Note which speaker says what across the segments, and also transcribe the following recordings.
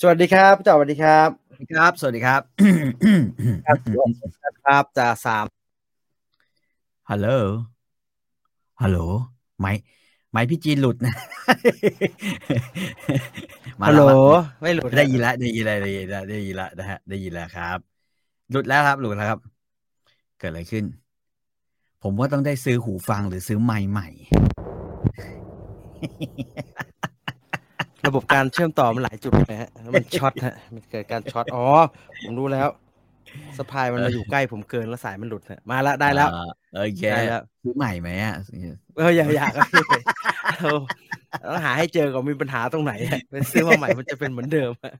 Speaker 1: สวัสดีครับพี่ต่อสวัสดีครับ
Speaker 2: ครับ สวัสดีครับ
Speaker 1: ครับครับจะสาม
Speaker 2: ฮัลโหล ฮัลโหล ไม้ไม้พี่จีนหลุดนะ มา
Speaker 1: ฮัลโหล
Speaker 2: แล้ว
Speaker 1: ไม่หลุด
Speaker 2: ได้ยินแล้วได้ยินแล้วได้ยินแล้วได้ยินแล้วนะฮะ ได้ยินแล้วครับ หลุดแล้วครับ หลุดแล้วครับ เกิดอะไรขึ้น ผมว่าต้องได้ซื้อหูฟังหรือซื้อไมค์ใหม่
Speaker 1: ระบบการเชื่อมต่อมันหลายจุดนะฮะแล้วมันช็อตฮะมันเกิดการช็อตอ๋อผมรู้แล้วสปายมันมาอยู่ใกล้ผมเกินแล้วสายมันหลุดฮะมาละได้แล้ว
Speaker 2: อ่าโอเค
Speaker 1: ได้แล้ว
Speaker 2: ซื้อใหม่ไหมอ่ะ
Speaker 1: เอออย่าอยากอะพี่ เออต้องหาให้เจอก่อนมีปัญหาตรงไหนอะไปซื้อมาใหม่มันจะเป็นเหมือนเดิมอะ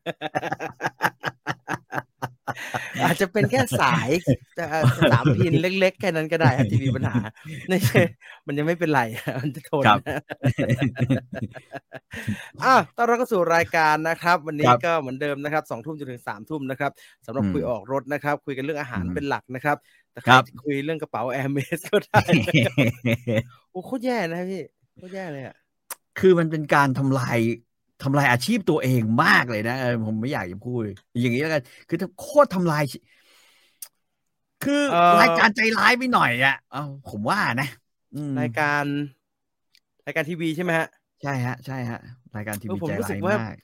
Speaker 1: อาจจะเป็นแค่สายแต่เอ่อสามพินเล็กๆแค่นั้นก็ได้ฮะที่มีปัญหาไม่ใช่มันยังไม่เป็นไรฮะมันจะทน
Speaker 2: ครับ
Speaker 1: อ่ะต้อนรับเข้าสู่รายการนะครับ วันนี้
Speaker 2: ครับ
Speaker 1: ก็เหมือนเดิมนะครับสองทุ่มจนถึงสามทุ่มนะครับสำหรับ
Speaker 2: อืม
Speaker 1: คุยออกรถนะครับ คุยกันเรื่องอาหาร
Speaker 2: อืม
Speaker 1: เป็นหลักนะครับแต่
Speaker 2: ครับ
Speaker 1: ใครจะคุยเรื่องกระเป๋าแอร์เมสก็ได้ โอ้โคตรแย่นะพี่โคตรแย่เลยอ่ะ
Speaker 2: คือมันเป็นการทำลายทำลายอาชีพตัวเองมากเลยนะเออผมไม่อยากจะพูด อย่างนี้แล้วกัน คือโคตรทำลายชีคือรายการใจร้ายไปหน่อยอะเอาผมว่านะอืม
Speaker 1: รายการ รายการทีวีใช่ไหมฮะ
Speaker 2: ใช่ฮะ ใช่ฮะ รายการที
Speaker 1: เอ
Speaker 2: วี
Speaker 1: อผม
Speaker 2: ใจ
Speaker 1: รู้
Speaker 2: ร้า
Speaker 1: สึก
Speaker 2: ย
Speaker 1: ว่า
Speaker 2: มาก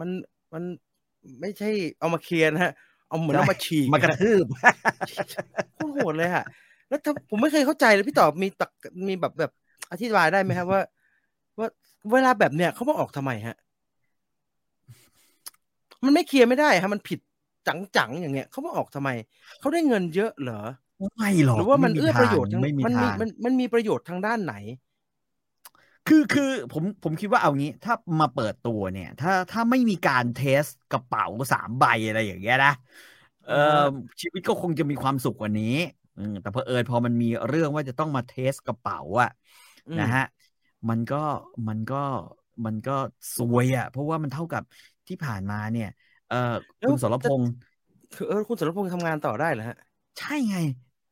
Speaker 1: มันมันไม่ใช่เอามาเคลียร์นะฮะเอาเหมือน
Speaker 2: ใช่
Speaker 1: เอามาฉีก
Speaker 2: มากระทืบ
Speaker 1: โคตรโหดเลยอ่ะแล้วถ้าผมไม่เคยเข้าใจเลยพี่ตอบมีตักมีแบบแบบอธิบายได้ไหมฮะว่า ว่าเวลาแบบเนี้ยเขามาออกทำไมฮะ มันไม่เคลียร์ไม่ได้ฮะมันผิดจังๆอย่างเงี้ยเขามาออกทำไมเขาได้เงินเยอะเหรอ
Speaker 2: ไม่หรอก
Speaker 1: หรือว่ามันเอื้อประโยชน์ทาง
Speaker 2: ไม่มี
Speaker 1: มั
Speaker 2: ทาง
Speaker 1: มีมันมันมีประโยชน์ทางด้านไหน
Speaker 2: คือคือผมผมคิดว่าเอางี้ ถ้ามาเปิดตัวเนี่ย ถ้าถ้าไม่มีการเทสกระเป๋าสามใบอะไรอย่างเงี้ยนะเอ
Speaker 1: อ่า
Speaker 2: อ
Speaker 1: ฮะ
Speaker 2: ชีวิตก็คงจะมีความสุขกว่านี้อืมแต่เพอเอิญพอมันมีเรื่องว่าจะต้องมาเทสกระเป๋าอะ
Speaker 1: อืม
Speaker 2: นะฮะมันก็มันก็มันก็ซวยอะเพราะว่ามันเท่ากับที่ผ่านมาเนี่ย เออคุณสรพงษ์
Speaker 1: คือเออคุณสรพงษ์ทำงานต่อได้เหรอฮะ
Speaker 2: ใช่ไง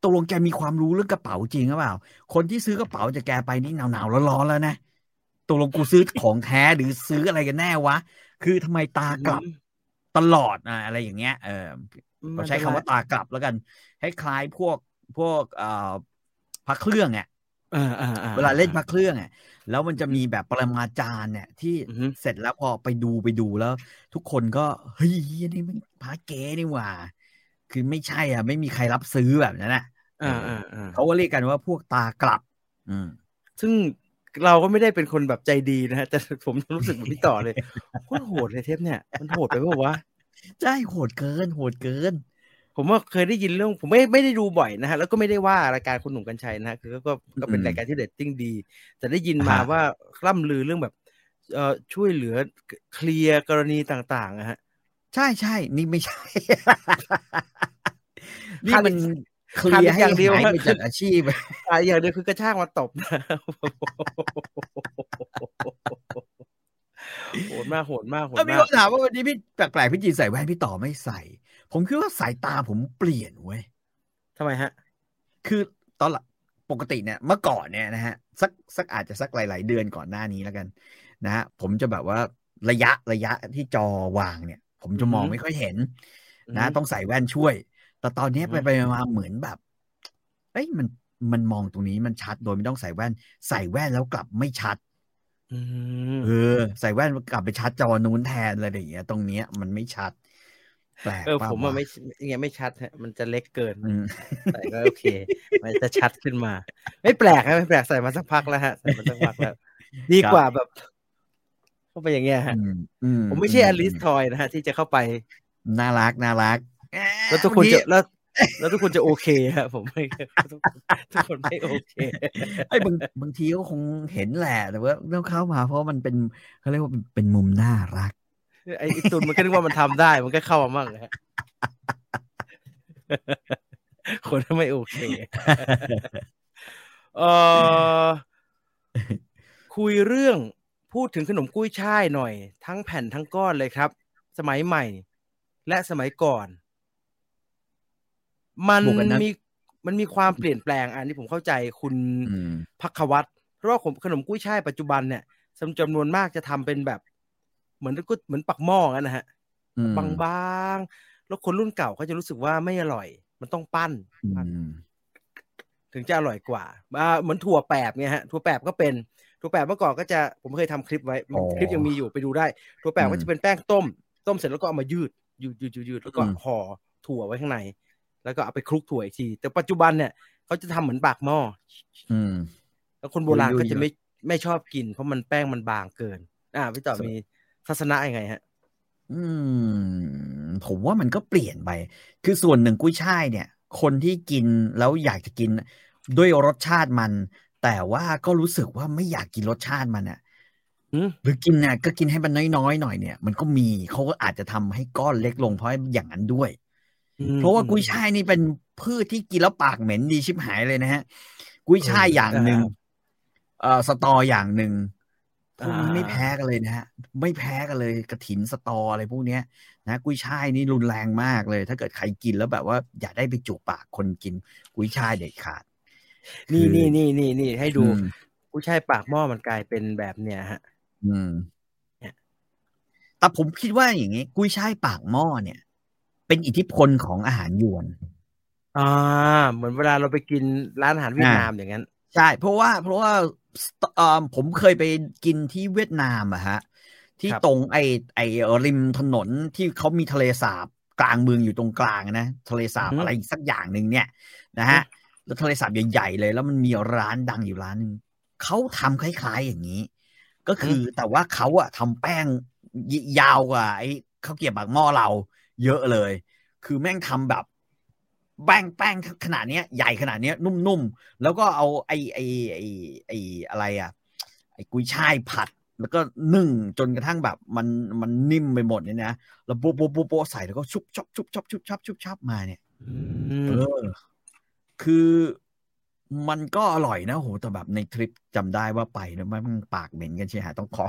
Speaker 2: ตกลงแกมีความรู้เรื่องกระเป๋าจริงหรือเปล่า คนที่ซื้อกระเป๋าจากแกไปนี่หนาวๆร้อนๆแล้วนะตกลงกูซื้อของแท้หรือซื้ออะไรกันแน่วะ คือทำไมตากลับตลอดอ่ะอะไรอย่างเงี้ยเออเราใช้คำว่าตากลับแล้วกันให้คล้ายๆพวกพวกเอ่อพระเครื่องเนี่ยเวลาเล่นพระเครื่องเนี่ยแล้วมันจะมีแบบปรมาจารย์เนี่ยที่
Speaker 1: อือฮึ
Speaker 2: เสร็จแล้วพอไปดูไปดูแล้ว ทุกคนก็เฮ้ยเหี้ยนี่มันพระเก๋นี่หว่า คือไม่ใช่อ่ะ ไม่มีใครรับซื้อแบบนั้นอ่ะ
Speaker 1: อ่าอ่าอ่า
Speaker 2: เขาก็เรียกกันว่าพวกตากลับ อืม
Speaker 1: ซึ่งเราก็ไม่ได้เป็นคนแบบใจดีนะฮะแต่ผมรู้สึกแบบพี่ต่อเลยโคตรโหดเลยเทปเนี่ย มันโหดไปเปล่าวะ
Speaker 2: ใช่โหดเกิน โหดเกิน
Speaker 1: ผมว่าเคยได้ยินเรื่อง ผมไม่ไม่ได้ดูบ่อยนะฮะแล้วก็ไม่ได้ว่ารายการคุณหนุ่มกัญชัยนะฮะคือก็ก็ก็เป็น
Speaker 2: อืม
Speaker 1: รายการที่เรตติ้งดี แต่ได้ยินมา
Speaker 2: อ่าฮะ
Speaker 1: ว่าร่ำลือเรื่องแบบเอ่อช่วยเหลือเคลียร์กรณีต่างๆนะฮะ
Speaker 2: ใช่ใช่ นี่ไม่ใช่ นี่
Speaker 1: ขาด
Speaker 2: มัน
Speaker 1: อีก
Speaker 2: เค
Speaker 1: ขาด
Speaker 2: ลี
Speaker 1: อี
Speaker 2: ย
Speaker 1: ก
Speaker 2: ร์ให้
Speaker 1: อย่างเดียว
Speaker 2: หายไปจากอาชีพ
Speaker 1: อ่าอย่างเดียวคือกระชากมาตบนะ โหดมากโหดมากโหด
Speaker 2: ก็มี
Speaker 1: มาก
Speaker 2: คำถามว่าวันนี้พี่แปลกๆพี่จีนใส่แว่นพี่ต่อไม่ใส่ ผมคิดว่าสายตาผมเปลี่ยนเว้ย
Speaker 1: ทำไมฮะ
Speaker 2: คือตอนหละปกติเนี่ยเมื่อก่อนเนี่ยนะฮะสักสักอาจจะสักหลาย ๆ เดือนก่อนหน้านี้แล้วกัน นะฮะผมจะแบบว่าระยะระยะที่จอวางเนี่ย ผมจะมอง
Speaker 1: อือฮึ
Speaker 2: ไม่ค่อยเห็น
Speaker 1: อือ
Speaker 2: นะ
Speaker 1: ฮึ
Speaker 2: ต้องใส่แว่นช่วย แต่ตอนเนี้ย
Speaker 1: อือ
Speaker 2: ไป
Speaker 1: ฮึ
Speaker 2: ไปมาๆเหมือนแบบเอ้ยมันมันมองตรงนี้มันชัดโดยไม่ต้องใส่แว่น ใส่แว่นแล้วกลับไม่ชัด
Speaker 1: อืม
Speaker 2: เออ ใส่แว่นกลับไปชัดจอนู้นแทนอะไรอย่างเงี้ยตรงเนี้ยมันไม่ชัดแปลก
Speaker 1: เออ
Speaker 2: ปะ
Speaker 1: ผมว่า
Speaker 2: ะ
Speaker 1: ไม่ยังไงไม่ชัดฮะมันจะเล็กเกิน
Speaker 2: อืม
Speaker 1: ใส่ก็โอเค มันจะชัดขึ้นมา ไม่แปลกนะไม่แปลกใส่มาสักพักแล้วฮะใส่มาสักพักแล้ว ดีกว่าแบบ เข้าไปอย่างเงี้ยฮะ
Speaker 2: อืมอื
Speaker 1: ผมไม่ใช่อลิสทอยนะฮะ ที่จะเข้าไป
Speaker 2: น่ารักน่ารัก
Speaker 1: แล้วทุกคนจะ
Speaker 2: วั
Speaker 1: แล้วแล้วทุกคนจะโอเคฮะผมไม่ทุกคนทุกคนไม่โอเค
Speaker 2: ไอ้ยบางบางทีก็คงเห็นแหละแต่ว่าเรื่องเข้ามาเพราะมันเป็นเขาเรียกว่าเป็นมุมน่ารัก
Speaker 1: ไอ้ไอ้ตุนมันก็นึกว่ามันทำได้ มันก็เข้ามามั่งนะฮะ คนไม่โอเค เอ อคุยเรื่องพูดถึงขนมกุ้ยช่ายหน่อย ทั้งแผ่นทั้งก้อนเลยครับ สมัยใหม่ และสมัยก่อน มัน
Speaker 2: บวกกันนะ
Speaker 1: มีมันมีความเปลี่ยนแปลง อันนี้ผมเข้าใจคุณ
Speaker 2: อืม
Speaker 1: พักขวัตรเพราะว่าขนมกุ้ยช่ายปัจจุบันเนี่ยจำนวนมากจะทำเป็นแบบ เหมือนก็เหมือนปักหม้อกันนะฮะ
Speaker 2: อืม
Speaker 1: บางๆ แล้วคนรุ่นเก่าเขาจะรู้สึกว่าไม่อร่อย มันต้องปั้น
Speaker 2: อืม
Speaker 1: ถึงจะอร่อยกว่าอ่าเหมือนถั่วแปบไงฮะ ถั่วแปบก็เป็น ถั่วแปบเมื่อก่อนก็จะ ผมเคยทำคลิปไว้ คลิปยังมีอยู่ไปดูได้ ถั่วแปบก็จะเป็นแป้งต้ม ต้มเสร็จแล้วก็เอามายืด ยืดยืดยืดยืดแล้วก็ห่อถั่วไว้ข้างใน แล้วก็เอาไปคลุกถั่วอีกที แต่ปัจจุบันเนี่ยเขาจะทำเหมือนปากหม้อ
Speaker 2: อืม
Speaker 1: แล้วคนโบราณก็จะ
Speaker 2: ยุ่ยๆ
Speaker 1: ไม่ไม่ชอบกิน เพราะมันแป้งมันบางเกิน อ่าพี่ต่อมีทัศนะยังไงฮะ
Speaker 2: อืม ผมว่ามันก็เปลี่ยนไป คือส่วนหนึ่งกุ้ยช่ายเนี่ย คนที่กินแล้วอยากจะกินด้วยรสชาติมัน แต่ว่าก็รู้สึกว่าไม่อยากกินรสชาติมันอ่ะ
Speaker 1: อืม
Speaker 2: หรือกินน่ะก็กินให้มันน้อยๆหน่อยเนี่ย มันก็มีเขาก็อาจจะทำให้ก้อนเล็กลงเพราะอย่างนั้นด้วย เพราะว่ากุ้ยช่ายนี่เป็นพืชที่กินแล้วปากเหม็นดีชิบหายเลยนะฮะ กุ้ยช่ายอย่างหนึ่งเอ่อสตออย่างหนึ่งพวกนี้ไม่แพ้กันเลยนะฮะ ไม่แพ้กันเลยกระถินสตออะไรพวกเนี้ย นะกุ้ยช่ายนี่รุนแรงมากเลย ถ้าเกิดใครกินแล้วแบบว่า อย่าได้ไปจุกปากคนกินกุ้ยช่ายเด็ดขาด
Speaker 1: นี่นี่นี่นี่นี่ให้ดู
Speaker 2: อืม
Speaker 1: กุ้ยช่ายปากหม้อมันกลายเป็นแบบเนี้ยฮะ
Speaker 2: อืมแต่ผมคิดว่าอย่างนี้กุ้ยช่ายปากหม้อเนี่ย เป็นอิทธิพลของอาหารยวน
Speaker 1: อ่า เหมือนเวลาเราไปกินร้านอาหารเวียดนามอย่างนั้น
Speaker 2: ใช่เพราะว่าเพราะว่าสตเอ่อผมเคยไปกินที่เวียดนามอะฮะ ที่
Speaker 1: ครับ
Speaker 2: ตรงไอไอริมถนนที่เขามีทะเลสาบกลางเมืองอยู่ตรงกลางนะ ทะเลสาบอะไรอีกสักอย่างหนึ่งเนี่ยนะฮะแล้วทะเลสาบใหญ่ๆเลย แล้วมันมีร้านดังอยู่ร้านหนึงเขาทำคล้ายๆอย่างนี้ ก็คืออแต่ว่าเขาอะทำแป้งยยาวกว่าไอ้ข้าวเกรี๊ยวปากหม้อเรา เยอะเลย คือแม่งทำแบบแป้งแป้งขนาดเนี้ยใหญ่ขนาดเนี้ยนุ่มๆ แล้วก็เอาไอ้ไอ้ไอ้ไอ้อะไรอ่ะไอ้กุยช่ายผัด แล้วก็นึ่งจนกระทั่งแบบมันมันนิ่มไปหมดเนี่ยนะแล้วโปะโปะโปะโปะใส่แล้วก็ชุบชุบชุบชุบชุบชุบชุบชุบมาเนี่ย
Speaker 1: อืม
Speaker 2: เออ คือมันก็อร่อยนะโหแต่แบบในทริปจำได้ว่าไปนะมันปากเหม็นกันใช่ไหมต้องข อ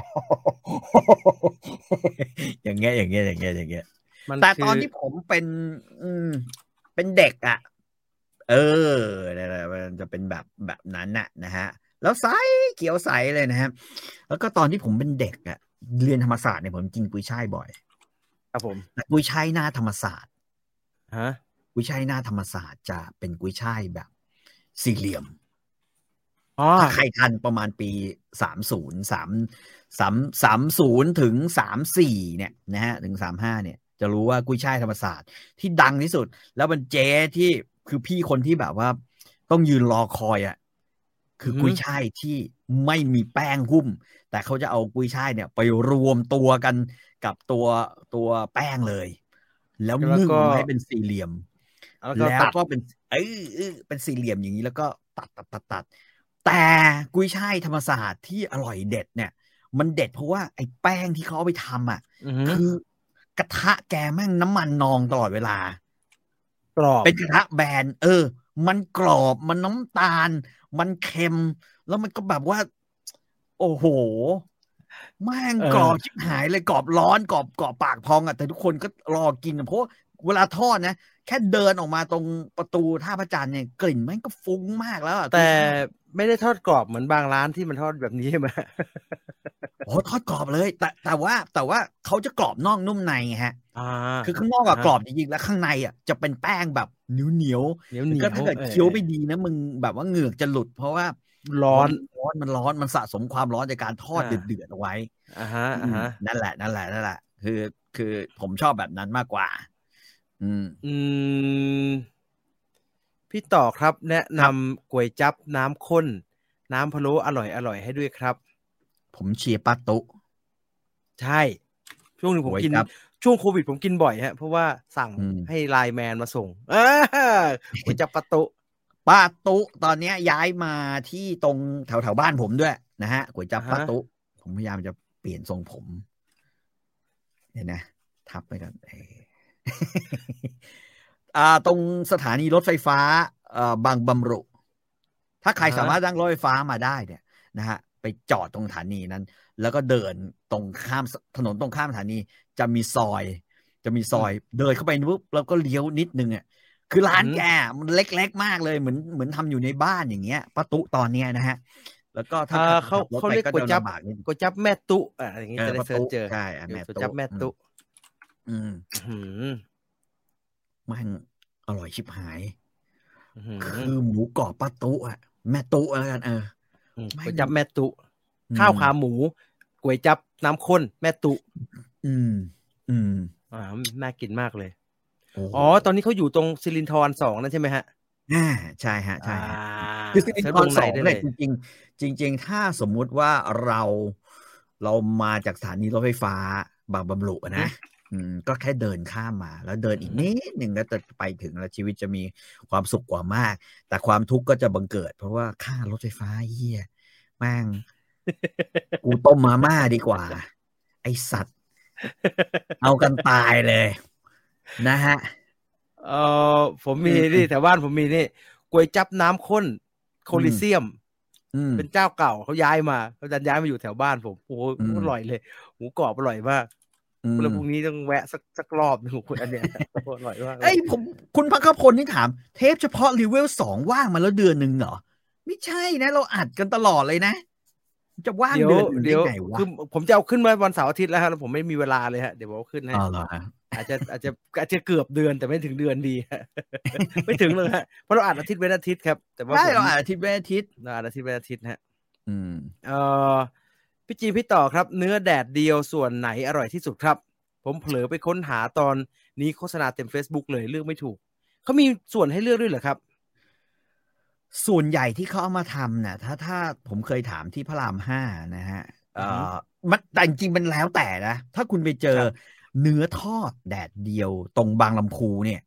Speaker 2: อย่างเงี้ยอย่างเงี้ยอย่างเงี้ยอย่างเงี้ย
Speaker 1: มัน
Speaker 2: แต่ตอน
Speaker 1: คื
Speaker 2: ที่ผมเป็น อืม เป็นเด็กอะ่ะ เออนั่นแหละมันจะเป็นแบบแบบนั้นน่ะนะฮะ แล้วใสเขียวใสเลยนะฮะ แล้วก็ตอนที่ผมเป็นเด็กอะ่ะ เรียนธรรมศาสตร์เนี่ยผมกินกุ้ยช่ายบ่อย
Speaker 1: ครับผม
Speaker 2: แต่กุ้ยช่ายหน้าธรรมศาสตร์
Speaker 1: ฮะ
Speaker 2: กุ้ยช่ายหน้าธรรมศาสตร์จะเป็นกุ้ยช่ายแบบ สี่เหลี่ยม
Speaker 1: อ๋อ
Speaker 2: ถ้าใครทันประมาณปีสามศูนย์สามสามสามศูนย์ถึงสามสี่เนี่ยนะฮะถึงสามห้าเนี่ย จะรู้ว่ากุ้ยช่ายธรรมศาสตร์ที่ดังที่สุด แล้วมันเจ๊ที่คือพี่คนที่แบบว่า ต้องยืนรอคอยอะ่ะคือกุ้ยช่ายที่ไม่มีแป้งหุ้ม แต่เขาจะเอากุ้ยช่ายเนี่ย ไปรวมตัวกันกับตัวตัวแป้งเลย แล้วนึ่งออกมาให้เป็นสี่เหลี่ยม
Speaker 1: แล้วก็
Speaker 2: แล้ว
Speaker 1: ตัด
Speaker 2: ก็เป็นเออเออเป็นสี่เหลี่ยมอย่างนี้แล้วก็ตัดตัดตัดตัด แต่กุ้ยช่ายธรรมศาสตร์ที่อร่อยเด็ดเนี่ย มันเด็ดเพราะว่าไอ้แป้งที่เขาเอาไปทำอ่ะ
Speaker 1: อือหือ
Speaker 2: คือกระทะแกแม่งน้ำมันนองตลอดเวลา
Speaker 1: กรอบ
Speaker 2: เป็นกระทะแบนเออ มันกรอบมันน้ำตาล มันเค็ม แล้วมันก็แบบว่า โอ้โหแม่ง
Speaker 1: เออ
Speaker 2: กรอบชิบหายเลยกรอบร้อนกรอบกรอบปากพองอ่ะแต่ทุกคนก็รอกินอะเพราะเวลาทอดนะ แค่เดินออกมาตรงประตูท่าพระจันทร์เนี่ยกลิ่นแม่งก็ฟุ้งมากแล้วอะ
Speaker 1: แต่ไม่ได้ทอดกรอบเหมือนบางร้านที่มันทอดแบบนี้ใช่ไหม
Speaker 2: โอ้โหทอดกรอบเลย แต่แต่ว่าแต่ว่าเขาจะกรอบนอกนุ่มในไงฮะ
Speaker 1: อ่า
Speaker 2: คือข้างนอกอะ
Speaker 1: อ่ะ
Speaker 2: กรอบจริงๆแล้วข้างในอะจะเป็นแป้งแบบเหนียวเหนียว
Speaker 1: เหนียว
Speaker 2: ๆ
Speaker 1: เหนียว
Speaker 2: ก็ถ้าเกิดเคี้ยวไม่ดีนะมึงแบบว่าเหงือกจะหลุดเพราะว่า
Speaker 1: ร้อน
Speaker 2: มันร้อนมันร้อนมันสะสมความร้อนจากการทอด
Speaker 1: อ่า
Speaker 2: เดือดๆเอาไว้
Speaker 1: อ่าฮะอ่าฮะ
Speaker 2: อืมนั่นแหละนั่นแหละนั่นแหละคือคือผมชอบแบบนั้นมากกว่า อืม
Speaker 1: อืมพี่ต่อครับ แนะนำก๋วยจับน้ำข้น น้ำพะโล้อร่อยอร่อยให้ด้วยครับ
Speaker 2: ผมเชียร์ป้าตุ๊
Speaker 1: ใช่ ช่วงหนึ่งผม
Speaker 2: โอ้ย
Speaker 1: กิน
Speaker 2: ครับ
Speaker 1: ช่วงโควิดผมกินบ่อยฮะ เพราะว่าสั่ง
Speaker 2: อืม
Speaker 1: ให้ไลน์แมนมาส่งเอ อก๋วยจับปะตุ
Speaker 2: ป้าตุ๊ตอนเนี้ยย้ายมาที่ตรงแถวแถวๆบ้านผมด้วยนะฮะก๋วยจับ
Speaker 1: อ่าฮะ
Speaker 2: ป้าตุ๊ผมพยายามจะเปลี่ยนทรงผม เดี๋ยวนะ ทับไปก่อนเออ อ่าตรงสถานีรถไฟฟ้าเอ่อบางบำรุ ถ้าใคร
Speaker 1: อ่าฮะ
Speaker 2: สามารถนั่งรถไฟฟ้ามาได้เนี่ยนะฮะไปจอดตรงสถานีนั้น แล้วก็เดินตรงข้ามถนนตรงข้ามสถานีจะมีซอย จะมีซอยเดินเข้าไปปุ๊บแล้วก็เลี้ยวนิดนึงอ่ะคือร้านแกมันเล็กๆมากเลยเหมือนเหมือนทำอยู่ในบ้านอย่างเงี้ยประตูตอนเนี้ยนะฮะแล้วก็ถ้า
Speaker 1: เอ่อเขา
Speaker 2: ขับรถ
Speaker 1: เขา
Speaker 2: ไป
Speaker 1: เรียก
Speaker 2: ก็
Speaker 1: ก๋วย
Speaker 2: เดิน
Speaker 1: จับ
Speaker 2: ลำบากนิดนึง
Speaker 1: ก๋วยจับแม่ตุอ่ะอย่างงี้จะได้
Speaker 2: ประ
Speaker 1: เซิร์ช
Speaker 2: ตู
Speaker 1: เจอ
Speaker 2: ใช่อ่ะแม่
Speaker 1: ก๋วย
Speaker 2: ตุ๊
Speaker 1: จับแม่ตุ
Speaker 2: อืม
Speaker 1: อื้อหือ
Speaker 2: มันอร่อยชิบหาย
Speaker 1: อื้อหือ
Speaker 2: คือหมูกรอบป้าตุ๊อะแม่ตุ๊อะไรกันเออ ไม่
Speaker 1: ก๋วยจับแม่ตุ ข้าวขาหมูก๋วยจับน้ำข้นแม่ตุ
Speaker 2: อืม อืม
Speaker 1: อ่าน่ากินมากเลย
Speaker 2: โโห
Speaker 1: อ๋อ ตอนนี้เขาอยู่ตรงซิลินทรสองนั่นใช่ไหมฮะ
Speaker 2: อ่าใช่ฮะใช่ฮะ
Speaker 1: อ่า
Speaker 2: คือสิ่งที่
Speaker 1: เซิร์ช
Speaker 2: ตอน
Speaker 1: ว
Speaker 2: สอง
Speaker 1: ใได้
Speaker 2: เนี่ยจริงๆจริง ๆ ถ้าสมมุติว่าเราเรามาจากสถานีรถไฟฟ้าบางบำรุอะนะอืม ก็แค่เดินข้ามมา แล้วเดินอีกนิดหนึ่งก็จะไปถึงแล้วชีวิตจะมีความสุขกว่ามาก แต่ความทุกข์ก็จะบังเกิด เพราะว่าค่ารถไฟฟ้าเฮียแม่ง กูต้มมาม่าดีกว่า ไอสัตว์ เอากันตายเลย นะฮะ
Speaker 1: เออผมมีนี่แต่บ้านผมมีนี่ก๋วยจับน้ำข้นโคลิเซียม
Speaker 2: อืม
Speaker 1: เป็นเจ้าเก่าเขาย้ายมาเขาดันย้ายมาอยู่แถวบ้านผมโอ้โห
Speaker 2: อืม
Speaker 1: อร่อยเลยหมูกรอบอร่อยมาก
Speaker 2: อืม
Speaker 1: แล้วพรุ่งนี้ต้องแวะสักสักรอบหนึงคุณอันเนี้ยโอ้โหอร่อยมากเลย
Speaker 2: ไอยผมคุณพักขพลนี่ถาม เทปเฉพาะรีเวลสองว่างมาแล้วเดือนหนึ่งเหรอ ไม่ใช่นะ เราอัดกันตลอดเลยนะ จะว่าง
Speaker 1: เดี๋ยว
Speaker 2: เดือน
Speaker 1: เดี๋ยว
Speaker 2: อื่นได้ไงวะ
Speaker 1: คือผมจะเอาขึ้นมาวันเสาร์อาทิตย์แล้วฮะแล้วผมไม่มีเวลาเลยฮะเดี๋ยวผมเอาขึ้นให้
Speaker 2: อ๋อเหรอฮะ
Speaker 1: อาจจะอาจจะอาจจะเกือบเดือนแต่ไม่ถึงเดือนดี ไม่ถึงเลยฮะเพราะเราอัดอาทิตย์เว้นอาทิตย์ครับแต่ว่า
Speaker 2: ได้
Speaker 1: ผม
Speaker 2: เราอัดอาทิตย์เว้นอาทิตย์
Speaker 1: เราอัดอาทิตย์เว้นอาทิตย์นะฮะ
Speaker 2: อืม
Speaker 1: เอ่อพี่จีพี่ต่อครับ เนื้อแดดเดียวส่วนไหนอร่อยที่สุดครับ ผมเผลอไปค้นหาตอนนี้โฆษณาเต็ม Facebook เลยเลือกไม่ถูกเขามีส่วนให้เลือกด้วยเหรอครับ
Speaker 2: ส่วนใหญ่ที่เขาเอามาทำน่ะ ถ้าถ้าผมเคยถามที่พระรามห้านะฮะเอ่
Speaker 1: อือฮึ
Speaker 2: อมันแต่จริงๆมันแล้วแต่นะ ถ้าคุณไปเจอ
Speaker 1: ครับ
Speaker 2: เนื้อทอดแดดเดียวตรงบางลำพูเนี่ย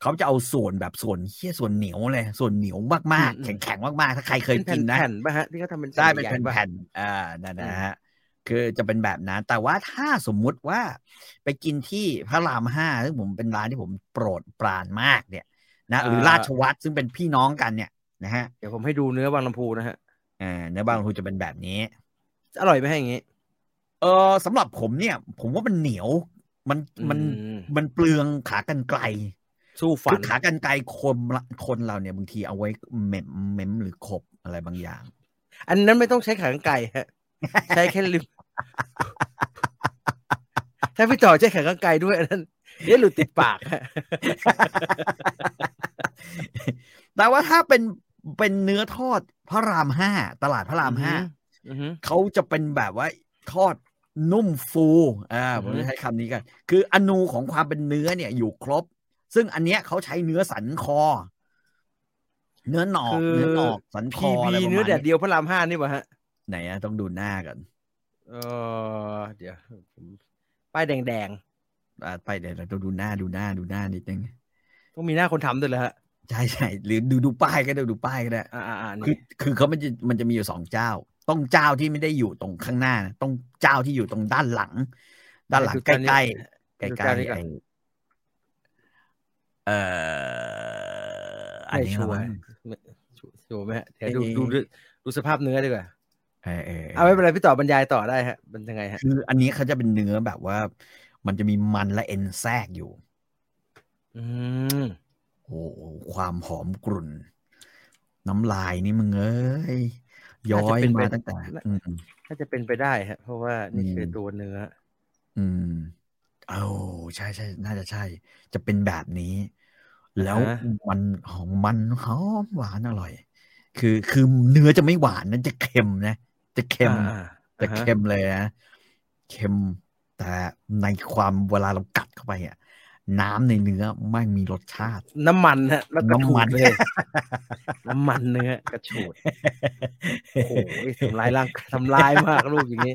Speaker 2: เขาจะเอาส่วนแบบส่วนเหี้ยส่วนเหนียวเลย ส่วนเหนียวมากๆ แข็งๆมากๆ ถ้าใครเคย
Speaker 1: เป็น
Speaker 2: กินนะ
Speaker 1: แผ่นๆป่ะฮะที่เขาทำเป็น
Speaker 2: ได้เป็น
Speaker 1: ใหญ่ๆป่ะ
Speaker 2: แผ่นๆอ่านั่นนะฮะ คือจะเป็นแบบนั้น แต่ว่าถ้าสมมุติว่าไปกินที่พระรามห้าซึ่งผมเป็นร้านที่ผมโปรดปรานมากเนี่ยนะหรือ
Speaker 1: เอ่อ
Speaker 2: ราชวัตรซึ่งเป็นพี่น้องกันเนี่ยนะฮะ
Speaker 1: เดี๋ยวผมให้ดูเนื้อบางลำพูนะฮะ
Speaker 2: อ่าเนื้อบางลำพูจะเป็นแบบนี้
Speaker 1: อร่อยไหมฮะอย่างงี้
Speaker 2: เออสำหรับผมเนี่ย ผมว่ามันเหนียว มันมัน
Speaker 1: อืม
Speaker 2: มันเปลืองขากรรไกร
Speaker 1: สู้
Speaker 2: คื
Speaker 1: ฝั
Speaker 2: อน ขากรรไกรคนละคนเราเนี่ยบางทีเอาไว้เมมเมมหรือขบอะไรบางอย่าง
Speaker 1: อันนั้นไม่ต้องใช้ขากรรไก่ฮะใช้แค่ริม ถ้าพี่ต่อใช้แขนกางไกลด้วยอันนั้นเดี๋ยวหลุดติดปากฮะ
Speaker 2: แต่ว่าถ้าเป็นเป็นเนื้อทอดพระรามห้าตลาดพระราม
Speaker 1: อือฮึ
Speaker 2: ห้า
Speaker 1: อือฮึ
Speaker 2: เขาจะเป็นแบบว่าทอดนุ่มฟูอ่าผม
Speaker 1: อือฮึ
Speaker 2: จะใช้คำนี้กัน คืออนูของความเป็นเนื้อเนี่ยอยู่ครบ ซึ่งอันเนี้ยเขาใช้เนื้อสันคอ เนื้อหนอกเนื้อหนอกสันค
Speaker 1: พี
Speaker 2: ออะ
Speaker 1: บี
Speaker 2: ไรประ
Speaker 1: เนื้
Speaker 2: มา
Speaker 1: อ
Speaker 2: ณ
Speaker 1: แดด
Speaker 2: นี้
Speaker 1: เดียวพระรามห้านี่ป่ะฮะ
Speaker 2: ไหนอะต้องดูหน้ากัน
Speaker 1: เออเดี๋ยวผมป้ายแดง
Speaker 2: อ่าไปเดี๋ยวเราต้องดูหน้าดูหน้าดูหน้านิดนึง
Speaker 1: ๆต้องมีหน้าคนทำด้วยเหรอฮะ
Speaker 2: ใช่ใช่หรือดูดูป้ายก็ได้ดูป้ายก็ได้
Speaker 1: อ่าอ่า
Speaker 2: คื
Speaker 1: นี่
Speaker 2: อคือเขามันจะมันจะมีอยู่สองเจ้า ต้องเจ้าที่ไม่ได้อยู่ตรงข้างหน้านะต้องเจ้าที่อยู่ตรงด้านหลัง ด้านหลัง
Speaker 1: ดู
Speaker 2: ใกล้
Speaker 1: จ
Speaker 2: ใกล้
Speaker 1: นี้
Speaker 2: ใกล้
Speaker 1: ดู
Speaker 2: ใกล้
Speaker 1: เจ้านี้ก่อน
Speaker 2: ไอ้เอ่ออันนี้
Speaker 1: ไม่ชั
Speaker 2: ละ
Speaker 1: วร์
Speaker 2: มั้ง
Speaker 1: ชัวร์ชัวร์ไหมฮะเดี๋ยวดูดูดู
Speaker 2: เอ๊ะ
Speaker 1: ดูสภาพเนื้อดีกว่า
Speaker 2: เออเออ
Speaker 1: เอาไม่เป็นไรพี่ต่อบรรยายต่อได้ฮะมันยังไงฮะ
Speaker 2: คืออันนี้เขาจะเป็นเนื้อแบบว่า มันจะมีมันและเอ็นแทรกอยู่
Speaker 1: อืม
Speaker 2: โอ้โหความหอมกรุ่น น้ำลายนี่มึงเอ้ยย้อยมาตั้งแต่ อืม
Speaker 1: น่าจะเป็นไปได้ฮะ เพราะว่านี่
Speaker 2: อืม
Speaker 1: คือตัวเนื้อ
Speaker 2: อืมโอ้ใช่ใช่น่าจะใช่ จะเป็นแบบนี้ แล้ว
Speaker 1: อ่าฮะ
Speaker 2: มันของมันหอมหวานอร่อย คือคือเนื้อจะไม่หวานนะจะเค็มนะ จะเค็ม
Speaker 1: อ่าๆ
Speaker 2: จะ
Speaker 1: อ่าฮะ
Speaker 2: เค็มเลยนะเค็มแต่ในความเวลาเรากัดเข้าไปอ่ะน้ำในเนื้อไม่งมีรสชาติ
Speaker 1: น้ำมันฮะแล้วกระ
Speaker 2: น้ำ
Speaker 1: ถู
Speaker 2: มั
Speaker 1: ด
Speaker 2: น
Speaker 1: เลย น้ำมันเนื้อกระชูด โอ้โหทำลายร่างกายทำลายมากลูกอย่างนี้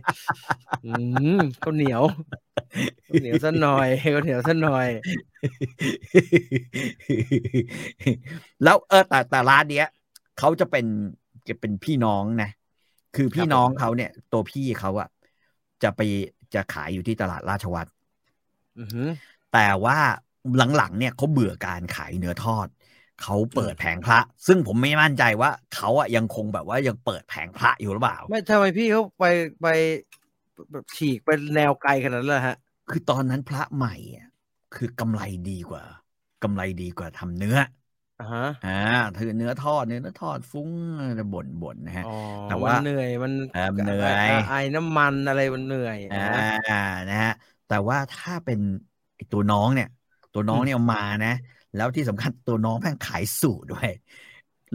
Speaker 1: อืมข้าวเหนียวข้าวเหนียวซะหน่อยข้าวเหนียวซะหน่อย
Speaker 2: แล้วเออแต่แต่ร้านเนี้ยเขาจะเป็นจะเป็นพี่น้องนะ คือพี่น้องเขาเนี่ย ตัวพี่เขาอะจะไปจะขายอยู่ที่ตลาดราชวัตร
Speaker 1: อือหือ
Speaker 2: แต่ว่า หลังๆเนี่ยเขาเบื่อการขายเนื้อทอด เขาเปิดแผงพระ ซึ่งผมไม่มั่นใจว่าเขาอะยังคงแบบว่ายังเปิดแผงพระอยู่หรือเปล่า
Speaker 1: ไม่ทำไมพี่เขาไปไปแบบฉีกไปแนวไกลขนาดนั้นเลยฮะ
Speaker 2: คือตอนนั้นพระใหม่อะคือกำไรดีกว่ากำไรดีกว่าทำเนื้อ
Speaker 1: อ่าฮะ
Speaker 2: อ่าถือเนื้อทอดเนื้อทอดฟุ้งจะบ่นบ่นๆนะฮะ
Speaker 1: อ๋อ
Speaker 2: แต่ว่ามั
Speaker 1: มันเหนื่อยมัน
Speaker 2: เออเหนื่อย
Speaker 1: ไอ้น้ำมันอะไรมันเหนื่อย
Speaker 2: อ่
Speaker 1: อ่า
Speaker 2: านะฮะแต่ว่าถ้าเป็นไอ้ตัวน้องเนี่ย ตัวน้อง
Speaker 1: อืม
Speaker 2: เนี่ยมานะ แล้วที่สำคัญตัวน้องแม่งขายสูตรด้วย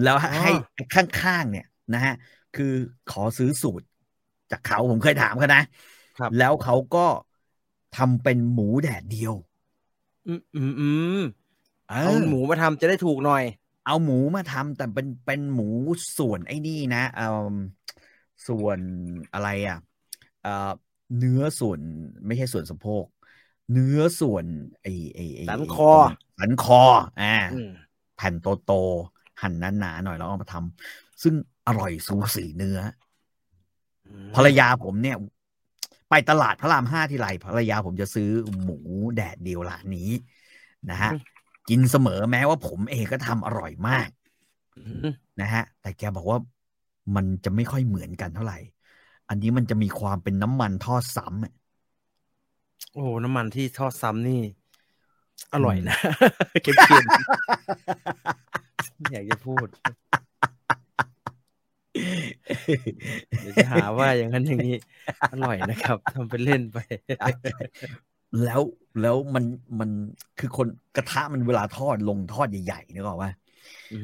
Speaker 2: แล้วให้
Speaker 1: อ๋อ
Speaker 2: ไอ้ข้างๆเนี่ยนะฮะคือขอซื้อสูตร จากเขาผมเคยถามเขานะครับ แล้วเขาก็ทำเป็นหมูแดดเดียว
Speaker 1: อืมอืมอืม
Speaker 2: เอ
Speaker 1: เอา
Speaker 2: อ
Speaker 1: หมูมาทำจะได้ถูกหน่อย
Speaker 2: เอาหมูมาทำแต่เป็นเป็นหมูส่วนไอ้นี่นะเออส่วนอะไรอ่ะเออเนื้อส่วนไม่ใช่ส่วนสะโพก เนื้อส่วนไอ้ไอ้ไ
Speaker 1: สันคอ
Speaker 2: สันคออ่า
Speaker 1: อืม
Speaker 2: แผ่นโตโตๆหั่นหนาๆหน่อยแล้วเอามาทำซึ่งอร่อยสูสีเนื้อ ภรรยาผมเนี่ย ไปตลาดพระรามห้าที่ไรภรรยาผมจะซื้อหมูแดดเดียวร้านนี้นะฮะกินเสมอแม้ว่าผมเองก็ทำอร่อยมาก
Speaker 1: อืม
Speaker 2: นะฮะ แต่แกบอกว่ามันจะไม่ค่อยเหมือนกันเท่าไหร่ อันนี้มันจะมีความเป็นน้ำมันทอดซ้ำอะ
Speaker 1: โอ้โหน้ำมันที่ทอดซ้ำนี่ อร่อย
Speaker 2: อืม
Speaker 1: นะ เค็มๆไม่อยากจะพู ด เดี๋ยวจะหาว่าอย่างนั้นอย่างนี้ อร่อยนะครับทำเป็นเล่นไป
Speaker 2: แล้วแล้วมันมันคือคนกระทะมันเวลาทอดลงทอดใหญ่ๆนึกออกป่ะ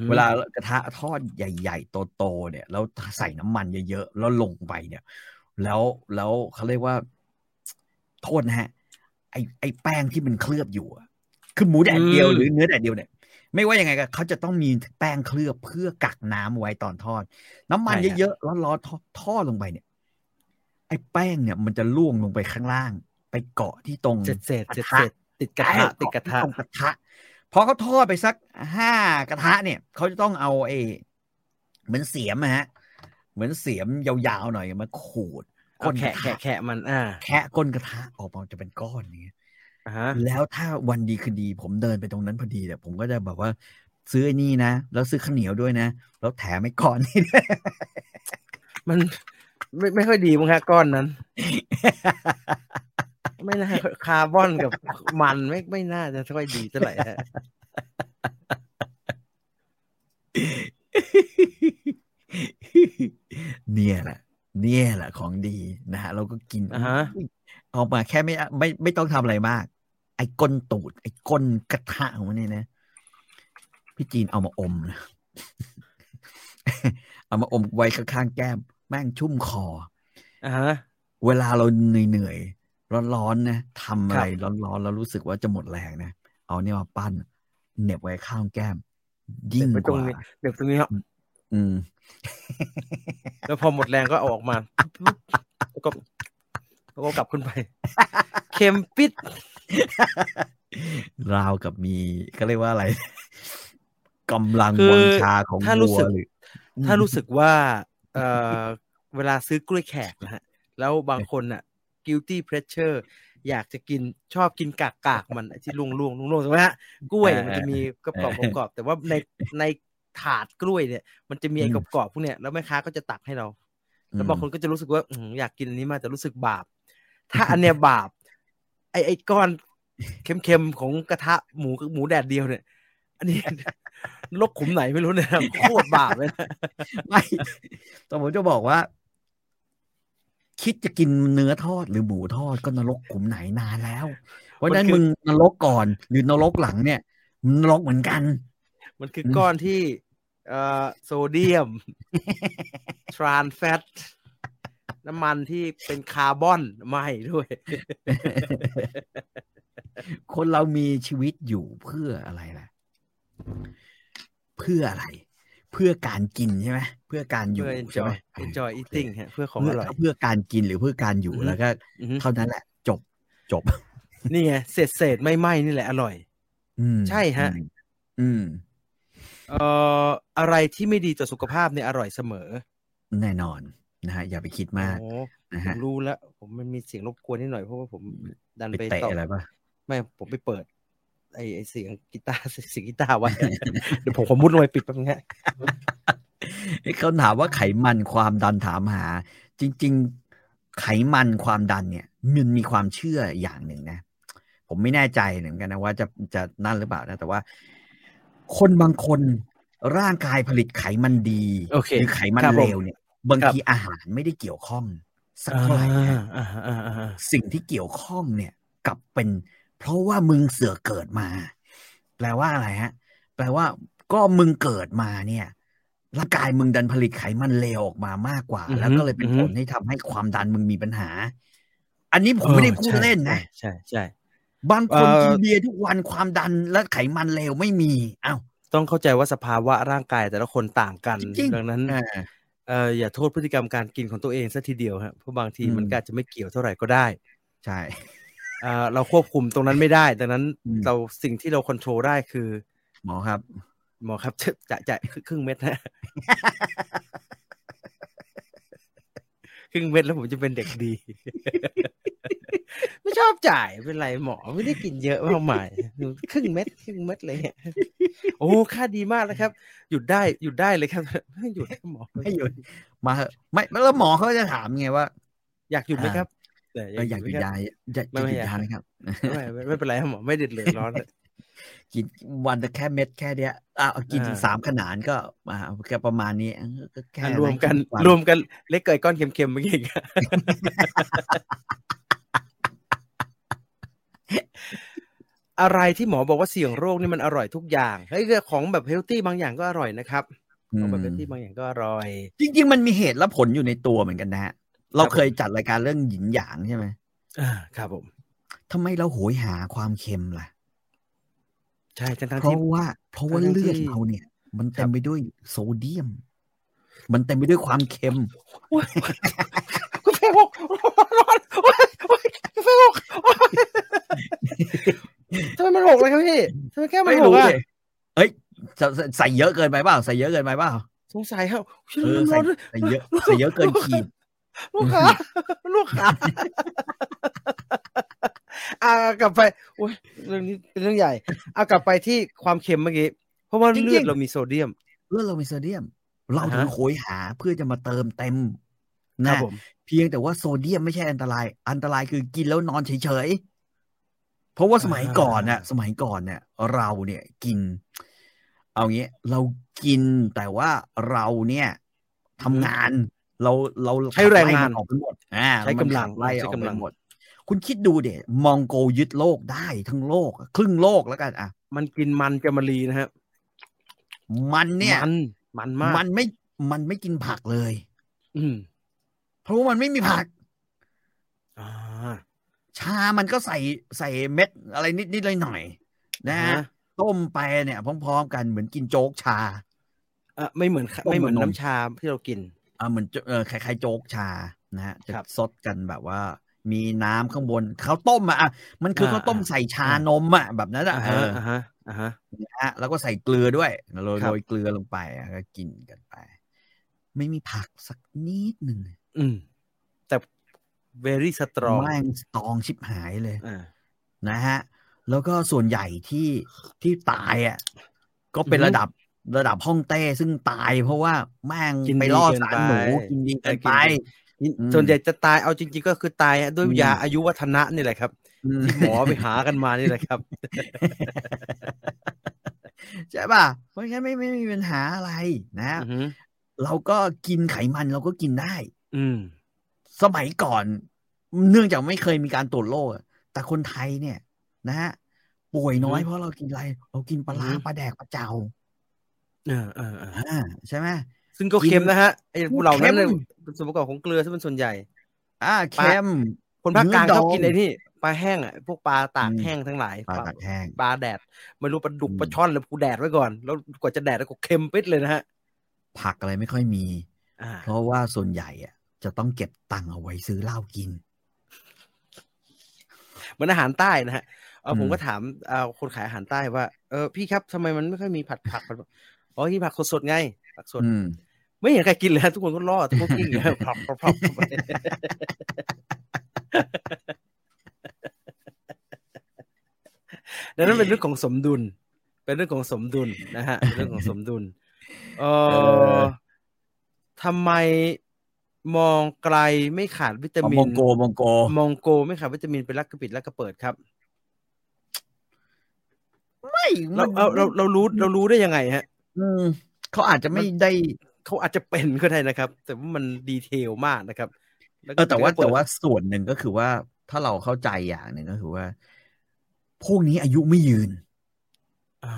Speaker 2: เวลากระทะทอดใหญ่ๆ โตๆเนี่ยแล้วใส่น้ำมันเยอะๆ แล้วลงไปเนี่ย แล้วแล้วเขาเรียกว่า โทษนะฮะ ไอไอแป้งที่มันเคลือบอยู่อะคือหมูแดดเดียว
Speaker 1: อืม
Speaker 2: หรือเนื้อแดดเดียวเนี่ย ไม่ว่ายังไงก็เขาจะต้องมีแป้งเคลือบเพื่อกักน้ำไว้ตอนทอด น้ำมันเยอะๆร้อนๆทอดทอดลงไปเนี่ย ไอแป้งเนี่ย มันจะล่วงลงไปข้างล่าง ไปเกาะที่ตรง
Speaker 1: เจ็ดเศษเจ็ด
Speaker 2: กระ
Speaker 1: เศ
Speaker 2: ทะ
Speaker 1: ษติดกระทะติดกระทะ
Speaker 2: ตรงกระทะพอเขาทอดไปสักห้ากระทะเนี่ยเขาจะต้องเอาไอ้เหมือนเสียมอะฮะ เหมือนเสียมยาวๆหน่อยมาขูด
Speaker 1: เอา
Speaker 2: ก้นก
Speaker 1: แขะ
Speaker 2: ระทะ
Speaker 1: แขะแขะมัน อ่า
Speaker 2: แคะก้นกระทะออกมาจะเป็นก้อนอย่างเงี้ย
Speaker 1: อ่าฮะ
Speaker 2: แล้วถ้าวันดีคืนดี ผมเดินไปตรงนั้นพอดีเนี่ยผมก็จะแบบว่า ซื้อไอ้นี่นะแล้วซื้อข้าวเหนียวด้วยนะแล้วแถมไอ้ก้อนนี่ด้วย
Speaker 1: มัน ไม่ไม่ค่อยดีมั้งฮะก้อน นั้น ไม่น่าคาร์บอนกับมันไม่ไม่น่าจะค่อยดีเท่าไหร่ฮะ
Speaker 2: เนี่ยแหละ เนี่ยแหละของดีนะฮะเราก็กิน
Speaker 1: อ่าฮะ
Speaker 2: เอามาแค่ไม่ไม่ไม่ต้องทำอะไรมาก ไอ้ก้นตูด ไอ้ก้นกระทะของมันเนี่ยนะ พี่จีนเอามาอมนะ เอามาอมไว้ข้างๆแก้ม แม่งชุ่มคอ
Speaker 1: อ่าฮะ
Speaker 2: เวลาเราเหนื่อยๆร้อนๆนะทำอะไรร้อนๆแล้วรู้สึกว่าจะหมดแรงนะเอาเนี่ยมาปั้นเหน็บไว้ข้างแก้ม ยิ่ง
Speaker 1: เหน็บไว้
Speaker 2: ก
Speaker 1: ตรง
Speaker 2: ว่า
Speaker 1: นี้ เดี๋ยวตรงนี้ครับ
Speaker 2: อืม
Speaker 1: แล้วพอหมดแรงก็เอาออกมาปุ๊บแล้วก็แล้วก็กลับ ขึ้นไป เค็มปิด
Speaker 2: ราวกับมีก็เรียกว่าอะไร กำลัง
Speaker 1: คือ
Speaker 2: วังชาของ
Speaker 1: ถ้ารู้
Speaker 2: วัว
Speaker 1: สึก
Speaker 2: หรือ
Speaker 1: ถ้ารู้สึกว่า เอ่อ เวลาซื้อกล้วยแขกนะฮะ แล้วบางคนอ่ะ guilty pleasure อยากจะกินชอบกินกากกากๆมันไอ้ที่ลุงลุงลุงลุงใช่ไหมฮะกล้วยมันจะมีกรอบๆกรอบๆแต่ว่าในในถาดกล้วยเนี่ย มันจะมีไอ้กรอบๆพวกเนี้ยแล้วแม่ค้าก็จะตักให้เรา แล้วบางคนก็จะรู้สึกว่าอืมอยากกินอันนี้มากแต่รู้สึกบาป ถ้าอันเนี้ยบาป ไอไอก้อนเค็มๆของกระทะหมูหมูแดดเดียวเนี่ย อันนี้ ลกขุมไหนไม่รู้เนยนะโคตรบาปเลยนะ
Speaker 2: ไม่แต่ผมจะบอกว่า คิดจะกินเนื้อทอดหรือหมูทอดก็นรกขุมไหนนานแล้ว เพราะฉะนั้น
Speaker 1: มันคือ
Speaker 2: มึงนรกก่อนหรือนรกหลังเนี่ยมันนรกเหมือนกัน
Speaker 1: มันคือก้อนที่ เอ่อโซเดีย ม ทรานแฟต น้ำมันที่เป็นคาร์บอนไหม่ด้วย
Speaker 2: คนเรามีชีวิตอยู่เพื่ออะไรล่ะ เพื่ออะไร เพื่อการกินใช่ไหมเพื่อการอยู่
Speaker 1: เพื่อ
Speaker 2: ใช่ไหม
Speaker 1: enjoy enjoy eating ฮะเพื่อของ
Speaker 2: เพื่
Speaker 1: อ
Speaker 2: อ
Speaker 1: ร่อย
Speaker 2: เพื่อการกินหรือเพื่อการอยู่
Speaker 1: อือฮึ
Speaker 2: แล้วก็
Speaker 1: อือฮึ
Speaker 2: เท่านั้นแหละ จบจบ
Speaker 1: นี่ไงเศษเศษๆไม่ไหม้นี่แหละอร่อย
Speaker 2: อืม
Speaker 1: ใช่ฮะ
Speaker 2: อืม
Speaker 1: เอ่ออะไรที่ไม่ดีต่อสุขภาพเนี่ยอร่อยเสมอ
Speaker 2: แน่นอนนะฮะอย่าไปคิดมาก
Speaker 1: โอ้
Speaker 2: นะ
Speaker 1: ผ
Speaker 2: ฮะ
Speaker 1: มรู้แล้ว ผมมันมีเสียงรบกวนนิดหน่อยเพราะว่าผมดัน
Speaker 2: ไป
Speaker 1: ไป
Speaker 2: เตะ
Speaker 1: ตอบ
Speaker 2: อะไรปะ
Speaker 1: ไม่ผมไปเปิด ไอ้ไอ้เสียงกีตาร์ เสียงกีตาร์ไว้ เดี๋ยวผมขอมุดลงไปปิดแป๊บนึงฮะ
Speaker 2: เขาถามว่าไขมันความดันถามหา จริง ๆ ไขมันความดันเนี่ย มันมีความเชื่ออย่างหนึ่งนะ ผมไม่แน่ใจเหมือนกันนะว่าจะจะนั่นหรือเปล่านะ แต่ว่า คนบางคนร่างกายผลิตไขมันดี
Speaker 1: โอเค
Speaker 2: หรือไขมัน
Speaker 1: ครับผม
Speaker 2: เลวเนี่ย บาง
Speaker 1: ครับ
Speaker 2: ทีอาหารไม่ได้เกี่ยวข้องสัก
Speaker 1: อ่า
Speaker 2: เท่าไหร่นะ
Speaker 1: อ่าอ่าอ่า
Speaker 2: สิ่งที่เกี่ยวข้องเนี่ย กลับเป็น เพราะว่ามึงเสือกเกิดมา แปลว่าอะไรฮะ แปลว่าก็มึงเกิดมาเนี่ยร่างกายมึงดันผลิตไขมันเลวออกมามากกว่า
Speaker 1: อือฮึ
Speaker 2: แล้วก็เลยเป็น
Speaker 1: อือฮึ
Speaker 2: ผลให้ทำให้ความดันมึงมีปัญหา อันนี้ผมไม่ได้พูด
Speaker 1: ออ
Speaker 2: เล่นนะ
Speaker 1: ใช่ใช่ใช่
Speaker 2: บางคน
Speaker 1: เอ่อ
Speaker 2: กินเบียร์ทุกวันความดันและไขมันเลวไม่มีอ้าว
Speaker 1: ต้องเข้าใจว่าสภาวะร่างกายแต่ละคนต่างกัน
Speaker 2: จริงๆ
Speaker 1: ดังนั้น
Speaker 2: อ่า
Speaker 1: เอออย่าโทษพฤติกรรมการกินของตัวเองซะทีเดียวฮะเพราะบางที
Speaker 2: อืม
Speaker 1: มันก็อาจจะไม่เกี่ยวเท่าไหร่ก็ได้
Speaker 2: ใช่
Speaker 1: เออเราควบคุมตรงนั้นไม่ได้ ดังนั้น
Speaker 2: อืม
Speaker 1: เราสิ่งที่เราควบคุมได้คือ
Speaker 2: หมอครับ
Speaker 1: หมอครับจะ จะจะครึ่งเม็ดนะ ครึ่งเม็ดแล้วผมจะเป็นเด็กดี ไม่ชอบจ่ายเป็นไรหมอไม่ได้กินเยอะมากมายครึ่งเม็ดครึ่งเม็ดเลยเนี่ย โอ้ค่าดีมากนะครับ หยุดได้หยุดได้เลยครับ ไม่หยุดครับหมอ
Speaker 2: ไม่หยุดมาเถอะไม่แล้วหมอเขาจะถามไงว่า
Speaker 1: อยากหยุดไหมครับเ
Speaker 2: เอออยากหยุด
Speaker 1: ไหมค
Speaker 2: ยา
Speaker 1: รับ
Speaker 2: อยาก
Speaker 1: ไม่
Speaker 2: จะห
Speaker 1: ไม่
Speaker 2: ยุด
Speaker 1: อยาก
Speaker 2: ยาไหมครับ
Speaker 1: ไม่ไม่ไม่เป็นไรครับหมอไม่เดือดเดือดร้อนเลย
Speaker 2: กินวันละแค่เม็ดแค่เนี้ยอ่ะเอากิน
Speaker 1: อ่า
Speaker 2: สามขนานก็มาแค่ประมาณนี้เออก็แค่
Speaker 1: อ่ะรวมกัน
Speaker 2: วั
Speaker 1: รวมกันเล็กเกิดก้อนเค็มๆเมื่อกี้อีก อะ อะไรที่หมอบอกว่าเสี่ยงโรคนี่มันอร่อยทุกอย่างเฮ้ยของแบบเฮลตี้บางอย่างก็อร่อยนะครับ
Speaker 2: อื
Speaker 1: ของ
Speaker 2: ม
Speaker 1: แบบเฮลตี้บางอย่างก็อร่อย
Speaker 2: จริง ๆ มันมีเหตุและผลอยู่ในตัวเหมือนกันนะฮะ เรา
Speaker 1: ครับ
Speaker 2: เคยจัดรายการเรื่องหยินหยางใช่ไหม
Speaker 1: อ่าครับผม
Speaker 2: ทำไมเราโหยหาความเค็มล่ะ
Speaker 1: ใช่ทั้งทั้ง
Speaker 2: เพ
Speaker 1: ๆที่
Speaker 2: ราะว่าเพราะว่า
Speaker 1: ทั้งๆที่
Speaker 2: เลือดเราเนี่ย มัน
Speaker 1: ค
Speaker 2: เต็
Speaker 1: รั
Speaker 2: ม
Speaker 1: บ
Speaker 2: ไปด้วยโซเดียม มันเต็มไปด้วยความเค็ม
Speaker 1: กาแฟหกร้อนโอ๊ย โอ๊ยกาแฟหก โอ๊ยทำไมมันหกเลยครับพี่ทำไมแก้วมัน
Speaker 2: ไม่
Speaker 1: หก
Speaker 2: รู้
Speaker 1: อ่ะ
Speaker 2: เลยเอ้ยจะใส่ใส่เยอะเกินไปเปล่า ใส่เยอะเกินไปเปล่า
Speaker 1: สงสัยครับฉัน
Speaker 2: เออ
Speaker 1: มันร้อ
Speaker 2: ใส่
Speaker 1: นด้วย
Speaker 2: ใส่เยอะใส่เยอะเกินขีด
Speaker 1: ลูกค้า ลูกค้า อ่ากลับไปโอ้ยเรื่องนี้เป็นเรื่องใหญ่เอากลับไปที่ความเค็มเมื่อกี้เพราะว่า
Speaker 2: จริงๆ
Speaker 1: เลือดเรามีโซเดียม
Speaker 2: เพื่อเรามีโซเดียม เราถึง
Speaker 1: อ่าฮะ
Speaker 2: โหยหาเพื่อจะมาเติมเต็ม
Speaker 1: ครั
Speaker 2: นะ
Speaker 1: บผม
Speaker 2: เพียงแต่ว่าโซเดียมไม่ใช่อันตราย อันตรายคือกินแล้วนอนเฉยๆ เพราะว่าสมัยก่อนน่ะ สมัยก่อนเนี่ยเราเนี่ยกิน เอางี้เรากินแต่ว่าเราเนี่ยทำงาน เราเรา
Speaker 1: ใช้แรงงาน
Speaker 2: ขับไล่มัออกไปหมดอ่า
Speaker 1: ใช้กำลัง
Speaker 2: มันขับไล่อ
Speaker 1: ใช้
Speaker 2: อก
Speaker 1: กำ
Speaker 2: ไป
Speaker 1: ลัง
Speaker 2: หมด คุณคิดดูเด็มองโกยึดโลกได้ทั้งโลกอะครึ่งโลกแล้วกันอ่ะ
Speaker 1: มันกินมันแกมมารีนะฮะ
Speaker 2: มันเนี่ย
Speaker 1: มันมันมาก
Speaker 2: มันไม่มันไม่กินผักเลย
Speaker 1: อืม
Speaker 2: เพราะว่ามันไม่มีผัก
Speaker 1: อ่า
Speaker 2: ชามันก็ใส่ใส่เม็ดอะไรนิดนิดเลยหน่อยๆนะ
Speaker 1: อ่าฮะ
Speaker 2: ต้มไปเนี่ยพร้อมๆกันเหมือนกินโจ๊กชา
Speaker 1: เอ่อไม่เหมือนไม่เหมือนน้ำชาที่เรากิน
Speaker 2: อ่าเหมือนโจเออคล้ายๆโจ๊กชานะฮะจะ
Speaker 1: ครับ
Speaker 2: ซดกันแบบว่า มีน้ำข้างบนข้าวต้มอะอ่ะมันคืออา ข้าวต้มใส่ชา
Speaker 1: อ่าน
Speaker 2: นมอ่ะแบบนั้นอ่ะเอ
Speaker 1: ฮะ
Speaker 2: อ
Speaker 1: อ่าฮะอ่าฮะ
Speaker 2: นะฮะแล้วก็ใส่เกลือด้วยโรย
Speaker 1: ครับ
Speaker 2: โรยเกลือลงไปอ่ะก็กินกันไป ไม่มีผักสักนิดหนึ่ง
Speaker 1: อืม แต่ very strong
Speaker 2: แม่งตองชิบหายเลย
Speaker 1: อ่า
Speaker 2: นะฮะ แล้วก็ส่วนใหญ่ที่ที่ตายอ่ะก็เป็น
Speaker 1: อือฮึ
Speaker 2: ระดับระดับห้องเต้ซึ่งตายเพราะว่าแม่ง
Speaker 1: กิน
Speaker 2: ไป
Speaker 1: ดี
Speaker 2: ล่อ
Speaker 1: เกิน
Speaker 2: สาร
Speaker 1: ไป
Speaker 2: หนูกินดีเกินไป
Speaker 1: เออกินดี
Speaker 2: อืม
Speaker 1: ส่วนใหญ่จะตายเอาจริงๆก็คือตายด้วย
Speaker 2: อืม
Speaker 1: ยาอายุวัฒนะนี่แหละครับ
Speaker 2: อืม
Speaker 1: ที่หมอไปหากันมานี่แหละครับ
Speaker 2: ใช่ป่ะ เพราะงั้นไม่ไม่ไม่มีปัญหาอะไรนะ
Speaker 1: อือฮึ
Speaker 2: เราก็กินไขมันเราก็กินได้
Speaker 1: อืม
Speaker 2: สมัยก่อนเนื่องจากไม่เคยมีการตรวจโรคอะแต่คนไทยเนี่ย นะฮะป่วยน้อย
Speaker 1: อือฮึ
Speaker 2: เพราะเรากินอะไร เรากินปลาร้า
Speaker 1: อือฮึ
Speaker 2: ปลาแดกปลาเจ้า
Speaker 1: เออเออเออ
Speaker 2: อ่าใช่ไหม
Speaker 1: ซึ่งก็เค็มนะฮะไอ้พวกเรานั้นเนี่ย
Speaker 2: เค็ม
Speaker 1: เป็นส่วนประกอบของเกลือซึ่งเป็นส่วนใหญ่
Speaker 2: อ่าเค็ม
Speaker 1: คนภาคกลาง
Speaker 2: เนื้อดอง
Speaker 1: ชอบกินไอ้นี่ปลาแห้งอ่ะพวกปลาตาก
Speaker 2: อืม
Speaker 1: แห้งทั้งหลาย
Speaker 2: ปลาตากแห้ง
Speaker 1: ปลาแดดไม่รู้ปลาดุก
Speaker 2: อืม
Speaker 1: ปลาช่อนแล้วกูแดดไว้ก่อน แล้วกว่าจะแดดแล้วก็เค็มปิดเลยนะฮะ
Speaker 2: ผักอะไรไม่ค่อยมี
Speaker 1: อ่า
Speaker 2: เพราะว่าส่วนใหญ่อะจะต้องเก็บตังค์เอาไว้ซื้อเหล้ากิน
Speaker 1: เหมือนอาหารใต้นะฮะเออ
Speaker 2: อืม
Speaker 1: ผมก็ถามเอ่อคนขายอาหารใต้ว่า เออพี่ครับทำไมมันไม่ค่อยมีผัดผักผัดผักอ๋อที่ผักสดๆไงผักสด
Speaker 2: อืม
Speaker 1: ไม่เห็นใครกินเลยฮะทุกคนก็ล่อทุกคนกินอย่างเงี้ยพรับพรับพรับ ดังนั้นเป็นเรื่องของสมดุล เป็นเรื่องของสมดุลนะฮะเป็นเรื่องของสมดุล เอ
Speaker 2: เอ
Speaker 1: อ
Speaker 2: อ
Speaker 1: ทำไมมองไกลไม่ขาดวิตามิน
Speaker 2: มองโกมองโก
Speaker 1: มองโกไม่ขาดวิตามินเป็นรักกระปิดรักกระเปิดครับ
Speaker 2: ไม่
Speaker 1: เราเราเราเรารู้เรารู้ได้ยังไงฮะ
Speaker 2: อืมเขาอาจจะไม่ได้
Speaker 1: เขาอาจจะเป็นก็ได้นะครับ แต่ว่ามันดีเทลมากนะครับล้
Speaker 2: เออแต่ว่า
Speaker 1: ก็
Speaker 2: แต่ว่าส่วนหนึ่งก็คือว่าถ้าเราเข้าใจอย่างหนึ่งก็คือว่า พวกนี้อายุไม่ยืน
Speaker 1: อ่า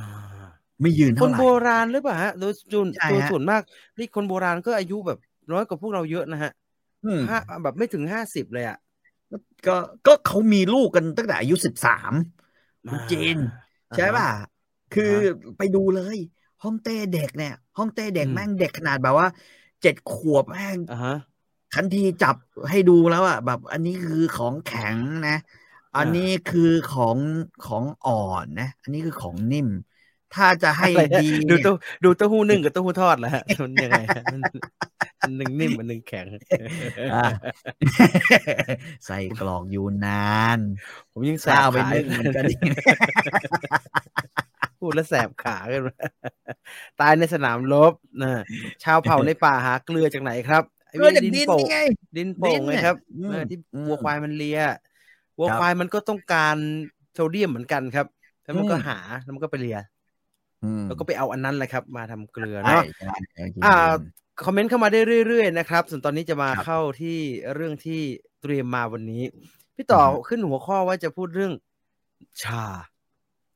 Speaker 2: ไม่ยืน
Speaker 1: ค
Speaker 2: เท่าน ไหร่
Speaker 1: โบราณหรือเปล่าฮะโดยส่วน
Speaker 2: ใช่ฮะ
Speaker 1: โดยส่วนมากนี่คนโบราณก็อายุแบบน้อยกว่าพวกเราเยอะนะฮะ
Speaker 2: อืม
Speaker 1: ห้าแบบไม่ถึงห้าสิบเลยอ่ะ
Speaker 2: ก็ก็เขามีลูกกันตั้งแต่อายุสิบสาม คุณจีน
Speaker 1: อ่า
Speaker 2: ใช่ป่ะ คือไปดูเลยห้องเต้เด็กเนี่ยห้องเต้เด็ก
Speaker 1: อืม
Speaker 2: แม่งเด็กขนาดแบบว่าเจ็ดขวบแม่ง
Speaker 1: อ่าฮะ
Speaker 2: คันทีจับให้ดูแล้วอ่ะแบบ อันนี้คือของแข็งนะ อันนี้คือของของอ่อนนะ อันนี้คือของนิ่ม ถ้าจะให้
Speaker 1: อะไรฮะ
Speaker 2: ดี
Speaker 1: ดู
Speaker 2: เนี่ย
Speaker 1: เต้าดูเต้าหู้นึ่งกับเต้าหู้ทอดแล้วฮะมันยังไงฮะมันมันหนึ่งนิ่มมันหนึ่งแข็ง
Speaker 2: อ่ะ ใส่กรอกอยู่นาน
Speaker 1: ผมยังแสบ
Speaker 2: ข้าวไป
Speaker 1: ขา
Speaker 2: นึ่งมันก็ดี
Speaker 1: พูดแล้วแสบขากันมาตายในสนามรบนะชาวเผ่าใน ป่าหาเกลือจากไหนครับไ
Speaker 2: เกลือจากดิน
Speaker 1: โป่ง
Speaker 2: นี่ไง
Speaker 1: ดินโป่งไงครับ
Speaker 2: ดินเนี่ย
Speaker 1: เออที่
Speaker 2: อืม
Speaker 1: วัวควายมันเลียวัว
Speaker 2: ครับ
Speaker 1: ควายมันก็ต้องการโซเดียมเหมือนกันครับแล้วมันก็หาแล้วมันก็ไปเลีย
Speaker 2: อืม
Speaker 1: แล้วก็ไปเอาอันนั้นแหละครับ มาทำเกลือ
Speaker 2: ใช่
Speaker 1: เนาะ
Speaker 2: ใช่ใช่
Speaker 1: อ่า คอมเมนต์เข้ามาได้เรื่อยๆนะครับ ส่วนตอนนี้จะมา
Speaker 2: ครับ
Speaker 1: เข้าที่เรื่องที่เตรียมมาวันนี้ พี่ต่อ
Speaker 2: อือฮึ
Speaker 1: ขึ้นหัวข้อว่าจะพูดเรื่องชา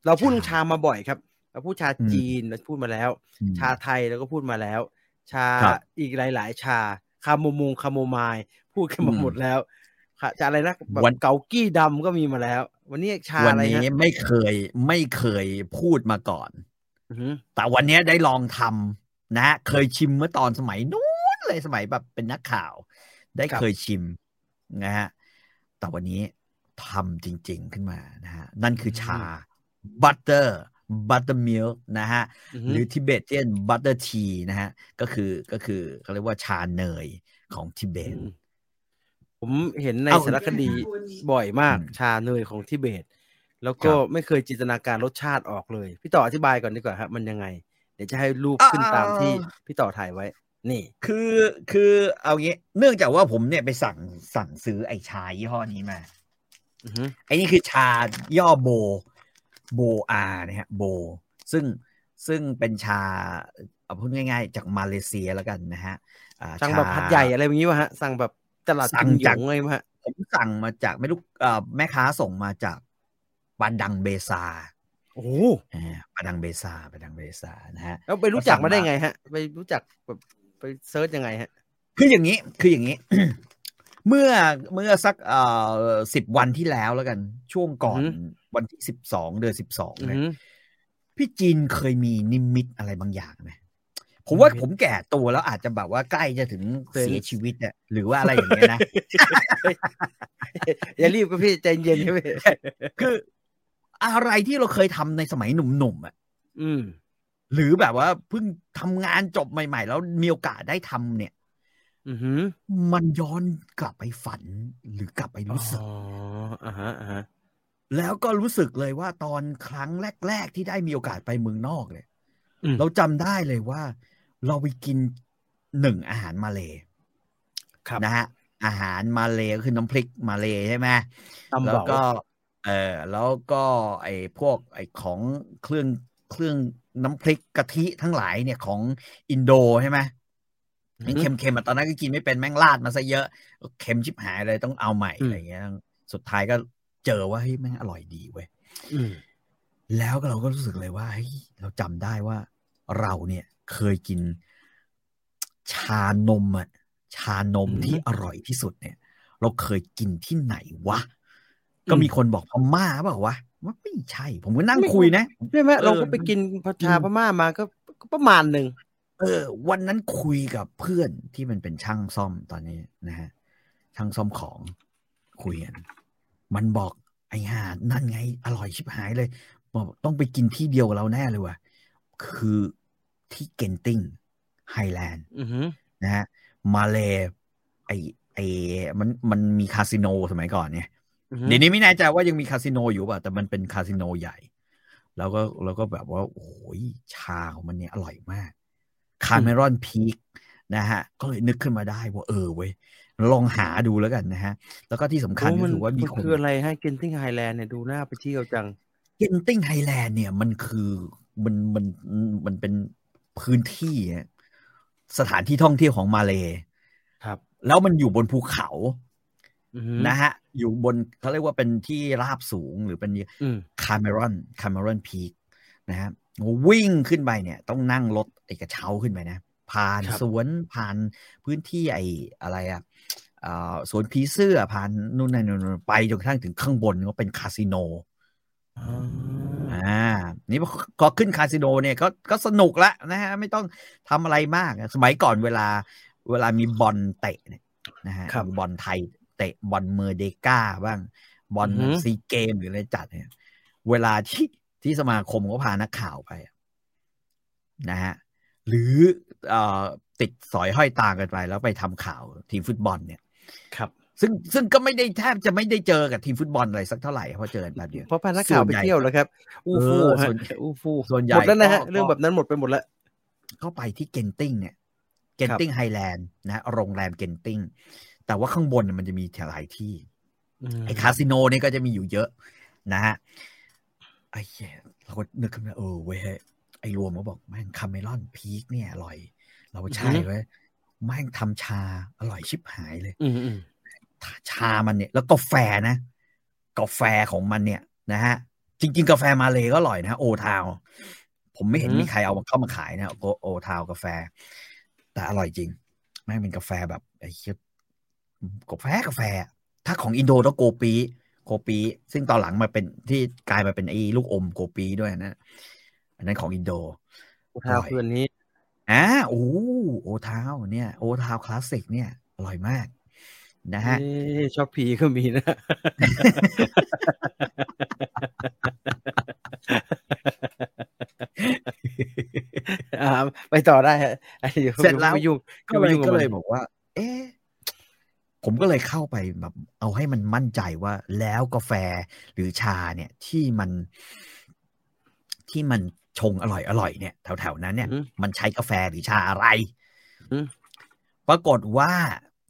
Speaker 1: เราพูดเรื่องชามาบ่อยครับ เราพูดชา
Speaker 2: อืม
Speaker 1: จีนเราพูดมาแล้ว ชาไทยเราก็พูดมาแล้ว ชา
Speaker 2: ครับ
Speaker 1: อีกหลาย ๆ ชา คาโมมงคาโมไมล์พูดกันมา
Speaker 2: อืม
Speaker 1: หมดแล้วค่ะจะอะไรนะแบบ
Speaker 2: วัน
Speaker 1: เกากี้ดำก็มีมาแล้ว วันนี้ชา
Speaker 2: วัน
Speaker 1: อะไร
Speaker 2: นี้
Speaker 1: ฮะ
Speaker 2: ไม่เคยไม่เคยพูดมาก่อน
Speaker 1: อือฮึ
Speaker 2: แต่วันนี้ได้ลองทำนะฮะเคยชิมเมื่อตอนสมัยนู้นเลยสมัยแบบเป็นนักข่าว ได้เคยชิมนะฮะแต่วันนี้ทำจริงๆขึ้นมานะฮะนั่นคือชาบัตเตอร์บัตเตอร์มิลนะฮะ
Speaker 1: อือ
Speaker 2: ห
Speaker 1: ฮึ
Speaker 2: รือทิเบตเ a ียนบัตเตอร์ทีนะฮะ ก็คือก็คือเขาเรียกว่าชาเนยของทิเบต
Speaker 1: ผมเห็นใน
Speaker 2: เอา
Speaker 1: สารคดี บ่อยมาก
Speaker 2: อืม
Speaker 1: ชาเนยของทิเบต แล้วก็
Speaker 2: ครับ
Speaker 1: ไม่เคยจินตนาการรสชาติออกเลย พี่ต่ออธิบายก่อนดีกว่าครับมันยังไง เดี๋ยวจะให้รูปขึ้นตามที่พี่ต่อถ่ายไว้ นี่
Speaker 2: คือคือเอางี้เนื่องจากว่าผมเนี่ยไปสั่งสั่งซื้อไอชายี่ห้อนี้มา
Speaker 1: อือฮึ
Speaker 2: ไอ้นี่คือชาย่อโบ โบอานะฮะโบ ซึ่งซึ่งเป็นชาเอาพูดง่ายๆ จากมาเลเซียแล้วกันนะฮะอ่า
Speaker 1: สั่งแบบพัดใหญ่อะไรอย่างนี้วะฮะ สั่งแบบตลาด
Speaker 2: สั่
Speaker 1: กิ
Speaker 2: ง
Speaker 1: มหย
Speaker 2: จาก
Speaker 1: งไงวะฮะ
Speaker 2: ผมสั่งมาจากไม่รู้เอ่อแม่ค้าส่งมาจากปาดังเบซา
Speaker 1: โอ้โห
Speaker 2: อ่าปาดังเบซาปาดังเบซานะฮะ
Speaker 1: แล้วไปรู้จักมาได้ไงฮะ ไปรู้จักแบบไปเซิร์ชยังไงฮะ
Speaker 2: คืออย่างนี้คืออย่างนี้ เมื่อเมื่อสักเอ่อสิบวันที่แล้วแล้วกันช่วงก่อน
Speaker 1: อือหื
Speaker 2: วันที่สิบสองเดือนสิบสอง
Speaker 1: อือ
Speaker 2: เนี่ย
Speaker 1: ฮึ
Speaker 2: พี่จีนเคยมีนิมิตอะไรบางอย่างไหมผมว่า
Speaker 1: นิมิต
Speaker 2: ผมแก่ตัวแล้วอาจจะแบบว่าใกล้จะถึง
Speaker 1: เคย
Speaker 2: เสียชีวิตเนี่ยหรือว่าอะไรอย่างเงี้ยนะ
Speaker 1: อย่ารีบครับพี่ใจเย็นครับพี่
Speaker 2: คือ อะไรที่เราเคยทำในสมัยหนุ่มๆอ่ะ
Speaker 1: อืม
Speaker 2: หรือแบบว่าเพิ่งทำงานจบใหม่ ๆ แล้วมีโอกาสได้ทำเนี่ย
Speaker 1: อือฮึ
Speaker 2: มันย้อนกลับไปฝันหรือกลับไปรู้สึก
Speaker 1: อ๋ออ่าฮะอ่าฮะ
Speaker 2: แล้วก็รู้สึกเลยว่าตอนครั้งแรก ๆ ที่ได้มีโอกาสไปเมืองนอกเนี่ย
Speaker 1: อืม
Speaker 2: เราจำได้เลยว่า เราไปกินหนึ่งอาหารมาเล
Speaker 1: ครับ
Speaker 2: นะฮะอาหารมาเลก็คือน้ำพริกมาเลใช่ไหม
Speaker 1: ตำ
Speaker 2: แล้
Speaker 1: เบาว
Speaker 2: ก็เออแล้วก็ไอ้พวกไอ้ของเครื่องเครื่องน้ำพริกกะทิทั้งหลายเนี่ยของอินโดใช่ไหม
Speaker 1: อือฮึ
Speaker 2: เค็มเค็มๆอะตอนนั้นก็กินไม่เป็นแม่งราดมาซะเยอะเค็มชิบหายเลยต้องเอาใหม่
Speaker 1: อืม
Speaker 2: อะไรเงี้ยสุดท้ายก็เจอว่าเฮ้ยแม่งอร่อยดีเว้ย
Speaker 1: อืม
Speaker 2: แล้วก็เราก็รู้สึกเลยว่าเฮ้ยเราจำได้ว่าเราเนี่ยเคยกินชานมอะชานมที่อร่อยที่สุดเนี่ย เราเคยกินที่ไหนวะ ก็มีคนบอกพม่าเปล่าวะว่าไม่ใช่ ผมก็นั่งคุยนะ
Speaker 1: ใช่ไหมเราก็ไป
Speaker 2: เออ
Speaker 1: กินพชาพม่ามาก็ก็ประมาณหนึ่ง
Speaker 2: เออ วันนั้นคุยกับเพื่อนที่มันเป็นช่างซ่อมตอนนี้นะฮะ ช่างซ่อมของคุยกันมันบอกไอ้ห่านั่นไง อร่อยชิบหายเลยบอกต้องไปกินที่เดียวกับเราแน่เลยว่ะ คือที่เกนติงไฮแลนด์
Speaker 1: อือฮึ
Speaker 2: นะฮะมาเลไอไอมันมันมีคาสิโนสมัยก่อนเนี่ย
Speaker 1: อือฮึ
Speaker 2: เดี๋ยวนี้ไม่แน่ใจว่ายังมีคาสิโนอยู่ป่ะแต่มันเป็นคาสิโนใหญ่ แล้วก็แล้วก็แบบว่า โอ้ยชาของมันเนี่ยอร่อยมากคาเมรอนพีคนะฮะ ก็เลยนึกขึ้นมาได้ว่าเออเว้ยลองหาดูแล้วกันนะฮะ แล้วก็ที่สำคัญ
Speaker 1: โอ้
Speaker 2: ก็
Speaker 1: มัน
Speaker 2: คือว่ามีคน
Speaker 1: นคืออะไรฮะเกนติ้งไฮแลนด์เนี่ยดูหน้าไปเที่ยวจัง
Speaker 2: เกนติ้งไทยแลนด์เนี่ยมันคือมันมันมันเป็นพื้นที่อะสถานที่ท่องเที่ยวของมาเลย์
Speaker 1: ครับ
Speaker 2: แล้วมันอยู่บนภูเขา
Speaker 1: อือฮึ
Speaker 2: นะฮะ อยู่บนเขาเรียกว่าเป็นที่ราบสูงหรือเป็น
Speaker 1: อืม
Speaker 2: คาเมรอนคาเมรอนพีคนะฮะวิ่งขึ้นไปเนี่ย ต้องนั่งรถไอ้กระเช้าขึ้นไปนะ ผ่านสวนผ่านพื้นที่ไอ้อะไรอะเอ่อสวนผีเสื้อผ่านนู่นนั่นนู่นนู่นไปจนกระทั่งถึงข้างบนก็เป็นคาสิโน
Speaker 1: อ๋อ
Speaker 2: อ่า นี่พอขึ้นคาสิโนเนี่ยก็ก็สนุกละนะฮะ ไม่ต้องทำอะไรมาก สมัยก่อนเวลาเวลามีบอลเตะเนี่ยนะฮะ
Speaker 1: ครับ
Speaker 2: มีบอลไทยเตะบอลเมอร์เดกาบ้าง บอล
Speaker 1: อือหือ
Speaker 2: ซีเกมหรืออะไรจัดเนี่ย เวลาที่ที่สมาคมก็พานักข่าวไปอะนะฮะ หรือเอ่อติดสอยห้อยตามกันไป แล้วไปทำข่าวทีมฟุตบอลเนี่ย
Speaker 1: ครับ
Speaker 2: ซึ่งซึ่งก็ไม่ได้แทบจะไม่ได้เจอกับทีมฟุตบอลอะไรสักเท่าไหร่เพราะเจอกันแบบเดียว
Speaker 1: เพราะพานักข่าวไปเที่ยวแล้วครับ อู้ฟู่
Speaker 2: เออ
Speaker 1: ฮะ
Speaker 2: ส่วนใหญ่
Speaker 1: อู้ฟู่
Speaker 2: ส่วนใหญ่
Speaker 1: หมดแล้วนะฮะ
Speaker 2: ก็
Speaker 1: เรื่องแบบนั้นหมดไปหมดแล้ว
Speaker 2: เข้าไปที่เกนติงเนี่ย เกนติงไฮแลนด์นะโรงแรมเกนติง แต่ว่าข้างบนน่ะมันจะมีหลายที่ ไอ้คาสิโนเนี่ยก็จะมีอยู่เยอะนะฮะ ไอ้เหี้ยเราก็นึกขึ้นมาเออเว้ยเฮ้ยไอ้รวมก็บอกแม่งคาเมลอนพีคเนี่ยอร่อย เรา
Speaker 1: อื
Speaker 2: ใช่
Speaker 1: อฮึ
Speaker 2: เว้ยแม่งทำชาอร่อยชิบหายเลย
Speaker 1: อืมอืม
Speaker 2: ชามันเนี่ย แล้วกาแฟนะ กาแฟของมันเนี่ยนะฮะ จริง ๆ กาแฟมาเลยก็อร่อยนะ โอทาว ผมไม่เห็นมีใครเอามาเข้ามาขายนะโอโอทาวกาแฟ แต่อร่อยจริง แม่งเป็นกาแฟแบบไอ้เหี้ยกาแฟกาแฟ ถ้าของอินโดต้องโกปี โกปี ซึ่งตอนหลังมาเป็นที่กลายมาเป็นไอ้ลูกอมโกปีด้วยนะ อันนั้นของอินโด
Speaker 1: อุทาคืนนี้
Speaker 2: อ่าโอ้โอทาวเนี่ย โอทาวคลาสสิกเนี่ยอร่อยมาก นะฮะ
Speaker 1: เอ้ยชอบผีก็มีนะ อ่าไปต่อได้ฮะไอ้ดี๋ย
Speaker 2: เสร็จแล้ว
Speaker 1: ไม่ยุ่ง
Speaker 2: ก็เลย
Speaker 1: งบ
Speaker 2: ก็เลย
Speaker 1: มัน
Speaker 2: บอกว่า เอ๊ะผมก็เลยเข้าไปแบบเอาให้มันมั่นใจว่าแล้วกาแฟหรือชาเนี่ยที่มันที่มันชงอร่อยอร่อยเนี่ยแถวๆนั้นเนี่ย
Speaker 1: อืม
Speaker 2: มันใช้กาแฟหรือชาอะไร
Speaker 1: อืม
Speaker 2: ปรากฏว่า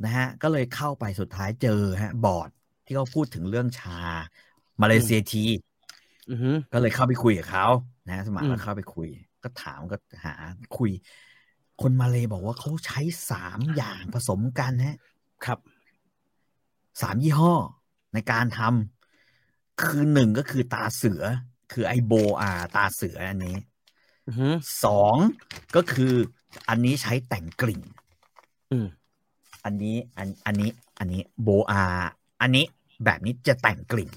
Speaker 2: นะฮะ ก็เลยเข้าไปสุดท้ายเจอฮะ บอร์ดที่เขาพูดถึงเรื่องชา มาเลเซียที
Speaker 1: อือหือ
Speaker 2: ก็เลยเข้าไปคุยกับเขานะ สมัคร
Speaker 1: อืม
Speaker 2: แล้วเข้าไปคุย ก็ถามก็หาคุย คนมาเลยบอกว่าเขาใช้สามอย่างผสมกันฮะ
Speaker 1: ครับ
Speaker 2: สามยี่ห้อ ในการทำคือหนึ่งก็คือตาเสือ คือไอโบอาตาเสืออันนี้
Speaker 1: อือหือ
Speaker 2: สองก็คืออันนี้ใช้แต่งกลิ่น
Speaker 1: อืม
Speaker 2: อันนี้อันอันนี้ อันนี้โบอา อันนี้แบบนี้จะแต่งกลิ่น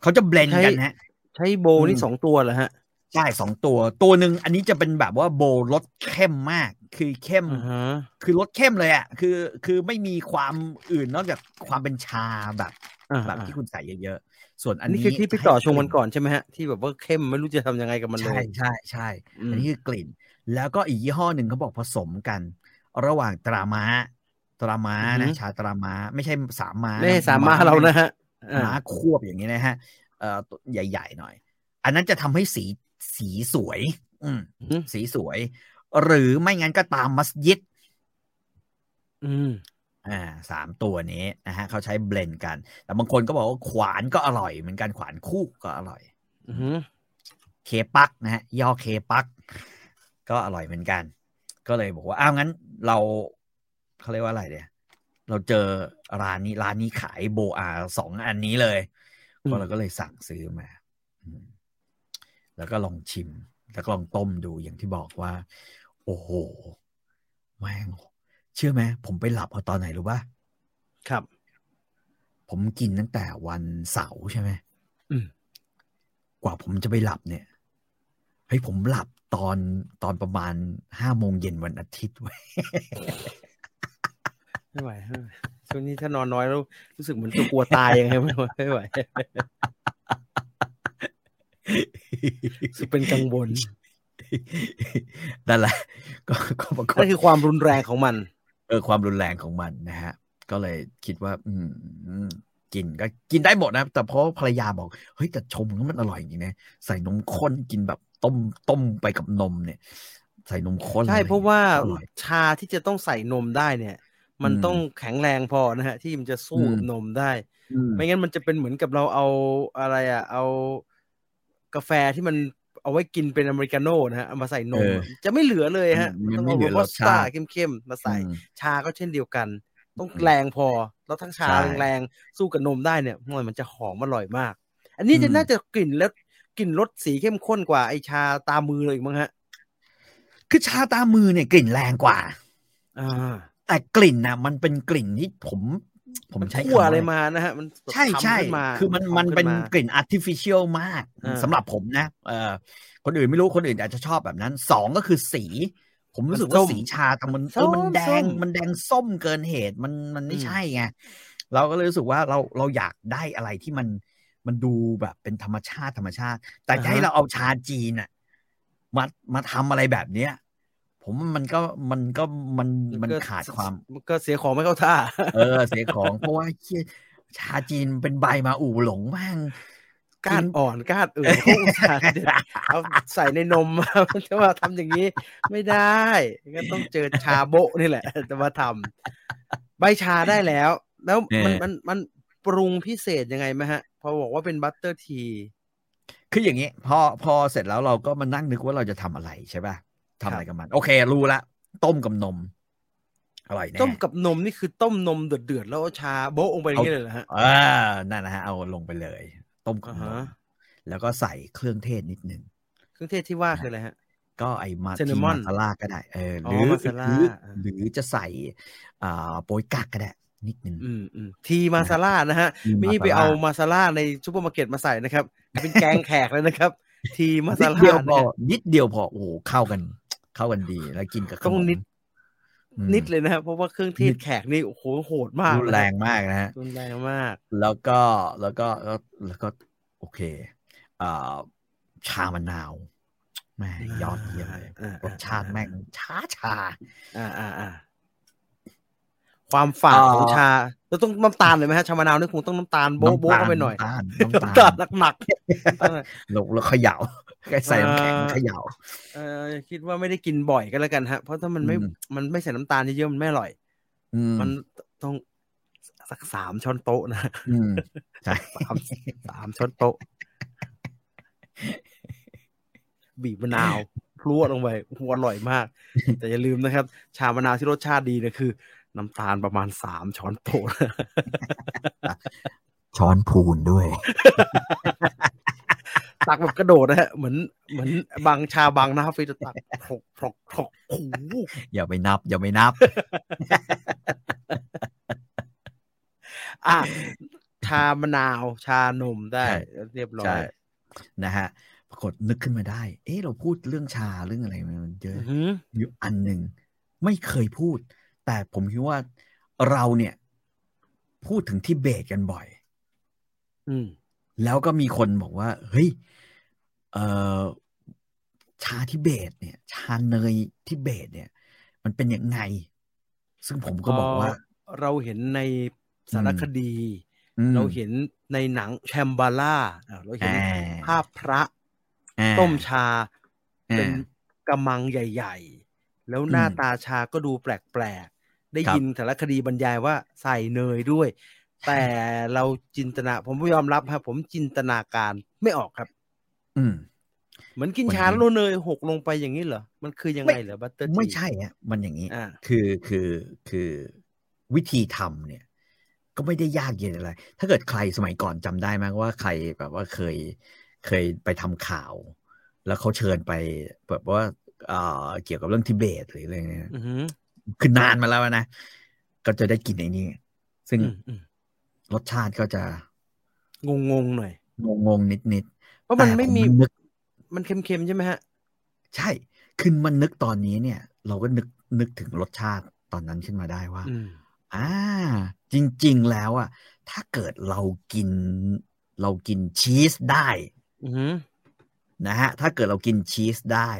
Speaker 2: เขาจะเบลนด์กันฮะ
Speaker 1: ใช้โบนี่
Speaker 2: อืม
Speaker 1: สองตัวเหรอฮะ
Speaker 2: ใช่สองตัว ตัวหนึ่งอันนี้จะเป็นแบบว่าโบรสเข้มมาก คือเข้ม
Speaker 1: อือฮะ
Speaker 2: คือรสเข้มเลยอะ่ะ คือคือไม่มีความอื่นนอกจากความเป็นชาแบบ
Speaker 1: อ่า
Speaker 2: แบบที่คุณใส่เยอะๆ ส่วน
Speaker 1: อั
Speaker 2: อั
Speaker 1: น
Speaker 2: น
Speaker 1: นี้
Speaker 2: นี้
Speaker 1: คือที่พี่ต่อชงวันก่อนใช่ไหมฮะ ที่แบบว่าเข้มไม่รู้จะทำยังไงกับมันเล
Speaker 2: ใช่
Speaker 1: ย
Speaker 2: ใช่ใช่
Speaker 1: อืม
Speaker 2: อันนี้คือกลิ่น แล้วก็อีกยี่ห้อหนึ่งเขาบอกผสมกัน ระหว่างตราม้า ตราม้านะชาตราม้าไม่ใช่สามม้า
Speaker 1: นี่สามมาเรานะฮะอ่า
Speaker 2: ม้าควบอย่างนี้นะฮะเอ่อตัวใหญ่ ๆ หน่อย อันนั้นจะทำให้สีสีสวย อืม
Speaker 1: อือหือ
Speaker 2: สีสวย หรือไม่งั้นก็ตามมัสยิด
Speaker 1: อืม
Speaker 2: อ่าสามตัวนี้นะฮะเขาใช้เบลนด์กัน แต่บางคนก็บอกว่าขวานก็อร่อยเหมือนกันขวานคู่ก็อร่อย
Speaker 1: อือหือ
Speaker 2: เคปักนะฮะย่อเคปัก ก็อร่อยเหมือนกัน ก็เลยบอกว่าอ้าวงั้นเราเขาเรียกว่าอะไรเนี่ยเราเจอร้านนี้ร้านนี้ขายโบอาสองอันนี้เลย
Speaker 1: อืม
Speaker 2: ก็เราก็เลยสั่งซื้อมาอืมแล้วก็ลองชิม แล้วก็ลองต้มดูอย่างที่บอกว่า โอ้โหแม่งเชื่อไหมผมไปหลับเอาตอนไหนรู้ป่ะ
Speaker 1: ครับ
Speaker 2: ผมกินตั้งแต่วันเสาร์ใช่ไหม
Speaker 1: อืม
Speaker 2: กว่าผมจะไปหลับเนี่ยเฮ้ยผมหลับตอนตอนประมาณห้าโมงเย็นวันอาทิตย์เว้ ย
Speaker 1: ไม่ไหวไม่ไหวช่วงนี้ถ้านอนน้อยแล้วรู้สึกเหมือนจะกลัวตายยังไงไม่ไหวไม่ไหวรู้สึกเป็นกังว ล
Speaker 2: นั่นแหละ ก็ก็ปรากฏ
Speaker 1: นั่นคือความรุนแรงของมัน
Speaker 2: เออความรุนแรงของมันนะฮะ ก็เลยคิดว่า อืม กินก็กินได้หมดนะ แต่เพราะภรรยาบอกเฮ้ยแต่ชมแล้วมันอร่อยจริงนะใส่นมข้นกินแบบต้มต้มไปกับนมเนี่ย ใส่นมข้น
Speaker 1: ใช่
Speaker 2: อไอย่งงี้ย
Speaker 1: เพราะว่า
Speaker 2: อร่อย
Speaker 1: ชาที่จะต้องใส่นมได้เนี่ย มัน
Speaker 2: อืม
Speaker 1: ต้องแข็งแรงพอนะฮะที่มันจะสู้
Speaker 2: อืม
Speaker 1: กับนมได้
Speaker 2: อืม
Speaker 1: ไม่งั้นมันจะเป็นเหมือนกับเราเอาอะไรอ่ะ เอากาแฟที่มันเอาไว้กินเป็นอเมริกาโน่นะฮะเอามาใส่นม
Speaker 2: เออ
Speaker 1: อะจะไม่เหลือเลยฮะ
Speaker 2: มัน
Speaker 1: ต้อง
Speaker 2: ไม่
Speaker 1: เอา
Speaker 2: เหลื
Speaker 1: ม
Speaker 2: อร
Speaker 1: อ
Speaker 2: ส
Speaker 1: ส
Speaker 2: ชา
Speaker 1: ตา
Speaker 2: ติ
Speaker 1: เข้มเข้มๆมาใส่
Speaker 2: อืม
Speaker 1: ชาก็เช่นเดียวกัน ต้อง
Speaker 2: อืม
Speaker 1: แรงพอ แล้วทั้งชา
Speaker 2: ใช่
Speaker 1: แรงๆสู้กับนมได้เนี่ยมันมันจะหอมอร่อยมาก อันนี้จะ
Speaker 2: อืม
Speaker 1: น่าจะกลิ่นแล้วกลิ่นรสสีเข้มข้นกว่าไอชาตามมือเลยอีกมั้งฮะ
Speaker 2: คือชาตามือเนี่ยกลิ่นแรงกว่า
Speaker 1: อ่า
Speaker 2: แต่กลิ่นนะมันเป็นกลิ่นที่ผม ผม
Speaker 1: มัน
Speaker 2: ใช้
Speaker 1: คั่ว
Speaker 2: คำว่า
Speaker 1: อะไรมานะฮะ มันแบบ
Speaker 2: ใช่
Speaker 1: ทำ
Speaker 2: ใช่
Speaker 1: ขึ้นมา
Speaker 2: คือมัน
Speaker 1: ทำ
Speaker 2: มัน
Speaker 1: ขึ้
Speaker 2: เป็น
Speaker 1: มา
Speaker 2: กลิ่น artificial มาก
Speaker 1: อ่า
Speaker 2: สำหรับผมนะเออคนอื่นไม่รู้คนอื่นอาจจะชอบแบบนั้นสองก็คือสี ผมรู้สึกว่าสีชาแต่มันเออมันแดงมันแดงส้มเกินเหตุมันมันไม่ใช่ไงเราก็เลยรู้สึกว่าเราเราอยากได้อะไรที่มันมันดูแบบเป็นธรรมชาติธรรมชาติ แต่จะให้เราเอาชาจีนอะมามาทำอะไรแบบเนี้ย ผมว่ามันก็มันก็มันมัน
Speaker 1: ก็
Speaker 2: ขาดความ
Speaker 1: มันก็เสียของไม่เข้าท่า
Speaker 2: เออเสียของ เพราะว่าเชี่ยชาจีนเป็นใบมาอู่หลงบ้าง
Speaker 1: ก้านอ่อนก้านเอื่นเขาอุตส่าห์เด็ดเอาใส่ในนม มาจะมาทำอย่างนี้ ไม่ได้ก็ต้องเจอชาโบะนี่แหละ จะมาทำใบชาได้แล้ว แล้วมันมันมันปรุงพิเศษยังไงไหมฮะ พอบอกว่าเป็นบัตเตอร์ที
Speaker 2: คืออย่างนี้พอพอเสร็จแล้วเราก็มานั่งนึกว่าเราจะทำอะไรใช่ป่ะทำอะไรกับมัน โอเค รู้ละ ต้มกับนม อร่อยแน่
Speaker 1: ต้มกับนมนี่คือต้มนมเดือดๆแล้วเอาชาโบะลงไปอย่างนี้เลยเหรอฮะ
Speaker 2: เออนั่นนะฮะ เอาลงไปเลย ต้มกับน
Speaker 1: อ่ามฮะ
Speaker 2: แล้วก็ใส่เครื่องเทศนิดนึง
Speaker 1: เครื่องเทศที่ว่าคืออะไรฮะ
Speaker 2: ก็ไอ้มาที
Speaker 1: Cinnamon
Speaker 2: มาซาล่าก็ได้เออ
Speaker 1: อ
Speaker 2: อหรือ
Speaker 1: มาซาล่า
Speaker 2: หรือ
Speaker 1: อ่า
Speaker 2: หรือจะใส่อ่าโปยกักก็ได้ นิดนึง
Speaker 1: อืมอืมทีมาซาล่านะฮะ
Speaker 2: ที
Speaker 1: ไม่
Speaker 2: ซ
Speaker 1: ได้
Speaker 2: ล่
Speaker 1: ไปเอามาซาล่าในซูเปอร์มาร์เก็ตมาใส่นะครับ เป็นแกงแขกเลยนะครับ ทีมาซา
Speaker 2: นิดเดี
Speaker 1: ล่า
Speaker 2: ยวพอ
Speaker 1: เนี่ย
Speaker 2: นิดเดียวพอโอ้โหเข้ากัน เข้ากันดีแล้วกินกับขนม
Speaker 1: ต้องนิด
Speaker 2: อืม
Speaker 1: นิดเลยนะครับเพราะว่าเครื่องเท
Speaker 2: นิ
Speaker 1: ศ
Speaker 2: ด
Speaker 1: แขกนี่โอ้โหโหดมาก
Speaker 2: รุนแรงมากนะฮะ
Speaker 1: รุนแรงมาก
Speaker 2: แล้วก็แล้วก็แล้วแล้วก็โอเคอ่าชามะนาวแม่ยอดเยี่ยมเลย
Speaker 1: อ่าอ่า
Speaker 2: รสชาติแม่งช้าชา
Speaker 1: อ่าอ่าอ่าความฝาด
Speaker 2: อ่า
Speaker 1: ของชาเราต้องน้ำตาลเลยไหมฮะชามะนาวนี่คงต้องน้ำตาลโบ๊ะโบ๊ะเข้าไปหน่อย
Speaker 2: น้ำ
Speaker 1: น้ำ
Speaker 2: ตาลน้ำ
Speaker 1: ตา
Speaker 2: ตา
Speaker 1: ล
Speaker 2: ล
Speaker 1: หนักๆต้อง
Speaker 2: แล้วแล้วเขย่าใส่น้ำแข็ง
Speaker 1: อ่า
Speaker 2: เขย่า
Speaker 1: เออคิดว่าไม่ได้กินบ่อยก็แล้วกันฮะ เพราะถ้ามันไม่
Speaker 2: อืม
Speaker 1: มันไม่ใส่น้ำตาลเยอะๆมันไม่อร่อย
Speaker 2: อืม
Speaker 1: มันต้องสักสามช้อนโต๊ะนะ
Speaker 2: อืมใช่
Speaker 1: สามสามช้อนโต๊ะ บีบมะนาวพรวดลงไปโอ้โหอร่อยมาก แต่อย่าลืมนะครับ ชามะนาวที่รสชาติดีเนี่ยคือ น้ำตาลประมาณสามช้อนโต๊ะ
Speaker 2: ช้อนพูนด้วย
Speaker 1: ตักแบบกระโดดนะฮะเหมือนเหมือนบางชาบางนะครับฟิจะตักถกถกถกโอ้โห
Speaker 2: อย่าไปนับ อย่าไปนับ
Speaker 1: อ่ะชามะนาวชานมได้
Speaker 2: ใช่
Speaker 1: เรียบร้อ
Speaker 2: ใช่
Speaker 1: ย
Speaker 2: นะฮะ ปรากฏนึกขึ้นมาได้ เอ๊ะ เราพูดเรื่องชาเรื่องอะไรมันเยอะ
Speaker 1: อื้อหือ
Speaker 2: อยู่อันหนึ่งไม่เคยพูด แต่ผมคิดว่าเราเนี่ย พูดถึงทิเบตกันบ่อย
Speaker 1: อืม
Speaker 2: แล้วก็มีคนบอกว่า เฮ้ยเออชาทิเบต เนี่ย ชาเนยทิเบต เนี่ย มันเป็นยังไง ซึ่งผมก็บอกว่า
Speaker 1: เราเห็นในสารคดี
Speaker 2: อืม
Speaker 1: เราเห็นในหนังแชมบาล่าอ่ะเราเห็น
Speaker 2: อ่า
Speaker 1: ภาพพระ
Speaker 2: อ่า
Speaker 1: ต้มชาเป็น
Speaker 2: อ่าก
Speaker 1: ำมังใหญ่ ๆ แล้วหน้า
Speaker 2: อืม
Speaker 1: ตาชาก็ดูแปลกๆ ได้
Speaker 2: ครับ
Speaker 1: ยินสารคดีบรรยายว่าใส่เนยด้วย แต่เราจินตนา ผมยอมรับครับ ผมจินตนาการไม่ออกครับ
Speaker 2: อืม
Speaker 1: เหมือนกิน
Speaker 2: มัน
Speaker 1: ชาแล้วเอาเนยหกลงไปอย่างนี้เหรอ มันคือยังไงเหรอบัตเตอร์
Speaker 2: ไม่ใช่ฮะมันอย่างนี้
Speaker 1: อ่า
Speaker 2: คือคือคือวิธีทำเนี่ย ก็ไม่ได้ยากเย็นอะไร ถ้าเกิดใครสมัยก่อนจำได้ไหมว่าใครแบบว่าเคยเคยไปทำข่าว แล้วเขาเชิญไปแบบว่าเอ่อเกี่ยวกับเรื่องทิเบตหรืออะไรเนี่ย
Speaker 1: อือหือ
Speaker 2: คือนานมาแล้วนะ ก็จะได้กินไอ้นี่ซึ่ง
Speaker 1: อืมอืม
Speaker 2: รสชาติก็จะ
Speaker 1: งงๆหน่อย
Speaker 2: งงๆนิดๆ
Speaker 1: เพราะมันไม่มี
Speaker 2: แต่ผนึก
Speaker 1: มันเค็มๆใช่ไหมฮะ
Speaker 2: ใช่ คือมันนึกตอนนี้เนี่ย เราก็นึกนึกถึงรสชาติตอนนั้นขึ้นมาได้ว่า
Speaker 1: อืม
Speaker 2: อ่า จริง ๆ แล้วอ่ะ ถ้าเกิดเรากิน เรากินชีสได้
Speaker 1: อือหือ
Speaker 2: นะฮะ ถ้าเกิดเรากินชีสได้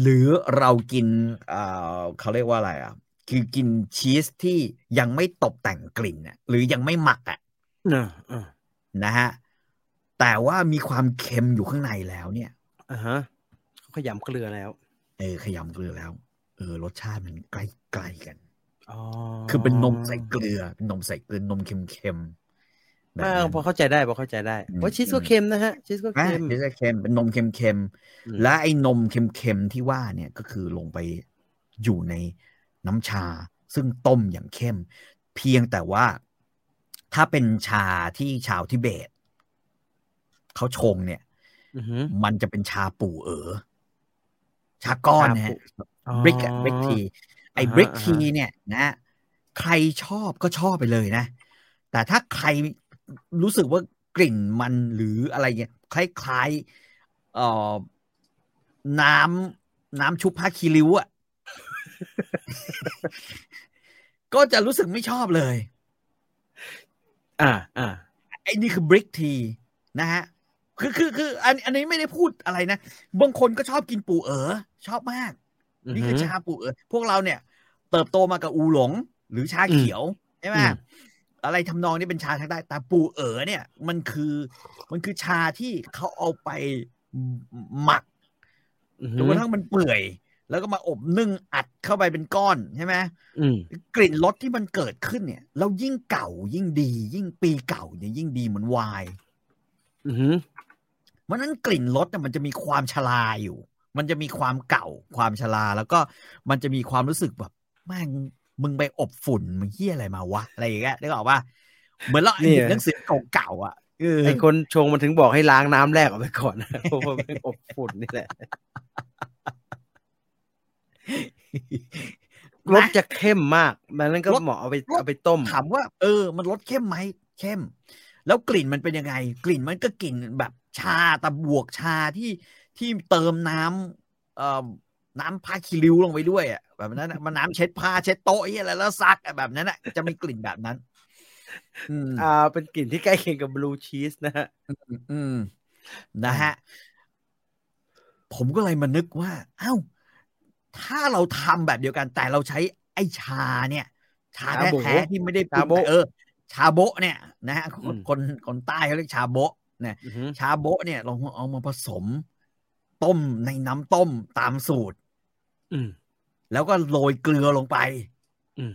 Speaker 2: หรือเรากินเอ่อเขาเรียกว่าอะไรอ่ะ คือกินชีสที่ยังไม่ตกแต่งกลิ่นน่ะหรือยังไม่หมักอ่ะ
Speaker 1: นะอ่า
Speaker 2: นะฮะแต่ว่ามีความเค็มอยู่ข้างในแล้วเนี่ย
Speaker 1: อ่าฮะเขาขยำเกลือแล้ว
Speaker 2: เออขยำเกลือแล้ว เออ รสชาติมันใกล้ใกล้กัน
Speaker 1: อ๋อ
Speaker 2: คือเป็นนมใส่เกลือเป็นนมใส่เกลือนมเค็มๆแบบ
Speaker 1: เอ
Speaker 2: นั้น
Speaker 1: อพอเข้าใจได้พอเข้าใจได้
Speaker 2: อืม
Speaker 1: เพราะชีสก็
Speaker 2: อืม
Speaker 1: เค็มนะฮะชีสก็
Speaker 2: อ่ะ
Speaker 1: เค็ม
Speaker 2: เดี๋ยวจะเค็มเป็นนมเค็ม
Speaker 1: อืม
Speaker 2: ๆและไอ้นมเค็มๆที่ว่าเนี่ยก็คือลงไปอยู่ในน้ำชา ซึ่งต้มอย่างเข้ม เพียงแต่ว่าถ้าเป็นชาที่ชาวทิเบตเขาชงเนี่ย
Speaker 1: อือฮึ
Speaker 2: มันจะเป็นชาปู่เออ ชาก้อนนะ
Speaker 1: ชาปู่
Speaker 2: ฮะ บริกอะบริกที ไอ้บริก
Speaker 1: อ่าฮะ
Speaker 2: ทีเนี่ยนะ ใครชอบก็ชอบไปเลยนะ แต่ถ้าใครรู้สึกว่ากลิ่นมันหรืออะไรเงี้ยคล้ายๆเอ่อน้ำน้ำชุบผ้าคีริ้วอะ ก็จะรู้สึกไม่ชอบเลย
Speaker 1: อ่าอ่า
Speaker 2: ไอ้นี่คือบริกทีนะฮะ คือคือคืออันอันนี้ไม่ได้พูดอะไรนะ บางคนก็ชอบกินปูเอ๋อชอบมาก
Speaker 1: นี่
Speaker 2: นี่คือชาปูเออพวกเราเนี่ย เติบโตมากับอูหลง หรือชาเขียวใช่ไหม
Speaker 1: อืม
Speaker 2: อะไรทำนองนี้เป็นชาทางใต้แต่ปูเอ๋อเนี่ย มันคือมันคือชาที่เขาเอาไปหมักจนกระทั่งมันเปื่อย แล้วก็มาอบนึ่งอัดเข้าไปเป็นก้อนใช่ไหม
Speaker 1: อืม
Speaker 2: กลิ่นรสที่มันเกิดขึ้นเนี่ยแล้วยิ่งเก่ายิ่งดี ยิ่งปีเก่าเนี่ยยิ่งดีเหมือนไวน์
Speaker 1: อือฮึ
Speaker 2: เพราะฉะนั้นกลิ่นรสน่ะมันจะมีความชราอยู่ มันจะมีความเก่าความชราแล้วก็มันจะมีความรู้สึกแบบแม่งมึงไปอบฝุ่นมึงเฮี้ยอะไรมาวะอะไรอย่างเงี้ยได้บอกว่า เหมือนเราอ่านหนังสือเก่าๆอ่ะเออ
Speaker 1: ไอคนชงมันถึงบอกให้ล้างน้ำแรกออกไปก่อนนะ เพราะว่ามันอบฝุ่นนี่แหละรส
Speaker 2: นะ
Speaker 1: จะเข้มมากมันนั่นก็
Speaker 2: รส
Speaker 1: เหมาะเอาไป
Speaker 2: รส
Speaker 1: เอาไปต้ม
Speaker 2: ถามว่า เออ มันรสเข้มไหมเข้ม แล้วกลิ่นมันเป็นยังไง กลิ่นมันก็กลิ่นแบบชาตะบวกชาที่ที่เติมน้ำเอ่อน้ำผ้าคีริ้วลงไปด้วยอ่ะแบบนั้นอะมัน น้ำเช็ดผ้าเช็ดโต๊ะไอเหี้ยอะไรแล้วซักอะแบบนั้นอ่ะจะมีกลิ่นแบบนั้น อืม
Speaker 1: อ่าเป็นกลิ่นที่ใกล้เคียงกับบลูชีสนะฮะ
Speaker 2: อืมนะฮะ ผมก็เลยมานึกว่า เอ้า ถ้าเราทำแบบเดียวกัน แต่เราใช้ไอ้ชาเนี่ย ชา
Speaker 1: ชาโบ๊ะ
Speaker 2: แท้ๆที่ไม่ได้ปรุ
Speaker 1: ชาง โบ๊ะ
Speaker 2: แต่เออ ชาโบะเนี่ยนะฮะค
Speaker 1: อื
Speaker 2: น
Speaker 1: ม
Speaker 2: คนคนใต้เขาเรียกชาโบะเนี่ย
Speaker 1: อือฮึ
Speaker 2: ชาโบะเนี่ยเราเอามาผสม ต้มในน้ำต้มตามสูตร
Speaker 1: อืม
Speaker 2: แล้วก็โรยเกลือลงไป
Speaker 1: อืม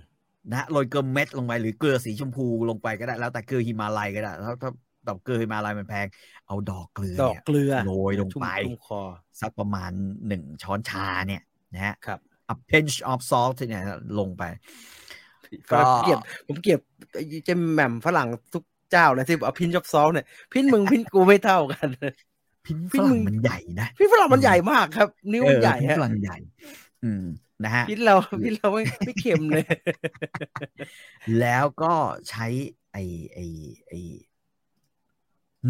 Speaker 2: นะฮะโรยเกลือเม็ดลงไป หรือเกลือสีชมพูลงไปก็ได้ แล้วแต่เกลือฮิมาลัยก็ได้ถ้าถ้าดอกเกลือฮิมาลัยมันแพง เอาดอกเกลือ
Speaker 1: ดอก
Speaker 2: เนี่ย
Speaker 1: เกลือ
Speaker 2: โรยลง
Speaker 1: ชุ่ม
Speaker 2: ไป
Speaker 1: ชุ่มคอ
Speaker 2: สักประมาณหนึ่งช้อนชาเนี่ยนะฮะ
Speaker 1: ครับ
Speaker 2: a pinch of salt เนี่ยลงไป
Speaker 1: ฝรั่งผมเกลียดผมเกลียดไอ้เจมแหม่มฝรั่งทุกเจ้าเลยที่เอาพินจับซอลเนี่ยพินมึงพินกูไม่เท่ากัน
Speaker 2: พิน
Speaker 1: พิ
Speaker 2: ฝ
Speaker 1: นมึ
Speaker 2: รั่
Speaker 1: ง
Speaker 2: งมันใหญ่นะ
Speaker 1: พินฝรั่งมันใหญ่มากครับ นิ้วมันใหญ่
Speaker 2: เออพิน
Speaker 1: ฮะ
Speaker 2: ฝรั่งใหญ่ อืมนะฮะ
Speaker 1: พินเราพินเราไม่ไม่เค็มเลย
Speaker 2: แล้วก็ใช้ไอไอไอ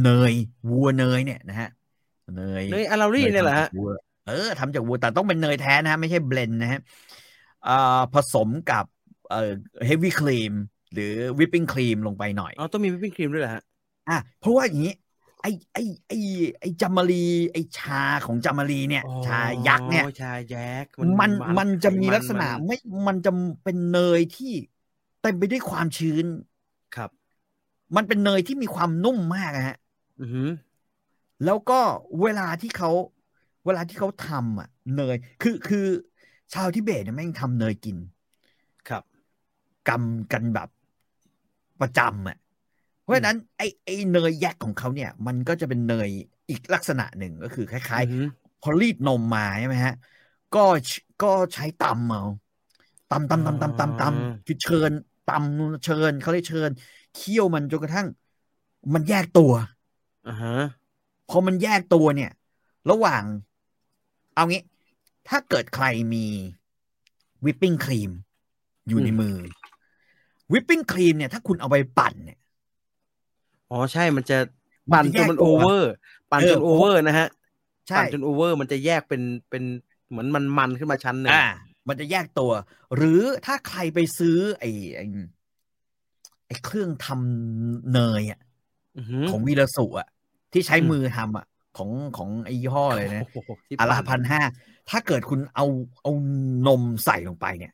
Speaker 2: เนยวัวเนยเนี่ยนะฮะเนย
Speaker 1: เนยอาราลี่เนี่ยแหละฮะ
Speaker 2: ทำจากวัวเออทำจากวัวแต่ต้องเป็นเนยแท้นะฮะไม่ใช่เบลนด์นะฮะเอ่อผสมกับเอ่อเฮฟวี่ครีมหรือวิปปิ้งครีมลงไปหน่อย
Speaker 1: อ๋อต้องมีวิปปิ้งครีมด้วยเหรอฮะ
Speaker 2: อ่ะเพราะว่าอย่างนี้ไอ้ไอ้ไอ้ไอ้จามารีไอ้ชาของจามารีเนี่ย
Speaker 1: อ๋อ
Speaker 2: ชายักษ์เนี่ย
Speaker 1: ชายักษ์
Speaker 2: มันมันจะมีลักษณะ
Speaker 1: มัน
Speaker 2: ไม่มันจะเป็นเนยที่เต็มไปด้วยความชื้น
Speaker 1: ครับ
Speaker 2: มันเป็นเนยที่มีความนุ่มมากนะฮะ
Speaker 1: อือหือ
Speaker 2: แล้วก็เวลาที่เขาเวลาที่เขาทำอ่ะ เนยคือคือชาวทิเบตเนี่ยแม่งทำเนยกิน
Speaker 1: ครับ
Speaker 2: กำกันแบบประจำอ่ะ เพราะฉะนั้นไอไอเนยแยกของเขาเนี่ย มันก็จะเป็นเนยอีกลักษณะหนึ่งก็คือคล้าย
Speaker 1: อือหือ
Speaker 2: ๆ พอรีดนมมาใช่ไหมฮะ ก็ชก็ใช้ตำเอาตำตำตำตำตำ
Speaker 1: อ๋อ
Speaker 2: ตำคือเชิญตำเชิญเขาเรียกเชิญเคี่ยวมันจนกระทั่ง มันแยกตัว
Speaker 1: อ่าฮะ
Speaker 2: พอมันแยกตัวเนี่ย ระหว่าง เอางี้ ถ้าเกิดใครมีวิปปิ้งครีมอยู่ใน
Speaker 1: อืม
Speaker 2: มือวิปปิ้งครีมเนี่ย ถ้าคุณเอาไปปั่นเนี่ย
Speaker 1: อ๋อใช่มันจะปั่นจนมันโอเวอร์ ปั่นจน
Speaker 2: เออ
Speaker 1: โอเวอร์นะฮะ
Speaker 2: ใช่
Speaker 1: ปั่นจนโอเวอร์มันจะแยกเป็นเป็นเหมือนมันมันๆขึ้นมาชั้นหนึ่ง
Speaker 2: อ่า มันจะแยกตัว หรือถ้าใครไปซื้อ ไอ้ไอ้ไอ้เครื่องทำเนยอ่ะ
Speaker 1: อือหือ
Speaker 2: ของวีรสุอ่ะ ที่ใช้
Speaker 1: อืม
Speaker 2: มือทำอ่ะ ของของไอ้ยี่ห้ออะไรนะ
Speaker 1: โโหที่
Speaker 2: อารา
Speaker 1: ปั่น
Speaker 2: พันห้า ถ้าเกิดคุณเอาเอานมใส่ลงไปเนี่ย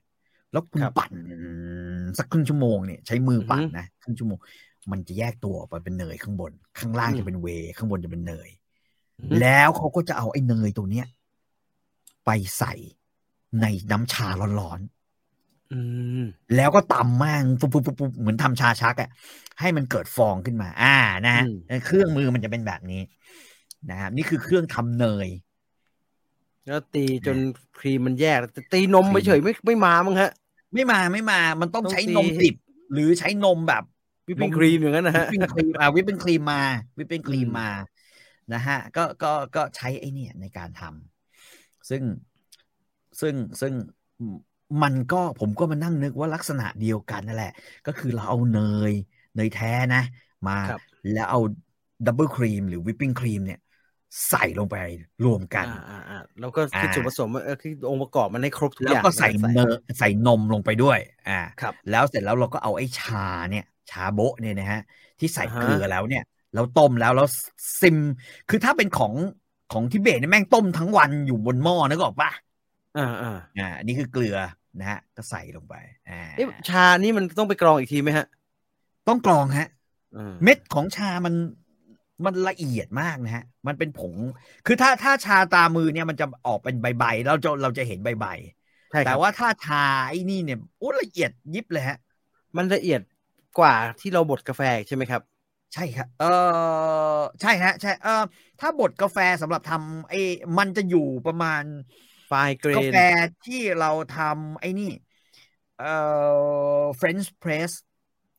Speaker 2: แล้วคุณ
Speaker 1: ครับ
Speaker 2: ปั่นสักครึ่งชั่วโมงเนี่ยใช้มือปั่นนะครึ่งชั่วโมง มันจะแยกตัวออกไปเป็นเนยข้างบน ข้างล่างจะเป็นเวย์ข้างบนจะเป็นเนย แล้วเขาก็จะเอาไอ้เนยตัวเนี้ย ไปใส่ในน้ำชาร้อน
Speaker 1: อืม
Speaker 2: ๆ แล้วก็ตำมั่งปุ๊บปุ๊บปุ๊บปุ๊บเหมือนทำชาชักอะ่ะ ให้มันเกิดฟองขึ้นมา อ่านะฮะเครื่องมือมันจะเป็นแบบนี้ นะครับนี่คือเครื่องทำเนย
Speaker 1: แล้วตีจนครีมมันแยกแล้วแต่ตีนมไปเฉยไม่ไม่มามั้งฮะ
Speaker 2: ไม่มาไม่มา มันต้อง
Speaker 1: ต้อง
Speaker 2: ใช้
Speaker 1: ตี
Speaker 2: นมดิบ หรือใช้นมแบบ
Speaker 1: วิปปิ้งครีมอย่างนั้นนะฮะ
Speaker 2: วิปปิ้งครีมอ่าวิปปิ้งครีมมาวิปปิ้งครีม
Speaker 1: อืม
Speaker 2: มา นะฮะ ก็ก็ก็ใช้ไอ้เนี่ยในการทำซึ่งซึ่งซึ่งมันก็ผมก็มานั่งนึกว่าลักษณะเดียวกันนั่นแหละ ก็คือเราเอาเนย เนยแท้นะ มา
Speaker 1: ครับ
Speaker 2: แล้วเอาดับเบิลครีมหรือวิปปิ้งครีมเนี่ย ใส่ลงไปรวมกัน
Speaker 1: อ่าอ่าอ่าแล้วก็
Speaker 2: อ่า
Speaker 1: คิดส่วนผสมว่าเออคือองค์ประกอบมันให้ครบทุก
Speaker 2: แล้
Speaker 1: อ
Speaker 2: ว
Speaker 1: ย่าง
Speaker 2: ก็ใส่
Speaker 1: แล้ว
Speaker 2: เนยใส่นมลงไปด้วย อ่า
Speaker 1: ครับ
Speaker 2: แล้วเสร็จแล้วเราก็เอาไอ้ชาเนี่ย ชาโบะเนี่ยนะฮะ ที่ใส่
Speaker 1: อ่าฮะ
Speaker 2: เกลือแล้วเนี่ย แล้วต้มแล้วแล้วซิม คือถ้าเป็นของของทิเบตเนี่ยแม่งต้มทั้งวันอยู่บนหม้อนึกออกปะ
Speaker 1: อ่าอ่า
Speaker 2: อ่าอันนี่คือเกลือนะฮะ ก็ใส่ลงไปอ่า
Speaker 1: เอ๊ะชานี่มันต้องไปกรองอีกทีไหมฮะ
Speaker 2: ต้องกรองฮะ
Speaker 1: อืม
Speaker 2: เม็ดของชามันมันละเอียดมากนะฮะ มันเป็นผง คือถ้าถ้าชาตามือเนี่ยมันจะออกเป็นใบๆแล้วเราจะเราจะเห็นใบ
Speaker 1: ใช่
Speaker 2: ๆ
Speaker 1: ค
Speaker 2: แต่
Speaker 1: รับ
Speaker 2: ว่าถ้าชาไอ้นี่เนี่ยโอ้ละเอียดยิบเลยฮะ
Speaker 1: มันละเอียดกว่าที่เราบดกาแฟใช่ไหมครับ
Speaker 2: ใช่ครับ เออใช่ฮะ ใช่ เออถ้าบดกาแฟสำหรับทำไอ้มันจะอยู่ประมาณ
Speaker 1: ไฟล์เกร
Speaker 2: กาน แฟที่เราทำไอ้นี่ เอ่อ French press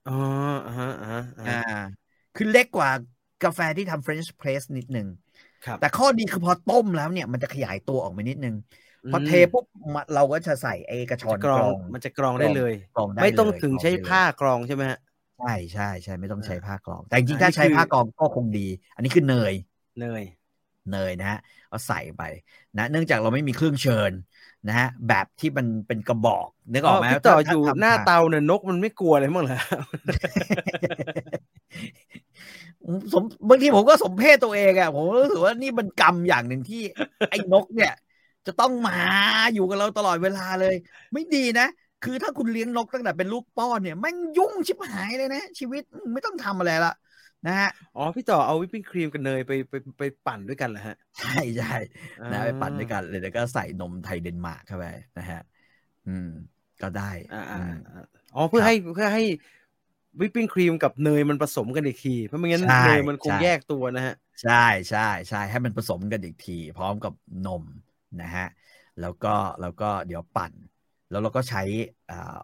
Speaker 1: อ๋ออ่าฮะอ่าฮะอ่า
Speaker 2: อ่า
Speaker 1: ฮะ
Speaker 2: คือเล็กกว่ากาแฟที่ทำ French press นิดนึง
Speaker 1: ครับ
Speaker 2: แต่ข้อดีคือพอต้มแล้วเนี่ย มันจะขยายตัวออกมานิดนึง พอเท
Speaker 1: ม
Speaker 2: ปุ๊บมาเราก็จะใส่ไอ้กระชอน
Speaker 1: จะกรองมันจะกรองได้เลย
Speaker 2: กรองด้
Speaker 1: ไม่ต้อง
Speaker 2: เลย
Speaker 1: ถึง
Speaker 2: กร
Speaker 1: ใช้
Speaker 2: ด้เลย
Speaker 1: ผ้ากรองใช่ไหมฮะ
Speaker 2: ใช่ใช่ใช่ไม่ต้องใช้
Speaker 1: อ่า
Speaker 2: ผ้ากรอง แต่จริงๆ
Speaker 1: อันนี้
Speaker 2: ถ้าใช้
Speaker 1: คือ
Speaker 2: ผ้ากรองก็คงดี อันนี้คือเนย
Speaker 1: เนย
Speaker 2: เนยนะฮะก็ใส่ไปนะ เนื่องจากเราไม่มีเครื่องเชิญนะฮะแบบที่มันเป็นกระบอกนึกออกไหม
Speaker 1: พี่ต่อ
Speaker 2: ถ้า
Speaker 1: อยู่
Speaker 2: ถ้ทำ
Speaker 1: หน้า
Speaker 2: ท
Speaker 1: เตาเนี่ยนกมันไม่กลัวอะไรมั้งเหรอ
Speaker 2: งสมบางทีผมก็สมเพศตัวเองอะผมรู้สึกว่านี่มันกรรมอย่างหนึ่งที่ ไอ้นกเนี่ย จะต้องมาอยู่กับเราตลอดเวลาเลย ไม่ดีนะ คือถ้าคุณเลี้ยงนกตั้งแต่เป็นลูกป้อนเนี่ยแม่งยุ่งชิบหายเลยนะ ชีวิตไม่ต้องทำอะไรละนะฮะ
Speaker 1: อ๋อพี่ต่อเอาวิปปิ้งครีมกับเนยไปไปไปปั่นด้วยกันเหรอฮะ
Speaker 2: ใช่ใช่ นะ
Speaker 1: อ่า
Speaker 2: ไปปั่นด้วยกันเลยแล้วก็ใส่นมไทยเดนมาร์กเข้าไปนะฮะ อืม ก็ได้
Speaker 1: อ่าอ่า
Speaker 2: อืม
Speaker 1: อ่าอ๋อเพื่อ
Speaker 2: ครับ
Speaker 1: ให้เพื่อให้วิปปิ้งครีมกับเนยมันผสมกันอีกทีเพราะไม่งั้น
Speaker 2: ใช่
Speaker 1: เนยมันคง
Speaker 2: ใช่
Speaker 1: แยกตัวนะฮะ
Speaker 2: ใช่ใช่ใช่ให้มันผสมกันอีกที พร้อมกับนมนะฮะ แล้วก็แล้วก็เดี๋ยวปั่น แล้วเราก็ใช้อ่า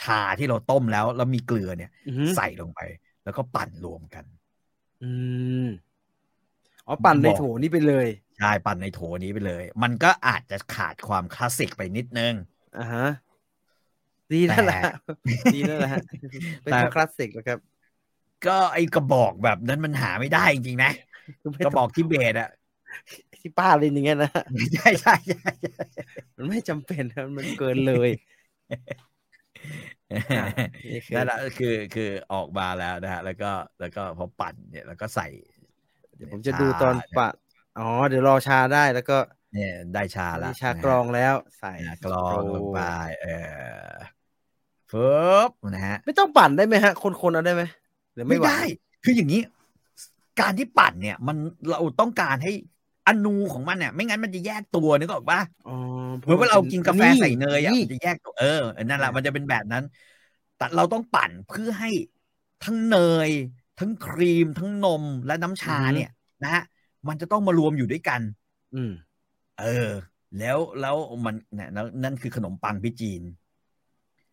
Speaker 2: ชาที่เราต้มแล้ว แล้วมีเกลือเนี่ย
Speaker 1: อือหือ
Speaker 2: ใส่ลงไป แล้วก็ปั่นรวมกัน
Speaker 1: อืมอ๋อปั่นใน
Speaker 2: บอก
Speaker 1: โถนี่ไปเลย
Speaker 2: ใช่ปั่นในโถนี้ไปเลย มันก็อาจจะขาดความคลาสสิกไปนิดนึง
Speaker 1: อ่าฮะดีนั่นแหละฮะ ดีนั่นแหละฮะเป็น
Speaker 2: แต่
Speaker 1: ความคลาสสิกแล้วครับ
Speaker 2: ก็ไอกระบอกแบบนั้นมันหาไม่ ได้จริงๆนะ กระบอกทิเบตอะ
Speaker 1: ที่ป้าเลยนอย่างเงี้ยนะฮะ
Speaker 2: ใช่ใช่ใช่ใช่
Speaker 1: มันไม่จำเป็นนะมันเกินเลย อ่านี่คือ
Speaker 2: นั่นแหละคือคือออกมาแล้วนะฮะแล้วก็แล้วก็พอปั่นเนี่ยแล้วก็ใส่
Speaker 1: เดี๋ยวผมจะดูตอนปะอ๋อ เดี๋ยวรอชาได้แล้วก็
Speaker 2: เนี่ยได้ชาละ
Speaker 1: มีชากรองแล้ว ใส่
Speaker 2: นะฮะกรองลงไป
Speaker 1: โรย
Speaker 2: เออปึ๊บนะฮะ
Speaker 1: ไม่ต้องปั่นได้ไหมฮะ คนๆเอาได้ไหมหรือไม่
Speaker 2: ไม่
Speaker 1: ไหว
Speaker 2: ได้ คืออย่างนี้ การที่ปั่นเนี่ย มันเราต้องการให้อนูของมันเนี่ยไม่งั้นมันจะแยกตัวนึกออกปะ
Speaker 1: อ๋อ
Speaker 2: เหมือนว่าเรากินกาแฟใส่เนยอ่ะ
Speaker 1: นี่
Speaker 2: มันจะแยกตัวเออนั่นแหละ
Speaker 1: อ่ามั
Speaker 2: มันจะเป็นแบบนั้น แต่เราต้องปั่นเพื่อให้ทั้งเนย ทั้งครีม ทั้งนมและน้ำชาเนี่ย นะฮะมันจะต้องมารวมอยู่ด้วยกัน
Speaker 1: อืม
Speaker 2: เออ แล้วแล้วมันเนี่ยแล้วนั่นคือขนมปังพี่จีน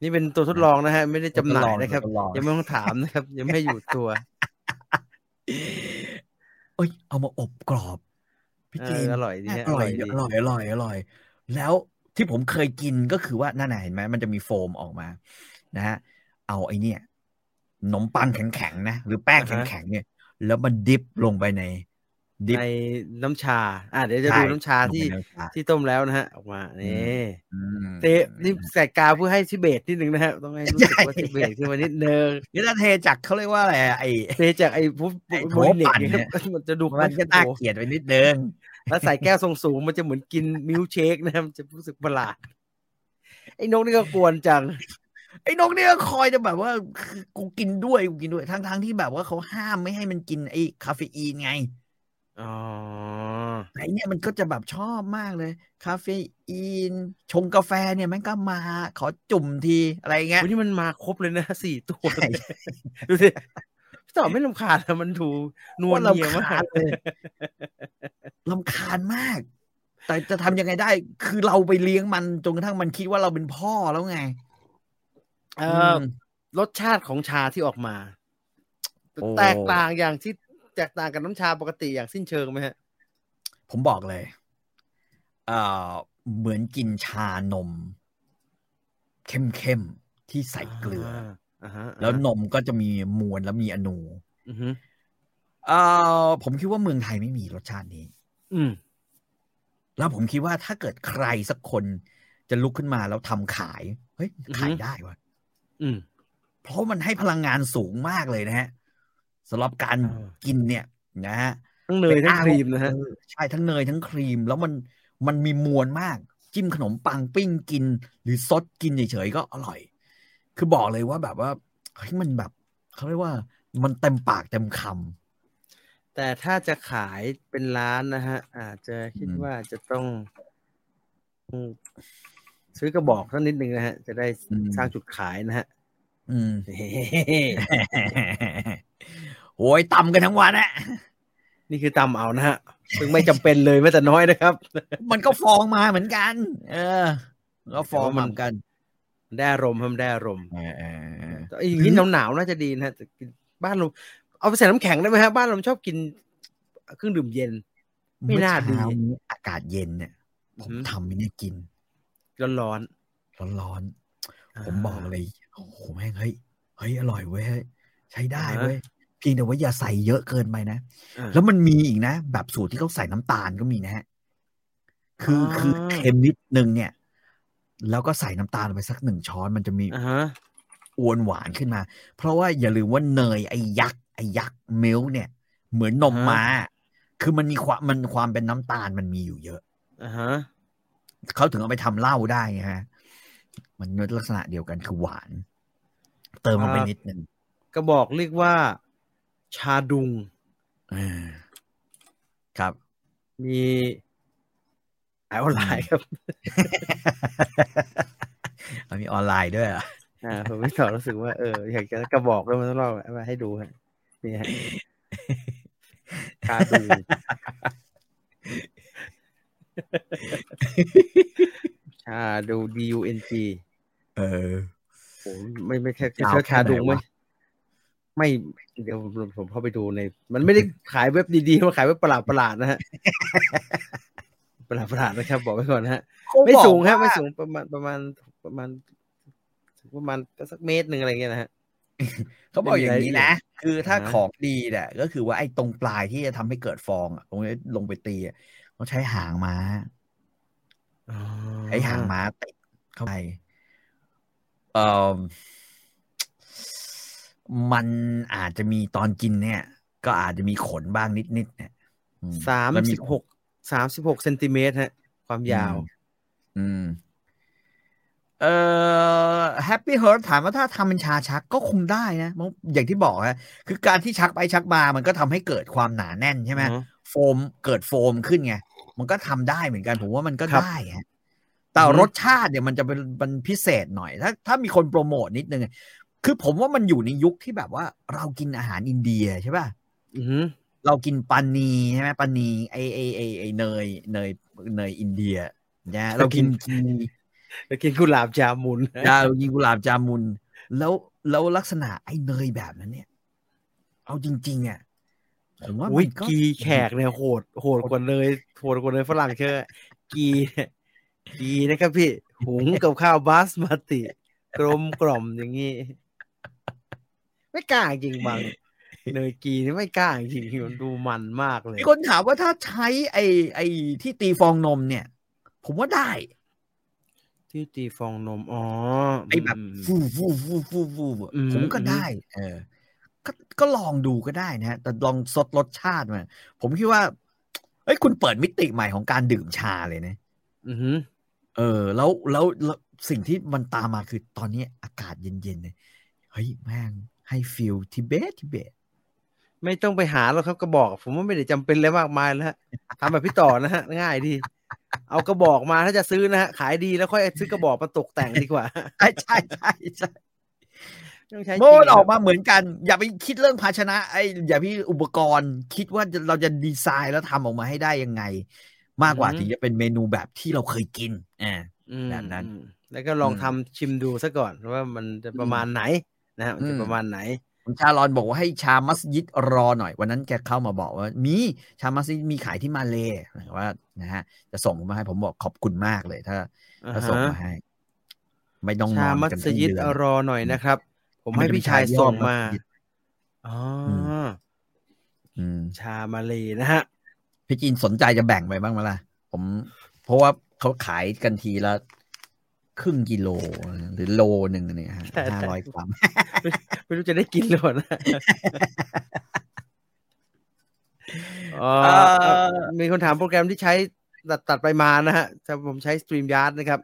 Speaker 1: นี่เป็นตัวทดลองนะฮะ ไม่ได้จำหน่ายนะครับ
Speaker 2: ทดลอง
Speaker 1: ยังไม่ต้องถาม นะครับ ยังไม่อยู่ตัว
Speaker 2: เอ้ยเอามาอบกรอบ พี่
Speaker 1: เอ
Speaker 2: จี
Speaker 1: อน อร่อยดีฮะ
Speaker 2: อร่อยดีอร่อยอร่อยอร่อย แล้วที่ผมเคยกินก็คือว่านั่นน่ะเห็นไหมมันจะมีโฟมออกมา นะฮะ เอาไอ้เนี่ยขนมปังแข็งๆนะ หรือแป้งแข็งๆเนี่ย แล้วมันดิบลงไปใน ดิบ
Speaker 1: ในน้ำชา อ่ะเดี๋ยวจะดูน้ำชาที่
Speaker 2: ลงไปในน้ำชา
Speaker 1: ที่ต้มแล้วนะฮะ ออกมา นี่
Speaker 2: อืม
Speaker 1: เตะนี่ใส่กาวเพื่อให้ทิเบตนิดนึงนะฮะ ต้องให้รู้สึกว่าทิเบตขึ้นมานิดนึง
Speaker 2: นี่ถ้าเทจากเขาเรียกว่าอะไรอะไอ้
Speaker 1: เทจากไอ้พวก
Speaker 2: ไอ้โถ
Speaker 1: โมเล
Speaker 2: ปั่
Speaker 1: ก
Speaker 2: น
Speaker 1: เนี่ย
Speaker 2: เนี่ย
Speaker 1: ครับมันจะดู
Speaker 2: มันก็น่า
Speaker 1: โอ้โห
Speaker 2: เกลียดไปนิดนึง
Speaker 1: แล้วใส่แก้วทรงสูงมันจะเหมือนกินมิลค์เชคนะครับมันจะรู้สึกประหลาด ไอ้นกนี่ก็กวนจัง
Speaker 2: ไอ้นกเนี่ยก็คอยจะแบบว่าคือกูกินด้วยกูกินด้วยทั้งทั้งๆที่แบบว่าเขาห้ามไม่ให้มันกินไอ้คาเฟอีนไง
Speaker 1: อ๋อ
Speaker 2: ไอเนี่ยมันก็จะแบบชอบมากเลย คาเฟอีน ชงกาแฟเนี่ยแม่งก็มาขอจุ่มทีอะไรเงี้ย
Speaker 1: วันนี้มันมาครบเลยนะสี่ตัว
Speaker 2: ใช่
Speaker 1: ดูสิพี่ต่อไม่ลำคาญนะมันดูนวล
Speaker 2: ว่า
Speaker 1: เนีย
Speaker 2: ลำ
Speaker 1: มาก
Speaker 2: คาญเลยลำคาญมาก แต่จะทำยังไงได้ คือเราไปเลี้ยงมันจนกระทั่งมันคิดว่าเราเป็นพ่อแล้วไง
Speaker 1: เออ
Speaker 2: ม
Speaker 1: รสชาติของชาที่ออกมา
Speaker 2: โอ้
Speaker 1: แตกต่างอย่างที่แตกต่างกับน้ำชาปกติอย่างสิ้นเชิงไหมฮะ
Speaker 2: ผมบอกเลยเออเหมือนกินชานม เข้มๆ ที่ใส่เกลืออ
Speaker 1: อาฮะ
Speaker 2: แล้วนมก็จะมีมวลแล้วมีอนู
Speaker 1: อือฮึ
Speaker 2: เออผมคิดว่าเมืองไทยไม่มีรสชาตินี้
Speaker 1: อืม
Speaker 2: แล้วผมคิดว่าถ้าเกิดใครสักคนจะลุกขึ้นมาแล้วทำขาย เฮ้ยขายได้วะ
Speaker 1: อืม
Speaker 2: เพราะมันให้พลังงานสูงมากเลยนะฮะสำหรับการ
Speaker 1: อ่า
Speaker 2: กินเนี่ยนะฮะ
Speaker 1: ทั้งเนยทั้งครีมนะฮะ
Speaker 2: เออใช่ทั้งเนยทั้งครีมแล้วมันมันมีมวลมาก จิ้มขนมปังปิ้งกิน หรือซดกินเฉยๆก็อร่อย คือบอกเลยว่าแบบว่าเฮ้ยมันแบบเขาเรียกว่า มันเต็มปากเต็มคำ
Speaker 1: แต่ถ้าจะขายเป็นร้านนะฮะ อาจจะคิด
Speaker 2: อืม
Speaker 1: ว่าจะต้องอืมซื้อกระบอกสักนิดหนึ่งนะฮะ จะได้
Speaker 2: อืม
Speaker 1: สร้างจุดขายนะฮะ
Speaker 2: อืม โอ้ยต่ำกันทั้งวันอะ
Speaker 1: นี่คือตำเอานะฮะ ซึ่งไม่จำเป็นเลยแม้แต่น้อยนะครับ
Speaker 2: มันก็ฟองมาเหมือนกัน เออ ก็ฟองมาเหมือนกัน
Speaker 1: ได้อารมณ์ครับได้อารมณ์
Speaker 2: เออเออเออ
Speaker 1: แต่อย่างนี้หนาวๆน่าจะดีนะฮะแต่กินบ้านเราเอาไปใส่น้ำแข็งได้ไหมฮะ บ้านเราชอบกินเครื่องดื่มเย็น ไม่น่าดี
Speaker 2: เช้นี้อากาศเย็นเนี่ยผมทำไม่ได้กิน
Speaker 1: ร้อน
Speaker 2: ร้อนๆ
Speaker 1: ๆ
Speaker 2: ผมบอกเลยโอ้โหแม่งเฮ้ยเฮ้ยอร่อยเว้ยเฮ้ยใช้ได้
Speaker 1: อ่าฮะ
Speaker 2: เว้ยเพียงแต่ว่าอย่าใส่เยอะเกินไปนะ
Speaker 1: อ่า
Speaker 2: แล้วมันมีอีกนะ แบบสูตรที่เขาใส่น้ำตาลก็มีนะฮะคือ
Speaker 1: อ่า
Speaker 2: คือเค็มนิดนึงเนี่ย แล้วก็ใส่น้ำตาลลงไปสักหนึ่งช้อนมันจะมี
Speaker 1: อ่าฮะ
Speaker 2: อวนหวานขึ้นมา เพราะว่าอย่าลืมว่าเนยไอ้ยักษ์ไอ้ยักษ์เมลค์เนี่ย เหมือนนม
Speaker 1: อ่าฮะ
Speaker 2: ม้าคือมันมีความมันความเป็นน้ำตาลมันมีอยู่เยอะ
Speaker 1: อ่าฮะ
Speaker 2: เขาถึงเอาไปทำเหล้าได้ไงฮะ มันลักษณะเดียวกันคือหวาน เติมลงไป
Speaker 1: ครับ
Speaker 2: นิดนึง
Speaker 1: กระบอกเรียกว่า ชาดุง
Speaker 2: อ่าครับ
Speaker 1: มีขายออน ไลน์ครับ
Speaker 2: มันมีออนไลน์ด้วยเหรอ
Speaker 1: อ่าผมไม่ต่อรู้สึกว่าเอออยากจะกระบอกแล้วมันต้องเล่ามาให้ดูฮะนี่ฮะชาดุงชาดู D U N G
Speaker 2: เออ
Speaker 1: โอ้ไม่ไม่แค่
Speaker 2: ยาว
Speaker 1: แค่ชาดุง
Speaker 2: แค่ไหน
Speaker 1: ไม่
Speaker 2: วะ
Speaker 1: ไม่เดี๋ยวผมเข้าไปดูใน มันไม่ได้ขายเว็บดีๆมันขายเว็บประหลาดประหลาดๆนะฮะ ประหลาดประหลาดๆนะครับ บอกไว้ก่อนนะฮะ ไม่สูงครับไม่สูงประมาณประมาณประมาณประมาณสักเมตรหนึ่งอะไรเงี้ยนะฮะ
Speaker 2: เขาบอกอย่างนี้นะ คือถ้า
Speaker 1: อ่า
Speaker 2: ของดีเนี่ยก็คือว่าไอ้ตรงปลายที่จะทำให้เกิดฟองอะตรงนี้ลงไปตีอะเขาใช้หางม้าใช้หางม้าติดเข้าไปเออมันอาจจะมีตอนกินเนี่ย ก็อาจจะมีขนบ้างนิดนิดๆเนี่ยอืม
Speaker 1: สาม
Speaker 2: น
Speaker 1: สิบหกสามสิบหกเซนติเมตรฮะ ความยาว
Speaker 2: อืม เอ่อแฮปปี้เฮิร์ถามว่าถ้าทำเป็นชาชักก็คงได้นะเพราะอย่างที่บอกฮะคือการที่ชักไปชักมามันก็ทำให้เกิดความหนาแน่นใช่ไหม
Speaker 1: อือฮึ
Speaker 2: โฟมเกิดโฟมขึ้นไง มันก็ทำได้เหมือนกัน ผมว่ามันก็
Speaker 1: ครับ
Speaker 2: ได้ฮะแต่
Speaker 1: อือฮึ
Speaker 2: รสชาติเนี่ยมันจะเป็นมันพิเศษหน่อย ถ้าถ้ามีคนโปรโมทนิดนึง คือผมว่ามันอยู่ในยุคที่แบบว่าเรากินอาหารอินเดียใช่ป่ะ
Speaker 1: อือหือ
Speaker 2: เรากินปานีใช่ไหมปานีไอไอไอไอเนยเนยเนยอินเดียนะเรากินกิน
Speaker 1: แล้วกินกุหลาบจามุน
Speaker 2: ดาวยิงกุหลาบจามุน แล้วแล้วลักษณะไอ้เนยแบบนั้นเนี่ย เอาจริงๆอ่ะผมว่า
Speaker 1: อุ้ย
Speaker 2: มันก็
Speaker 1: กีแขกเนี่ยโหดโหดกว่าเลยโหดกว่าเลยฝรั่งเชื่อกีเนี่ยกีนะครับพี่ หุงกับข้าวบาสมาติ กลมกล่อมอย่างนี้ ไม่กล้าจริงบางเนยกีนี่ไม่กล้าจริงมันดูมันมากเลย
Speaker 2: มีคนถามว่าถ้าใช้ไอ้ไอ้ที่ตีฟองนมเนี่ย ผมว่าได้
Speaker 1: ที่ตีฟองนม อ๋อ
Speaker 2: ไอ้แบบ
Speaker 1: ม
Speaker 2: ฟูฟูฟูฟูฟูอะ
Speaker 1: อืม
Speaker 2: ผมก็ได้ เออ ก็ก็ลองดูก็ได้นะฮะ แต่ลองซดรสชาติมาผมคิดว่าเอ้ยคุณเปิดมิติใหม่ของการดื่มชาเลยนะ
Speaker 1: อือหือ
Speaker 2: เออแล้วแล้วแล้ว สิ่งที่มันตามมาคือตอนนี้อากาศเย็นๆเลยเฮ้ยแม่งให้ฟิลทิเบตทิเบต
Speaker 1: ไม่ต้องไปหาแล้วครับกระบอก ผมว่าไม่ได้จำเป็นอะไรมากมายแล้วฮะทำแบบพี่ต่อนะฮะง่ายดี เอากระบอกมาถ้าจะซื้อนะฮะขายดีแล้วค่อยซื้อกระบอกมาตกแต่งดีกว่า
Speaker 2: ใช่ใช่ใช่ใช่
Speaker 1: ต้องใช้
Speaker 2: โมดออกมาเหมือนกัน อย่าไปคิดเรื่องภาชนะไอ้อย่าพี่อุปกรณ์ คิดว่าเราจะดีไซน์แล้วทำออกมาให้ได้ยังไง มากกว่าถึงจะเป็นเมนูแบบที่เราเคยกินอ่า
Speaker 1: อืม
Speaker 2: แบบนั้น
Speaker 1: อืมแล้วก็ลองทำชิมดูซะก่อนว่ามันจะประมาณไหนนะฮะมันจะ
Speaker 2: อืม
Speaker 1: ประมาณไหน
Speaker 2: คุณชาลอนบอกว่าให้ชามัสยิดรอหน่อย วันนั้นแกเข้ามาบอกว่า มีชามัสยิดมีขายที่มาเลว่านะฮะจะส่งมาให้ผมบอกขอบคุณมากเลยถ้าถ้าส่งมาให้ ไม่ต้องน
Speaker 1: ชา
Speaker 2: อน
Speaker 1: มั
Speaker 2: กัน
Speaker 1: สยิด
Speaker 2: ทั้งเดือน
Speaker 1: รอหน่อยนะครับ ผมให้
Speaker 2: มันจะ
Speaker 1: พี่ชาย
Speaker 2: เป็นชา
Speaker 1: ส่ง
Speaker 2: ย่อมั
Speaker 1: มา
Speaker 2: สยิด
Speaker 1: อ๋ออ
Speaker 2: อืม
Speaker 1: ชามาเลนะฮะ
Speaker 2: พี่จีนสนใจจะแบ่งไปบ้างไหมล่ะ ผม เพราะว่าเขาขายกันทีละครึ่งกิโล หรือโลหนึ่งเนี่ยฮะ
Speaker 1: ใช่ใช่
Speaker 2: ห้าร้อยกรัม
Speaker 1: ไม่ไม่รู้จะได้กินหรือเปล่านะเอ่อ
Speaker 2: เอ่อ
Speaker 1: มีคนถามโปรแกรมที่ใช้ตัดตัดไปมานะฮะแต่ผมใช้ StreamYard นะครับ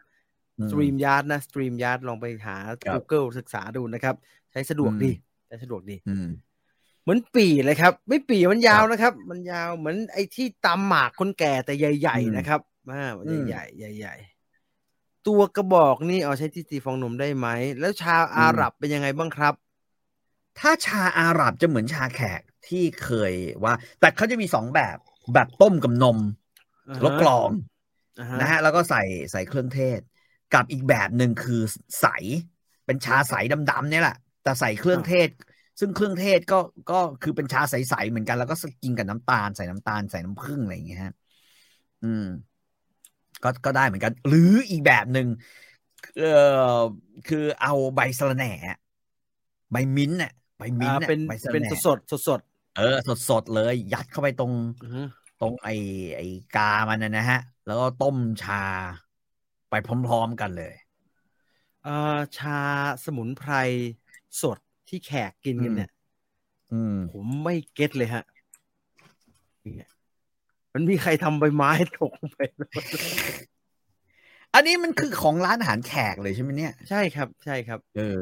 Speaker 2: อืม
Speaker 1: StreamYard นะ StreamYard ลองไปหา
Speaker 2: ครับ
Speaker 1: Google ศึกษาดูนะครับ ใช้สะดวกดีใช้สะดวกดี
Speaker 2: อืม
Speaker 1: เหมือนปีเลยครับ ไม่ปีมันยาว
Speaker 2: ครับ
Speaker 1: นะครับ มันยาวเหมือนไอ้ที่ตำหมากคนแก่แต่ใหญ่
Speaker 2: อืม
Speaker 1: ๆ นะครับมามัน
Speaker 2: อืม
Speaker 1: ใหญ่ๆใหญ่ๆตัวกระบอกนี่เอาใช้ที่ตีฟองนมได้ไหม แล้วชาวอา
Speaker 2: อืม
Speaker 1: หรับเป็นยังไงบ้างครับ
Speaker 2: ถ้าชาอาหรับจะเหมือนชาแขกที่เคยว่า แต่เขาจะมีสองแบบ แบบต้มกับนม แล้วกรอง
Speaker 1: อ่าฮะ
Speaker 2: นะฮะแล้วก็ใส่ใส่เครื่องเทศ กับอีกแบบหนึ่งคือใส เป็นชาใสดำๆเนี่ยแหละ แต่ใส่เครื่องเทศ ซึ่งเครื่องเทศก็ก็คือเป็นชาใสๆเหมือนกันแล้วก็กินกับน้ำตาลใส่น้ำตาลใส่น้ำผึ้งอะไรอย่างเงี้ยฮะอืม ก็ก็ได้เหมือนกัน หรืออีกแบบหนึ่งเอ่อคือเอาใบสะระแหน่อะใบมิ้นท์น่ะใบมิ้น
Speaker 1: อ่า
Speaker 2: ท์น่ะ
Speaker 1: เป็น
Speaker 2: ใบสะระ
Speaker 1: เป็น
Speaker 2: แหน่
Speaker 1: สดๆสด
Speaker 2: เออสดๆเลย ยัดเข้าไปตรง
Speaker 1: ๆอือฮึ
Speaker 2: ตรงไอ้ไอ้กามันนะนะฮะ แล้วก็ต้มชาไปพร้อมๆกันเลย
Speaker 1: อ่าชาสมุนไพรสดที่แขกกินกันเนี่ย
Speaker 2: อืม
Speaker 1: ผมไม่เก็ตเลยฮะเนี่ยมันมีใครทำใบไม้ตกลงไป
Speaker 2: อันนี้มันคือของร้านอาหารแขกเลยใช่ไหมเนี่ย
Speaker 1: ใช่ครับ ใช่ครับ
Speaker 2: เออ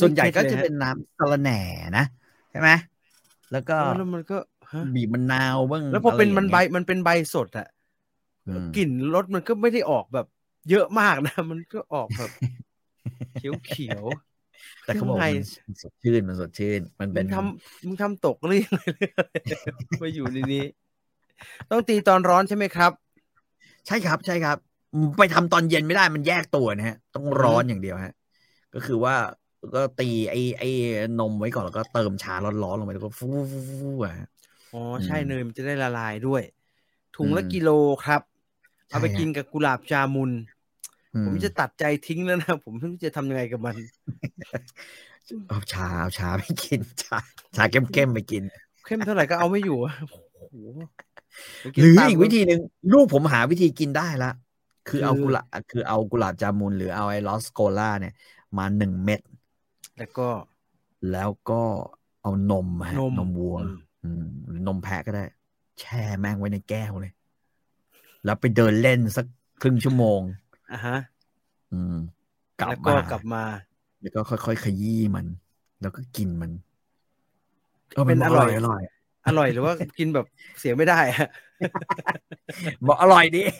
Speaker 2: ส่วนใหญ่ก็จะเป็นน้ำสะระแหน่นะใช่ไหมแล้วก็
Speaker 1: เออแล้วมันก็ฮะ
Speaker 2: บีบมะนาวบ้าง
Speaker 1: แล้วพอเป็นมันใบ
Speaker 2: อะไรอย่างเงี้ย
Speaker 1: มันเป็นใบสดอะ
Speaker 2: อืม
Speaker 1: กลิ่นรสมันก็ไม่ได้ออกแบบ เยอะมากนะ มันก็ออก แบบ เขียวเขียว
Speaker 2: แต่เขาบอกว่ามันสดชื่นมันสดชื่น มัน
Speaker 1: ๆ
Speaker 2: เป็
Speaker 1: มึ
Speaker 2: น
Speaker 1: งทำมึงทำตกหรือยังไงเลย มาอยู่ในนี้ ต้องตีตอนร้อนใช่ไหมครับ
Speaker 2: ใช่ครับ ใช่ครับ ไปทำตอนเย็นไม่ได้มันแยกตัวนะฮะ ต้องร้อนอย่างเดียวฮะ ก็คือว่าก็ตีไอ้ไอ้นมไว้ก่อนแล้วก็เติมชาร้อนๆลงไปแล้วก็ฟูฟูฟูฟูอ่ะฮะ
Speaker 1: อ๋อใช่
Speaker 2: อืม
Speaker 1: เนยมันจะได้ละลายด้วย ถุงละ
Speaker 2: อืม
Speaker 1: กิโลครับ
Speaker 2: ใช่
Speaker 1: เอาไปกินกับกุหลาบจามุน
Speaker 2: อืม
Speaker 1: ผมจะตัดใจทิ้งแล้วนะ ผมไม่รู้จะทำยังไงกับมัน
Speaker 2: เอาชาเอาชาไปกิน ชาชาเข้มๆไปกิน
Speaker 1: เข้มเท่าไหร่ก็เอาไม่อยู่ อะโอ้โหไปกิน
Speaker 2: หรือ
Speaker 1: ตาม
Speaker 2: อีก
Speaker 1: ร
Speaker 2: วิ
Speaker 1: ส
Speaker 2: ธีหนึ่งลูกผมหาวิธีกินได้ละ คือ
Speaker 1: คือ
Speaker 2: เอากุหลาบคือเอากุหลาบจามุนหรือเอาไอ้ลอสโกล่าเนี่ย มาหนึ่งเม็ด
Speaker 1: แล้วก็
Speaker 2: แล้วก็เอานมฮะ
Speaker 1: นม
Speaker 2: นมวัว
Speaker 1: อืม
Speaker 2: อืมหรือนมแพะก็ได้ แช่แม่งไว้ในแก้วเลย แล้วไปเดินเล่นสักครึ่งชั่วโมง
Speaker 1: อ่ะฮะ
Speaker 2: อืม กลับ
Speaker 1: แล้วก็
Speaker 2: มาก
Speaker 1: ลับมา
Speaker 2: แล้วก็ค่อยๆขยี้มัน แล้วก็กินมัน
Speaker 1: เป็นอร่อย
Speaker 2: อร่อย
Speaker 1: อร่อยหรือว่ากินแบบเสียไม่ได้ อะ
Speaker 2: บอกอร่อยดี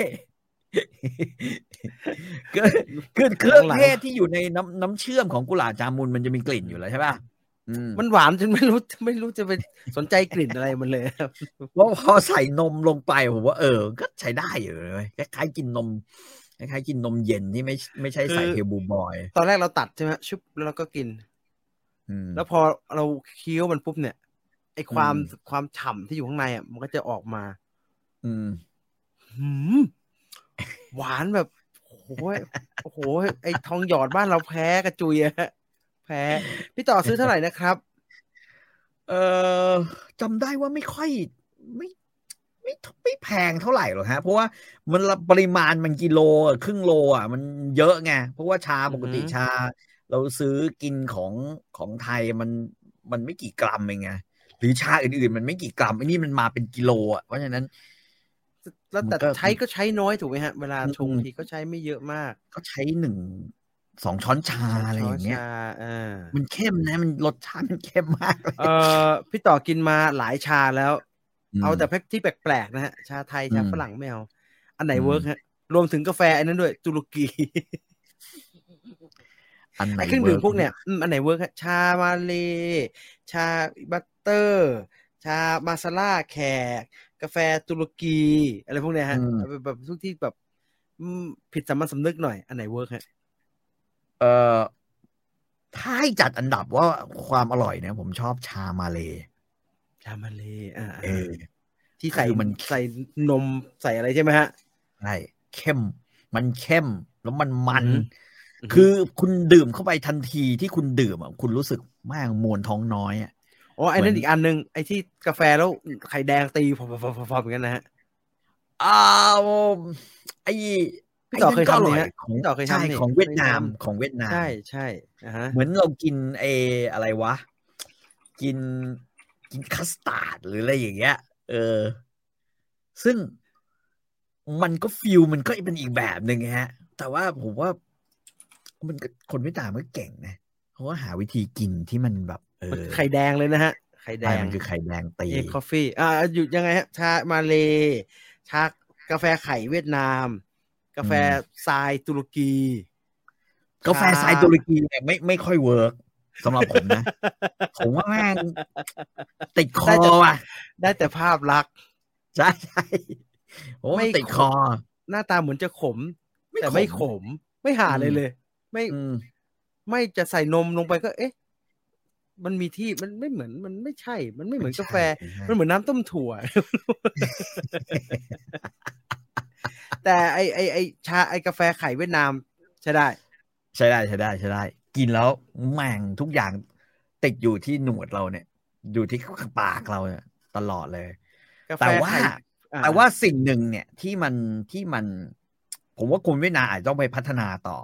Speaker 2: คือคือเครื่องเทศที่อยู่ในน้ำน้ำเชื่อมของกุหลาบจามุนมันจะมีกลิ่นอยู่แล้วใช่ป่ะอืม
Speaker 1: มันหวานจนไม่รู้ไม่รู้จะไปสนใจกลิ่นอะไรมันเลย ครับ
Speaker 2: เพราะ พอใส่นมลงไปผมว่าเออ ก็ใช้ได้อยู่เลยคล้ายๆกินนมคล้ายๆกินนมเย็นที่ไม่ไม่ใช่ใส่เฮลบูบอย
Speaker 1: ตอนแรกเราตัดใช่ไหมชุบแล้วเราก็กิน
Speaker 2: อืม
Speaker 1: แล้วพอเราเคี้ยวมันปุ๊บเนี่ยไอความ
Speaker 2: อืม
Speaker 1: ความฉ่ำที่อยู่ข้างในอ่ะมันก็จะออกมา
Speaker 2: อืม
Speaker 1: หืมหวานแบบโอ้โหโอ้โหไอทองหยอดบ้านเราแพ้กระจุยอะแพ้พี่ต่อซื้อเท่าไหร่นะครับ
Speaker 2: เออจำได้ว่าไม่ค่อยไม่ไม่ไม่แพงเท่าไหร่หรอกฮะ เพราะว่ามันละปริมาณมันกิโลอะครึ่งโลอ่ะ มันเยอะไงเพราะว่าชาปกติ
Speaker 1: อือหือ
Speaker 2: ชา เราซื้อกินของของไทยมันมันไม่กี่กรัมเองไงหรือชาอื่นๆ มันไม่กี่กรัมไอ้นี่มันมาเป็นกิโลอ่ะเพราะฉะนั้น
Speaker 1: แล้วแต่
Speaker 2: มันก็
Speaker 1: ใช้ก็ใช้น้อยถูกไหมฮะ เวลาชงทีก็ใช้ไม่เยอะมาก
Speaker 2: ก็ใช้หนึ่งสองช้อนชาอะไรอย่างเงี้ย
Speaker 1: ช้นชาอ่า
Speaker 2: มันเข้มนะมันรสชาติมันเข้มมากเลย
Speaker 1: เออพี่ต่อกินมาหลายชาแล้ว
Speaker 2: ม
Speaker 1: เอาแต่เพปที่แปลกๆนะฮะ ชาไทย ชา
Speaker 2: อืม
Speaker 1: ฝรั่งไม่เอา อันไหน
Speaker 2: อืม
Speaker 1: เวิร์กฮะ รวมถึงกาแฟอันนั้นด้วย ตุรกี
Speaker 2: อันไหน
Speaker 1: ไอ้เครื่องดื่ม
Speaker 2: ร์
Speaker 1: พวกเนี้ยอืมอันไหนเวิร์กฮะ ชามาเลย์ชาบัตเตอร์ ชามาซาล่าแขก กาแฟตุรกี อะไรพวกเนี้ยฮะเอาไปแบบทุกที่แบบอืมผิดสามัญสำนึกหน่อย อันไหนเวิร์กฮะ
Speaker 2: เอ่อถ้าให้จัดอันดับว่าความอร่อยเนี่ยผมชอบชามาเลย์
Speaker 1: ชามาเลย์อ่า
Speaker 2: เออ
Speaker 1: ที่ใส่
Speaker 2: คือมัน
Speaker 1: ใส่นมใส่อะไรใช่ไหมฮะ
Speaker 2: ใช่เข้ม มันเข้มแล้วมันมัน
Speaker 1: อือหื
Speaker 2: คือคุณดื่มเข้าไปทันทีที่คุณดื่มอ่ะคุณรู้สึกมากมวนท้องน้อยอ่ะ
Speaker 1: อ๋อไอ้นั่น
Speaker 2: เหมือน
Speaker 1: อีกอันหนึงไอ้ที่กาแฟแล้วไข่แดงตีฟอๆๆๆเหมือนกันนะฮะ
Speaker 2: อ้าวไอ้
Speaker 1: พี่ต่อเคยทำนี่ฮะ
Speaker 2: ไนั่นก็ร่ยของ
Speaker 1: พี่ต่อเคยทำ
Speaker 2: ใช่
Speaker 1: นี่
Speaker 2: ของเวียดนาม
Speaker 1: เคยทำ
Speaker 2: ของเวียดนาม
Speaker 1: ใช่ใช่อ่าฮะ
Speaker 2: เหมือนเรากินเออะไรวะ กินกินคัสตาร์ดหรืออะไรอย่างเงี้ย เออ ซึ่งมันก็ฟิลมันก็เป็นอีกแบบหนึ่งฮะ แต่ว่าผมว่า มันก็คนเวียดนามก็เก่งนะเขาก็หาวิธีกินที่มันแบบ เอ
Speaker 1: มัน
Speaker 2: อ
Speaker 1: ไข่แดงเลยนะฮะ ไข่แด
Speaker 2: ใช่
Speaker 1: ง
Speaker 2: มันคือไข่แดงตี
Speaker 1: เอคอฟฟี่อ่าหยุดยังไงฮะ ชามาเลย์ชากาแฟไข่เวียดนาม กาแฟ
Speaker 2: อืม
Speaker 1: ทรายตุรกี
Speaker 2: กาแฟทรายตุรกีเนี่ยไม่ไม่ค่อยเวิร์กสำหรับผมนะ ผมว่าแม่งติดคอว่ะ
Speaker 1: ได้แต่ภาพลักษณ์
Speaker 2: ใช่ใช่ผมว่า
Speaker 1: ไม่
Speaker 2: ติดคอ
Speaker 1: หน้าตาเหมือนจะขม
Speaker 2: ไม่
Speaker 1: แต่ไม่
Speaker 2: ข
Speaker 1: ขม
Speaker 2: ม
Speaker 1: ไม่หาเลยเลย ไม่
Speaker 2: อืม
Speaker 1: ไม่จะใส่นมลงไปก็ เอ๊ะ มันมีที่มันไม่เหมือนมันไม่ใช่ มันไม่เหมือนกาแฟ
Speaker 2: ใช่
Speaker 1: มันเหมือนน้ำต้ม ถั่ว แต่ไอไอไอชาไอกาแฟไข่เวียดนามใช่ได้
Speaker 2: ใช่ได้ใช่ได้ใช่ได้ กินแล้วแม่งทุกอย่าง ติดอยู่ที่หนวดเราเนี่ย อยู่ที่ปากเราเนี่ยตลอดเลย
Speaker 1: กาแฟ
Speaker 2: แต่ว่า
Speaker 1: ไข่อ่
Speaker 2: แต่ว่าสิ่งหนึ่งเนี่ยที่มันที่มัน ผมว่าคนเวียดนามอาจจะต้องไปพัฒนาต่อ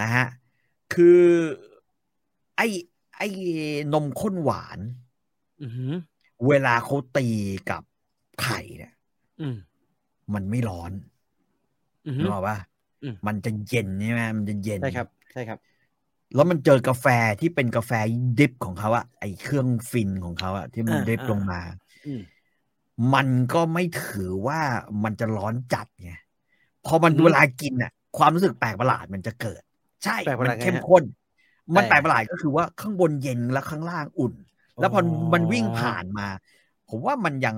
Speaker 2: นะฮะ คือ ไอ้ ไอ้นมข้นหวาน
Speaker 1: อือหือ
Speaker 2: เวลาเขาตีกับไข่เนี่ย
Speaker 1: อืม
Speaker 2: มันไม่ร้อน
Speaker 1: อือหื
Speaker 2: นึ
Speaker 1: อ
Speaker 2: กออกปะ
Speaker 1: อืม
Speaker 2: มันจะเย็นใช่ไหมมันจะเย็น
Speaker 1: ใช่ครับ ใช่ครับ
Speaker 2: แล้วมันเจอกาแฟที่เป็นกาแฟดิบของเขาอะไอเครื่องฟินของเขาอะที่มัน
Speaker 1: อ่า
Speaker 2: ดิบ
Speaker 1: อ่า
Speaker 2: ลงมา
Speaker 1: อืม
Speaker 2: มันก็ไม่ถือว่ามันจะร้อนจัดไงพอมัน
Speaker 1: อืม
Speaker 2: เวลากินอะความรู้สึกแปลกประหลาดมันจะเกิด ใช่
Speaker 1: แปลกประ
Speaker 2: มั
Speaker 1: ห
Speaker 2: น
Speaker 1: ลาดไงฮะ
Speaker 2: เข้มข้น มัน
Speaker 1: แต่
Speaker 2: แปลกประหลาดก็คือว่าข้างบนเย็นแล้วข้างล่างอุ่น แล้วพอมันวิ่งผ่านมา ผมว่ามันยัง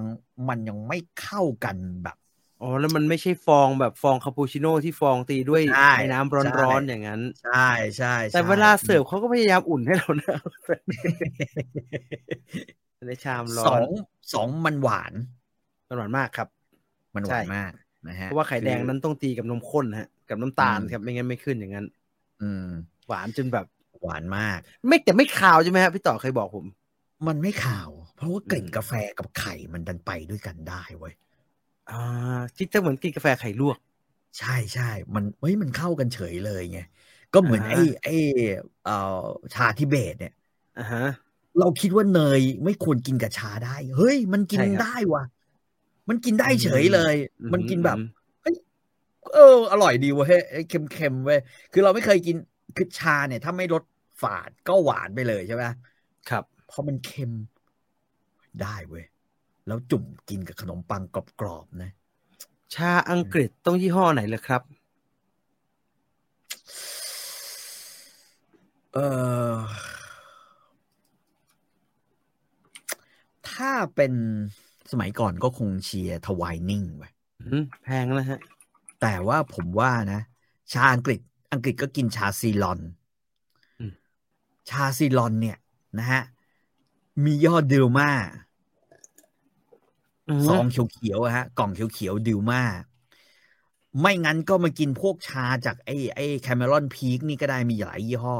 Speaker 2: มันยังไม่เข้ากันแบบ
Speaker 1: อ๋อแล้วมันไม่ใช่ฟองแบบฟองคาปูชิโน่ที่ฟองตีด้วย
Speaker 2: ใช่
Speaker 1: ไอ้น้ำ
Speaker 2: ใช่
Speaker 1: ร้อนๆอย่างนั้น
Speaker 2: ใช่ใช่
Speaker 1: แต่
Speaker 2: ใช่
Speaker 1: เวลาเสิร์ฟเขาก็พยายามอุ่นให้เรานะ ในชามร้
Speaker 2: ส
Speaker 1: อ
Speaker 2: อน งสองมันหวาน
Speaker 1: มันหวานมากครับ
Speaker 2: มันห
Speaker 1: ใช่
Speaker 2: วานมากนะฮะ
Speaker 1: เพราะว่าไข่แดงนั้น
Speaker 2: คือ
Speaker 1: ต้องตีกับนมข้นฮะ กับน้ำตาล
Speaker 2: อืม
Speaker 1: ครับไม่งั้นไม่ขึ้นอย่างนั้น
Speaker 2: อืม
Speaker 1: หวานจนแบบ
Speaker 2: หวานมาก
Speaker 1: ไม่แต่ไม่ขาวใช่ไหมฮะพี่ต่อเคยบอกผม
Speaker 2: มันไม่ข่าว เพราะว่ากลิ่น
Speaker 1: อืม
Speaker 2: กาแฟกับไข่มันดันไปด้วยกันได้เว้ย
Speaker 1: อ่าที่จะเหมือนกินกาแฟไข่ลวก
Speaker 2: ใช่ใช่มันเฮ้ยมันเข้ากันเฉยเลยไงก็เหมือน
Speaker 1: อ่า
Speaker 2: ไอ้
Speaker 1: ฮะ
Speaker 2: ไอ้เอ่อชาทิเบตเนี่ย
Speaker 1: อ่าฮะ
Speaker 2: เราคิดว่าเนยไม่ควรกินกับชาได้ เฮ้ย มันกิน
Speaker 1: ใช่ครับ
Speaker 2: ได้ว่ะ มันกินได้
Speaker 1: อืม
Speaker 2: เฉยเลย
Speaker 1: อื
Speaker 2: มันกินแบบ
Speaker 1: อื
Speaker 2: เอออร่อยดีเว้ยไอ้เค็มๆเว้ยคือเราไม่เคยกินคือชาเนี่ย ถ้าไม่รสฝาดก็หวานไปเลยใช่ไหม
Speaker 1: ครับ
Speaker 2: พอมันเค็มได้เว้ย แล้วจุ่มกินกับขนมปังกรอบๆนะ
Speaker 1: ชาอังกฤษต้องยี่ห้อไหนเหรอครับ
Speaker 2: เออถ้าเป็นสมัยก่อนก็คงเชียร์ทวายนิ่งไป
Speaker 1: อืมแพงนะฮะ
Speaker 2: แต่ว่าผมว่านะ ชาอังกฤษ อังกฤษก็กินชาซีลอน
Speaker 1: อืม
Speaker 2: ชาซีลอนเนี่ยนะฮะ มียห้อดดิลมาซองเขียวๆอะฮะ กล่องเขียวๆดิลมาไม่งั้นก็มากินพวกชาจากไอ้ไอ้แคมเมรอนพีกนี่ก็ได้มีหลายยี่ห้อ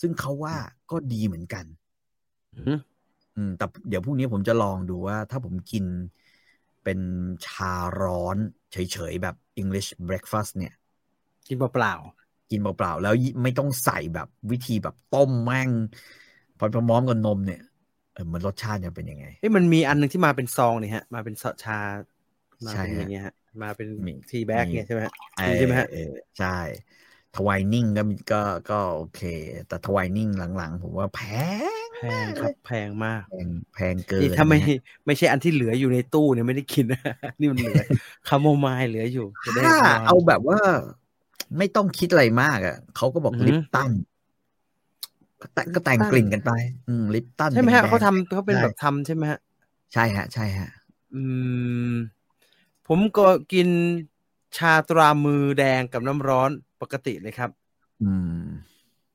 Speaker 2: ซึ่งเขาว่าก็ดีเหมือนกัน
Speaker 1: อืม
Speaker 2: อืมแต่เดี๋ยวพรุ่งนี้ผมจะลองดูว่า ถ้าผมกินเป็นชาร้อนเฉยๆ แบบ English breakfast เนี่ย
Speaker 1: กินเปล่า
Speaker 2: กินเปล่าๆ แล้วไม่ต้องใส่แบบวิธีแบบต้มแม่งพร้อมๆกับนมเนี่ยเออมันรสชาติจะเป็นยังไง
Speaker 1: ๆเอ้ยมันมีอันหนึงที่มาเป็นซองนี่ฮะ มาเป็นชา มา
Speaker 2: ใช่
Speaker 1: เป็นอ
Speaker 2: ฮะ
Speaker 1: ย่างเงี้ยฮะมาเป็น
Speaker 2: มี
Speaker 1: ทีแบ็ก
Speaker 2: มี
Speaker 1: เนี่ยใช่ไหมฮะ
Speaker 2: เออ
Speaker 1: ใช่ไหมฮะ
Speaker 2: เออใช่ทวายนิ่งก็มีก็ก็โอเค แต่ทวายนิ่งหลังๆ ผมว่าแพง
Speaker 1: แพงครับแพงมาก
Speaker 2: แพงแพงเกิน
Speaker 1: นี่ถ้าไม่
Speaker 2: นะฮะ
Speaker 1: ไม่ใช่อันที่เหลืออยู่ในตู้เนี่ยไม่ได้กินนะ นี่มันเหลือคาโมไมล์เหลืออยู่จะได้
Speaker 2: ถ้า
Speaker 1: ทน
Speaker 2: เอาแบบว่า ไม่ต้องคิดอะไรมากอ่ะเขาก็บอก
Speaker 1: อืม
Speaker 2: ลิปตันก็แต่งก็แต่ง
Speaker 1: ลิปตัน
Speaker 2: กลิ่นกันไป อืมลิปตัน
Speaker 1: ใช่ไหมฮะ
Speaker 2: แดงๆ
Speaker 1: เขาทำเขาเป็น
Speaker 2: ใช่
Speaker 1: แบบทำใช่ไหมฮะ
Speaker 2: ใช่ฮะ ใช่ฮะ
Speaker 1: อืม ผมก็กินชาตรามือแดงกับน้ำร้อนปกติเลยครับ
Speaker 2: อืม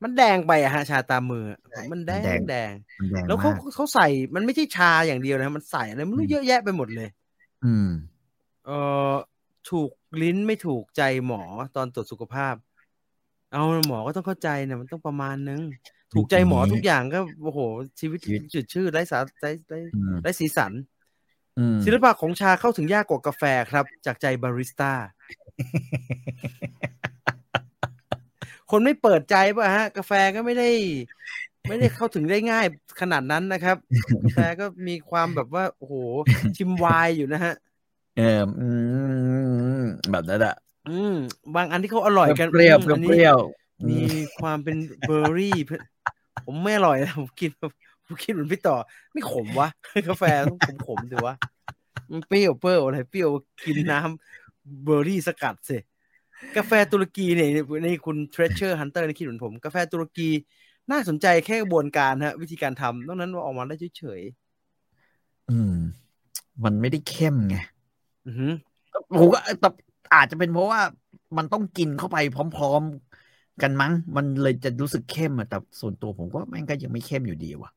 Speaker 1: มันแดงไปอะฮะ ชาตรามืออะ
Speaker 2: ใช่
Speaker 1: มันแด
Speaker 2: มัน
Speaker 1: ง
Speaker 2: แดง
Speaker 1: แดง
Speaker 2: มันดง
Speaker 1: แล้วเขา
Speaker 2: มก
Speaker 1: เขาใส่มันไม่ใช่ชาอย่างเดียวนะมันใส่อะไรไม่
Speaker 2: อื
Speaker 1: รู้
Speaker 2: ม
Speaker 1: เยอะแยะไปหมดเลย
Speaker 2: อืม
Speaker 1: เออถูกลิ้นไม่ถูกใจหมอตอนตรวจสุขภาพ เอาหมอก็ต้องเข้าใจนะมันต้องประมาณนึง ถูกใจหมอทุกอย่างก็โอ้โหชีวิต
Speaker 2: ชีวิต
Speaker 1: จืดชืดไร้สาไร้ไร้
Speaker 2: อืม
Speaker 1: ไร้สีสัน
Speaker 2: อืม
Speaker 1: ศิลปะของชาเข้าถึงยากกว่ากาแฟครับ จากใจบาริสต้า คนไม่เปิดใจป่ะฮะ กาแฟก็ไม่ได้ ไม่ได้เข้าถึงได้ง่ายขนาดนั้นนะครับ กาแฟก็มีความแบบว่า โอ้โห ชิมไวายอยู่นะฮะ
Speaker 2: เอออืมแบบนั้นอะ
Speaker 1: อืม บางอันที่เขาอร่อยกัน
Speaker 2: เปรี้ยว
Speaker 1: อืม
Speaker 2: เปรี้ย
Speaker 1: อั
Speaker 2: วน เป
Speaker 1: นี้
Speaker 2: รี้ยวอื
Speaker 1: มี
Speaker 2: ม
Speaker 1: ความเป็นเบอร์รี่ ผมไม่อร่อย นะผมกินผมกินเหมือนพี่ต่อ ไม่ขมวะ กาแฟต้องขมขมๆดีวะมันเปรี้ยวเปรี้ยวอะไรเปรี้ยวกินน้ำเบอร์รี่สกัดสิกาแฟตุรกีเนี่ยในคุณเทรเชอร์ฮันเตอร์นี่คิดเหมือนผม กาแฟตุรกีน่าสนใจแค่กระบวนการฮะ วิธีการทำนอกนั้นว่าออกมาได้เฉย
Speaker 2: อืม มันไม่ได้เข้มไง
Speaker 1: ๆอือหือ
Speaker 2: ผมก็แต่อาจจะเป็นเพราะว่ามันต้องกินเข้าไปพร้อม ๆ กันมั้ง มันเลยจะรู้สึกเข้มอะแต่ส่วนตัวผมก็แม่งก็ยังไม่เข้มอยู่ดีว่ะ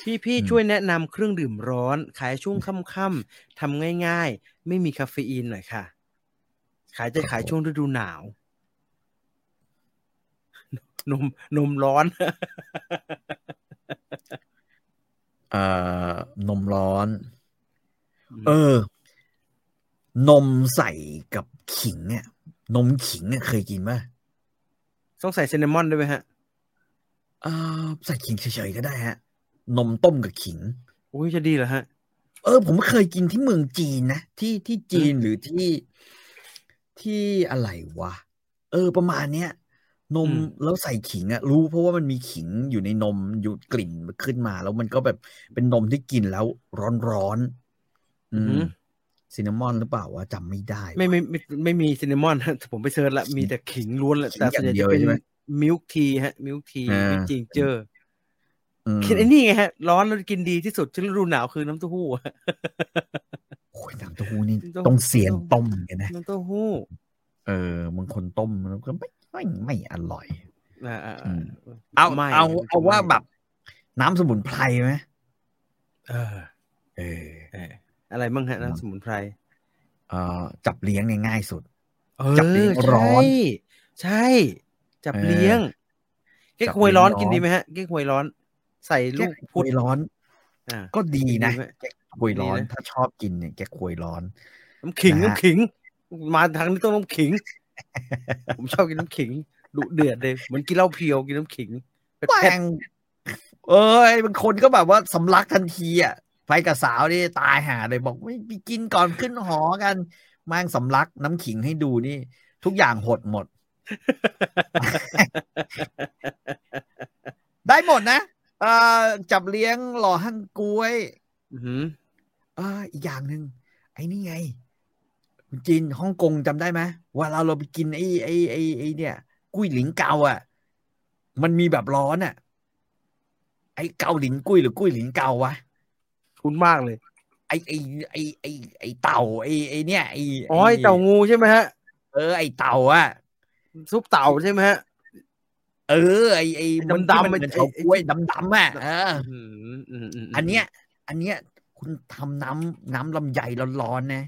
Speaker 1: พี่พี่
Speaker 2: อืม
Speaker 1: ช่วยแนะนำเครื่องดื่มร้อน ขายช่วงค่ำๆทำง่ายๆ ไม่มีคาเฟอีนหน่อยค่ะ ขายจะขายช่วงฤดูหนาว นมนมร้อน
Speaker 2: เอ่อนมร้อน
Speaker 1: อืม
Speaker 2: เออ นมใส่กับขิงอะนมขิงอะเคยกินป่ะ
Speaker 1: ต้องใส่ซินนามอนด้วยไหมฮะ
Speaker 2: เออใส่ขิงเฉยๆก็ได้ฮะ นมต้มกับขิง
Speaker 1: อุ้ยจะดีเหรอฮะ
Speaker 2: เออ ผมเคยกินที่เมืองจีนนะที่ที่จีนหรือที่ที่อะไรวะเออ ประมาณเนี้ยนม
Speaker 1: อืม
Speaker 2: แล้วใส่ขิงอะรู้เพราะว่ามันมีขิงอยู่ในนมอยู่กลิ่นมันขึ้นมา แล้วมันก็แบบเป็นนมที่กินแล้วร้อนร้อนๆอืมซินนามอนหรือเปล่าวะจำไม่ได้วะ
Speaker 1: ไม่ไม่ไม่ไม่ไม่มีซินนามอนฮะผมไปเซิร์ชละ มีแต่ขิงล้วนแหละ
Speaker 2: ขิง
Speaker 1: แต่ส่วนใหญ่
Speaker 2: อ
Speaker 1: จะ
Speaker 2: ย่างเดียว
Speaker 1: เป็น
Speaker 2: ใช่ไหม
Speaker 1: มิลค์ทีฮะมิลค์ที
Speaker 2: อ่า
Speaker 1: วิปจิงเจอร์
Speaker 2: ม
Speaker 1: กินไอ้นี่ไงฮะ ร้อนแล้วกินดีที่สุดช่วงฤดูหนาวคือน้ำเต้าหู้อะ
Speaker 2: โอ้ยน้ำเต้าหู้นี่
Speaker 1: ต้
Speaker 2: ต้
Speaker 1: อ
Speaker 2: อง งเสียนต้มกันนะ
Speaker 1: น้ำเต้าหู้
Speaker 2: เออบางคนต้มมันก็ไม่ไม่ไม่อร่อย
Speaker 1: อ่าอ่า
Speaker 2: อืม
Speaker 1: อ่
Speaker 2: เอา
Speaker 1: ไม่
Speaker 2: เอาเอาว่าแบบ น้ำสมุนไพรไหม
Speaker 1: เออ
Speaker 2: เออ
Speaker 1: เอออะไรบ้างฮะน้ำสมุนไพร
Speaker 2: เอ่อจับเลี้ยงเนี่ยง่ายสุด
Speaker 1: เอ
Speaker 2: จับเลี้ยงร้อน
Speaker 1: ใช่ใช่ จับ
Speaker 2: เออ
Speaker 1: เลี้ยงเก๊ก
Speaker 2: จับ
Speaker 1: ฮวยร้อน
Speaker 2: เลี้ยงร้อน
Speaker 1: กินดีไหมฮะเก๊กฮวยร้อน ใส่ลูก
Speaker 2: คุ
Speaker 1: พุด
Speaker 2: ยร้อน
Speaker 1: อ่า
Speaker 2: ก็ดีนะ
Speaker 1: ดีไหม
Speaker 2: แกคุยร้อน
Speaker 1: ดีนะ
Speaker 2: ถ้าชอบกินเนี่ยแกคุยร้อน
Speaker 1: น้ำขิง
Speaker 2: นะฮะ
Speaker 1: น้ำขิง มาทางนี้ต้องน้ำขิง ผมชอบกินน้ำขิงดุเดือดเลยเหมือนกินเหล้าเพียวกินน้ำขิงเผ็ด
Speaker 2: แม่งเอ้ยบางคนก็แบบว่าสำลักทันทีอ่ะไปกับสาวนี่ตายห่าเลยบอกไม่ไปกินก่อนขึ้นหอกันแม่งสำลักน้ำขิงให้ดูนี่ ทุกอย่างหด หมด ได้หมดนะเอ่อจับเลี้ยงหล่อหั่งกล้วย
Speaker 1: ๆอื้อหือ
Speaker 2: เอออีกอย่างหนึ่งไอ้นี่ไงคุณจีนฮ่องกงจำได้ไหมเว่าเราเราไปกินไอ้ไอ้ไอ้ไอ้เนี่ย กุ้ยหลินเกาอ่ะ มันมีแบบร้อนอ่ะ ไอ้เกาหลินกุ้ยหรือกุ้ยหลินเกาวะ
Speaker 1: คุ้นมากเลย
Speaker 2: ไอ้ไอ้ไอ้ไอ้ไอ้เต่าไอ้ไอ้เนี่ยไอ้
Speaker 1: อ๋อไอ้เต่างูใช่ไหมฮะ
Speaker 2: เออไอ้เต่าอ่ะ
Speaker 1: ซุปเต่าใช่ไหมฮะ
Speaker 2: เออไอ้ไอ้
Speaker 1: ไอ้ดำๆ
Speaker 2: ที่มัน
Speaker 1: ไอ้
Speaker 2: เหมือนเฉาก้วยดำดำๆอ่ะ
Speaker 1: ดำ
Speaker 2: เออ
Speaker 1: อื้อหือมๆๆ
Speaker 2: อันเนี้ย อันเนี้ย คุณทำน้ำน้ำลำไยร้อนๆนะ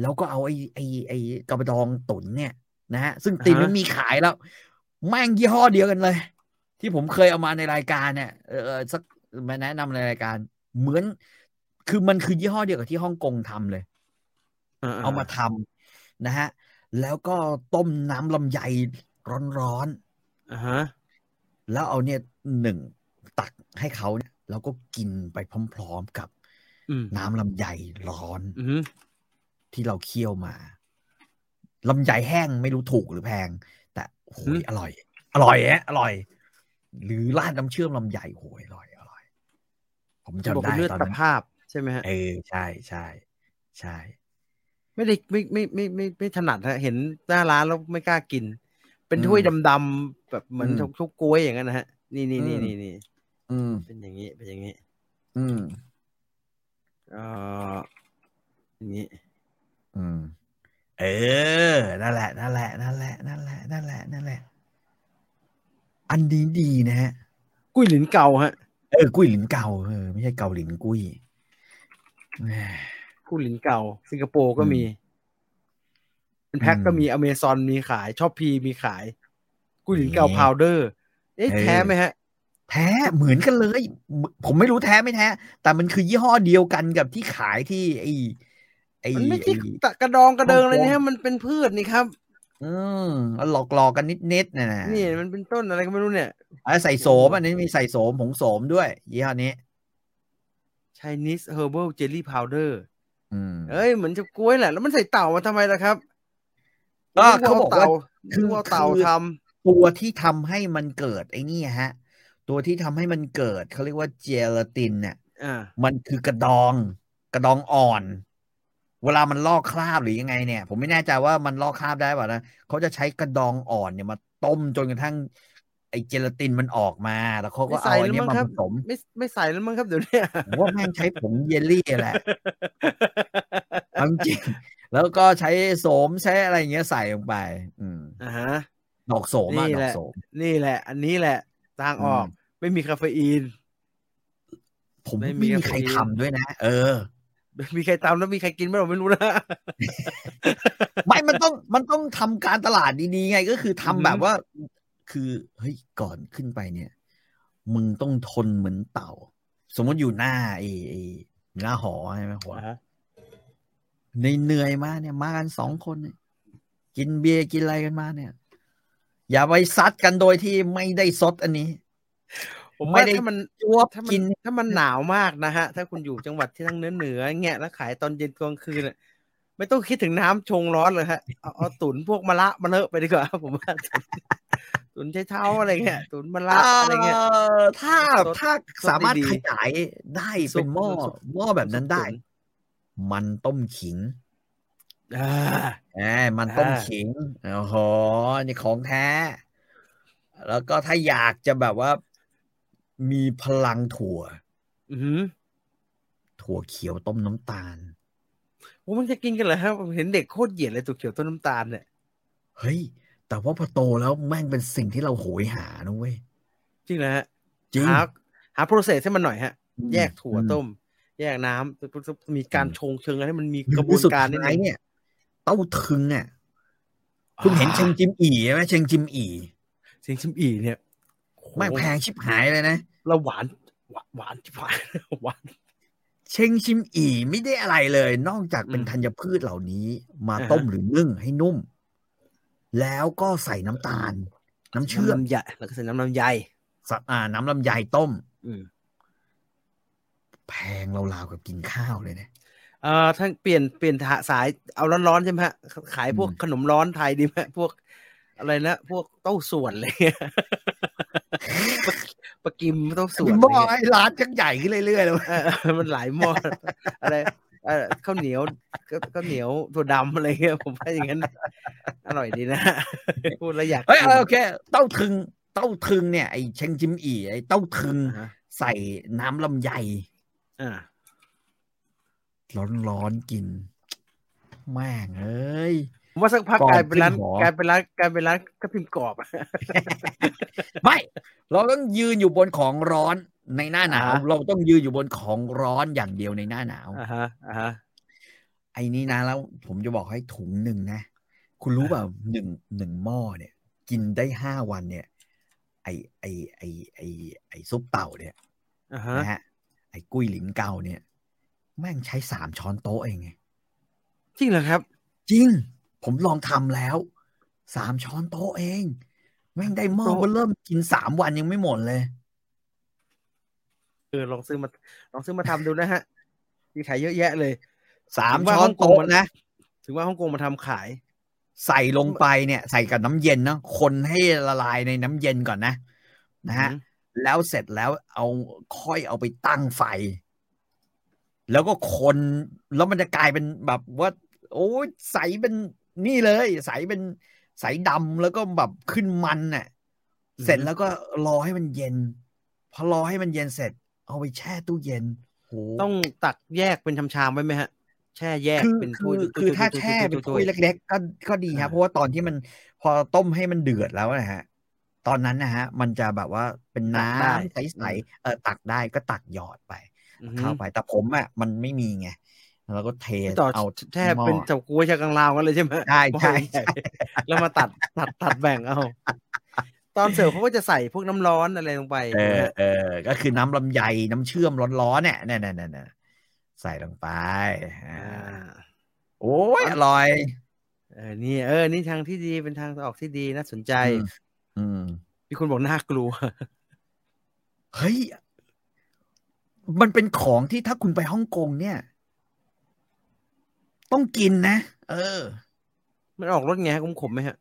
Speaker 2: แล้วก็เอาไอ้ไอ้ไอ้กระดองตุ๋นเนี่ยนะฮะ ซึ่งตีนมันมีขายแล้ว แม่งยี่ห้อเดียวกันเลย ที่ผมเคยเอามาในรายการเนี่ยเออเออสักมาแนะนำในรายการ เหมือน คือมันคือยี่ห้อเดียวกับที่ฮ่องกงทำเลย เอามาทำนะฮะ แล้วก็ต้มน้ำลำไยร้อน
Speaker 1: อ่าฮะ
Speaker 2: ๆ แล้วเอาเนี่ยหนึ่งตักให้เขาเนี่ยแล้วก็กินไปพร้อม ๆ กับ
Speaker 1: อืม
Speaker 2: น้ำลำไยร้อน
Speaker 1: อือหือ
Speaker 2: ที่เราเคี่ยวมาลำไยแห้งไม่รู้ถูกหรือแพง แต่โอ้โห
Speaker 1: อืม
Speaker 2: อร่อย อร่อยแฮะอร่อย หรือราดน้ำเชื่อมลำไยโอ้ยอร่อยอร่อย ผมจำ
Speaker 1: บอก
Speaker 2: ได้
Speaker 1: เป็นเลือด
Speaker 2: ตอน
Speaker 1: ตะ
Speaker 2: นั้น
Speaker 1: ภาพใช่ไหมฮะ
Speaker 2: เออใช่ใช่ใช่
Speaker 1: ไม่ได้ไม่ไม่ไม่ไม่ไม่ถนัดฮะเห็นหน้าร้านแล้วไม่กล้ากิน เป็นถ้วย
Speaker 2: อืม
Speaker 1: ดำๆแบบเหมือน
Speaker 2: อืม
Speaker 1: ทุกกล้วยอย่างนั้นนะฮะนี่นี่นี่
Speaker 2: อื
Speaker 1: นี่
Speaker 2: ม
Speaker 1: นี่
Speaker 2: อืม
Speaker 1: เป็นอย่างนี้เป็นอย่างนี้
Speaker 2: อืม
Speaker 1: เอ่ออย่างนี้
Speaker 2: อืม เออ นั่นแหละ นั่นแหละ นั่นแหละ นั่นแหละ นั่นแหละ นั่นแหละ อันนี้ดีนะฮะ
Speaker 1: กุ้ยหลินเก่าฮะ
Speaker 2: เออ กุ้ยหลินเก่า เออ ไม่ใช่เกาหลินกุ้ยแหม
Speaker 1: กุ้ยหลินเก่า สิงคโปร์ก็
Speaker 2: อืม
Speaker 1: มี เป็นแพ็ค
Speaker 2: อืม
Speaker 1: ก็มีอเมซอนมีขายชอปพีมีขาย กุ้ยหลินเก่า
Speaker 2: นี่
Speaker 1: พาวเดอร์ เอ๊ะ
Speaker 2: เออ
Speaker 1: แท้ไหมฮะ
Speaker 2: แท้ เหมือนกันเลย ผมไม่รู้แท้ไม่แท้ แต่มันคือยี่ห้อเดียวกันกับที่ขายที่ไอ้ไอ้
Speaker 1: มันไม่ใช่
Speaker 2: ไอ้
Speaker 1: ตะกระดองกระเดิงอะไร
Speaker 2: ฮ่องกง
Speaker 1: นะฮะมันเป็นพืชนี่ครับ
Speaker 2: อืมหลอกหลอกๆกันนิดนิดๆนะนะ
Speaker 1: นี่มันเป็นต้นอะไรก็ไม่รู้เนี่ย
Speaker 2: อ่ะใส่โสม อันนี้มีใส่โสมผงโสมด้วยยี่ห้อนี้
Speaker 1: Chinese herbal jelly powder
Speaker 2: อืม
Speaker 1: เอ้ยเหมือนจะกล้วยแหละแล้วมันใส่เต่ามาทำไมล่ะครับ
Speaker 2: ก็เขาบอกว่าคื
Speaker 1: คือ
Speaker 2: อ
Speaker 1: ว่าเต่าทำ
Speaker 2: ตัวที่ทำให้มันเกิดไอ้นี่ฮะ ตัวที่ทำให้มันเกิดเขาเรียกว่าเจลาตินเนี่ย
Speaker 1: อ่า
Speaker 2: มันคือกระดอง กระดองอ่อน เวลามันลอกคราบหรือยังไงเนี่ย ผมไม่แน่ใจว่ามันลอกคราบได้เปล่านะเขาจะใช้กระดองอ่อนเนี่ยมาต้มจนกระทั่ง ไอ้เจลาตินมันออกมาแล้วเขาก็
Speaker 1: ไม่
Speaker 2: เอา
Speaker 1: ใส่
Speaker 2: อั
Speaker 1: แล้
Speaker 2: น
Speaker 1: ว
Speaker 2: เนี้ย
Speaker 1: มั้ง
Speaker 2: มา
Speaker 1: ครั
Speaker 2: ผ
Speaker 1: บ
Speaker 2: สม
Speaker 1: ไม่ไม่ใส่แล้วมั้งครับเดี๋ยว เนี้
Speaker 2: ผมว่าแม่งใช้ผงเยลลี่แหละ เอาจริงๆแล้วก็ใช้โสมใช้อะไรอย่างเงี้ยใส่ลงไป อืม
Speaker 1: อ่าฮะ
Speaker 2: ดอกโสมอะ
Speaker 1: นี่
Speaker 2: ดอ
Speaker 1: แห
Speaker 2: ก
Speaker 1: ละ
Speaker 2: โสม
Speaker 1: นี่แหละ อันนี้แหละทางออก
Speaker 2: อืม
Speaker 1: ไม่มีคาเฟอีน
Speaker 2: ผม
Speaker 1: ไม่
Speaker 2: ไม่
Speaker 1: มี
Speaker 2: มี
Speaker 1: คาเฟอีน
Speaker 2: ใครทำด้วยนะเออ
Speaker 1: ไม่มีใครตามแล้วมีใครกินไหมเราไม่รู้นะ
Speaker 2: ไม่ มันต้อง มันต้องทำการตลาดดีๆไง ก็คือทำ
Speaker 1: อือหือ
Speaker 2: แบบว่า คือ เฮ้ย ก่อนขึ้นไปเนี่ย มึงต้องทนเหมือนเต่า สมมติอยู่หน้าไอ้ไอ้หน้าหอใช่ไหมหัว
Speaker 1: อ่า ฮะ
Speaker 2: ในเหนื่อยๆมาเนี่ย มากันสองคนเนี่ยกินเบียร์กินอะไรกันมาเนี่ย อย่าไปซัดกันโดยที่ไม่ได้ซดอันนี้
Speaker 1: ผม
Speaker 2: ไม่
Speaker 1: ว่า
Speaker 2: ได้
Speaker 1: ถ้ามัน
Speaker 2: จวบ
Speaker 1: ถ้ามัน
Speaker 2: กิน
Speaker 1: ถ้ามันหนาวมากนะฮะ ถ้าคุณอยู่จังหวัดที่ทางเหนือเหนือๆเงี้ยแล้วขายตอนเย็นกลางคืนน่ะไม่ต้องคิดถึงน้ำชงร้อนเลยฮะเอาเอาตุนพวกมะละมะเลอะไปดีกว่า ผมว่า ตุนใช้เท้าอะไรเงี้ยตุนมะละอะไรเงี้ย
Speaker 2: เอ่อถ้า
Speaker 1: ซด
Speaker 2: ถ้าสามารถ
Speaker 1: ดีๆ
Speaker 2: ขยายได้
Speaker 1: ซุป
Speaker 2: เป็นหม้อ
Speaker 1: ซุป
Speaker 2: หม้อแบบนั้นได้
Speaker 1: ซุปตุ๋น
Speaker 2: มันต้มขิง
Speaker 1: อ่า
Speaker 2: แหมมันต้ม
Speaker 1: อ่า
Speaker 2: ขิงโอ้โหนี่ของแท้ แล้วก็ถ้าอยากจะแบบว่ามีพลังถั่ว
Speaker 1: อือหือ
Speaker 2: ถั่วเขียวต้มน้ำตาล
Speaker 1: โอ้มันจะกินกันเหรอฮะผมเห็นเด็กโคตรเหยียดเลยตัวเขียวต้นน้ำตาลเนี่ย
Speaker 2: เฮ้ย แต่ว่าพอโตแล้วแม่งเป็นสิ่งที่เราโหยหานะเว้ย
Speaker 1: จริงเหรอฮะ
Speaker 2: จริง
Speaker 1: หาหาโปรเซสให้มันหน่อยฮะ
Speaker 2: อืม
Speaker 1: แยกถั่ว
Speaker 2: อืม
Speaker 1: ต้ม แยกน้ำมีการ
Speaker 2: อืม
Speaker 1: ชงเชิงอะไรให้มันมี
Speaker 2: หรื
Speaker 1: ก
Speaker 2: อ
Speaker 1: ระบวน
Speaker 2: สุด
Speaker 1: การนิ
Speaker 2: ท้า
Speaker 1: ด
Speaker 2: ย
Speaker 1: นึง
Speaker 2: เนี่ย เต้าถึงอ่ะคุณเห็นเชงจิมอีใช่ไหมเชงจิมอี
Speaker 1: เสียงชิมอีเนี่ยโอ้โห
Speaker 2: แม่งแพงชิบหายเลยนะ
Speaker 1: แล้วหวานหวานหวานที่ผ่าน หวาน
Speaker 2: เชงชิมอีไม่ได้อะไรเลย นอกจากเป็น
Speaker 1: อืม
Speaker 2: ธัญพืชเหล่านี้ มา
Speaker 1: อ่าฮะ
Speaker 2: ต้มหรือนึ่งให้นุ่ม แล้วก็ใส่น้ำตาล น้ำเชื่อม
Speaker 1: น้ำลำไยแล้วก็ใส่น้ำลำไย
Speaker 2: สะอ่าน้ำลำไยต้ม
Speaker 1: อืม
Speaker 2: แพงราวๆกับกินข้าวเลยนะ
Speaker 1: เอ่อท่านเปลี่ยนเปลี่ยนสายเอาร้อนๆใช่ไหมฮะขายพวก
Speaker 2: อืม
Speaker 1: ขนมร้อนไทยดีไหมพวก อะไรนะพวกเต้าส่วนอะไรเงี้ย ปะปะกิมเต้าส่วน
Speaker 2: มี
Speaker 1: อะ
Speaker 2: หม้
Speaker 1: ไร
Speaker 2: อ
Speaker 1: เงี้ย
Speaker 2: ไอ้ร้านจักใหญ่ขึ้นเรื่อยๆเลยเว้ย
Speaker 1: เออ มันหลายหม้ออะไรเออข้าวเหนียวข้าวข้าวเหนียวถั่วดำอะไรเงี้ยผมว่าอย่างนั้นอร่อยดีนะพูดแล้วอยาก
Speaker 2: เฮ้ย
Speaker 1: กิน
Speaker 2: เออโอเค เต้าถึง เต้าถึงเนี่ยไอ้เชงจิมอีไอ้เต้าถึง
Speaker 1: อ่าฮะ
Speaker 2: ใส่น้ำลำไย
Speaker 1: อ่า
Speaker 2: ร้อนๆกิน แม่งเอ้ย
Speaker 1: ผมว่าสักพัก
Speaker 2: ก่อน
Speaker 1: กลายเป็นร้าน
Speaker 2: ขึ้นหอ
Speaker 1: กลายเป็นร้านกลายเป็นร้านกระพิมกรอบอะ
Speaker 2: ไม่ เราต้องยืนอยู่บนของร้อนในหน้าหนาว
Speaker 1: อ่าฮะ
Speaker 2: เราต้องยืนอยู่บนของร้อนอย่างเดียวในหน้าหนาว
Speaker 1: อ่าฮะอ่าฮะ
Speaker 2: ไอ้นี้นะแล้ว ผมจะบอกให้ถุงหนึ่งนะ คุณรู้เปล่าหนึ่งหนึ่งหม้อเนี่ย กินได้ห้าวันเนี่ย ไอไอไอไอไอซุปเต่าเนี่ย
Speaker 1: อ่าฮะ
Speaker 2: นะฮะไอกุ้ยหลินเกาเนี่ย แม่งใช้สามช้อนโต๊ะเองไง
Speaker 1: จริงเหรอครับ
Speaker 2: จริง ผมลองทำแล้วสามช้อนโต๊ะเอง แม่งได้หม้อ
Speaker 1: โต๊ะ
Speaker 2: เบอเริ่มกินสามวันยังไม่หมดเลย
Speaker 1: เออลองซื้อมาลองซื้อมาทำดูนะฮะมีขายเยอะแยะเลย
Speaker 2: สาม
Speaker 1: ผมว่า
Speaker 2: ช้อ
Speaker 1: ฮ่อ
Speaker 2: น
Speaker 1: งกง
Speaker 2: โต๊ะ
Speaker 1: มัน
Speaker 2: นะ
Speaker 1: ถึงว่าฮ่องกงมาทำขาย
Speaker 2: ใส่ลงไปเนี่ย ใส่กับน้ำเย็นเนาะคนให้ละลายในน้ำเย็นก่อนนะ นะฮะ แล้วเสร็จแล้วเอาค่อยเอาไปตั้งไฟ แล้วก็คนแล้วมันจะกลายเป็นแบบว่า โอ้ยใสเป็นนี่เลย ใสเป็นใสดำแล้วก็แบบขึ้นมันน่ะ
Speaker 1: อืม
Speaker 2: เสร็จแล้วก็รอให้มันเย็น พอรอให้มันเย็นเสร็จ เอาไปแช่ตู้เย็นโห
Speaker 1: ต้องตักแยกเป็นชามๆไว้ไหมฮะ แช่แยก
Speaker 2: คือ
Speaker 1: เป็น
Speaker 2: คื
Speaker 1: ถ้วย
Speaker 2: อ
Speaker 1: ๆๆๆๆๆ
Speaker 2: คือถ้าแช่เป็นถ้วยเล็ก ๆ ก็ก็ดีครั
Speaker 1: อ่า
Speaker 2: บเพราะว่าตอนที่มันพอต้มให้มันเดือดแล้วนะฮะ ตอนนั้นนะฮะ มันจะแบบว่าเป็นน้ำใสๆเออตักได้ก็ตักหยอดไป
Speaker 1: อือฮึ
Speaker 2: เข้าไป แต่ผมอ่ะมันไม่มีไงแล้วก็เท
Speaker 1: ไม่ต่อ
Speaker 2: เอา
Speaker 1: แช่เป็น
Speaker 2: หม้อ
Speaker 1: เฉาก๊วยชากลางลาวกันเลยใช่ไหม
Speaker 2: ใช่
Speaker 1: ห
Speaker 2: ใช่
Speaker 1: ม้อหญ่ๆแล้วมาตัดตัดตัดแบ่งเอาตอนเสิร์ฟเขาก็จะใส่พวกน้ำร้อนอะไรลงไป
Speaker 2: เอ
Speaker 1: นะ
Speaker 2: อ
Speaker 1: ฮะ
Speaker 2: เออก็คือน้ำลำไยน้ำเชื่อมร้อนๆเนี่ยเนี่ยเนี่ยเนี่ยเนี่ยใส่ลงไปอ่า
Speaker 1: อ่า
Speaker 2: โอ้ยอร่อย
Speaker 1: เออนี่เออ นี่ทางที่ดีเป็นทางออกที่ดีน่าสนใจ
Speaker 2: อืมอืม
Speaker 1: มีคนบอกน่ากลัว
Speaker 2: เฮ้ย มันเป็นของที่ถ้าคุณไปฮ่องกงเนี่ย ต้องกินนะ เออ
Speaker 1: มันออกรสไงฮะขมๆไหมฮะ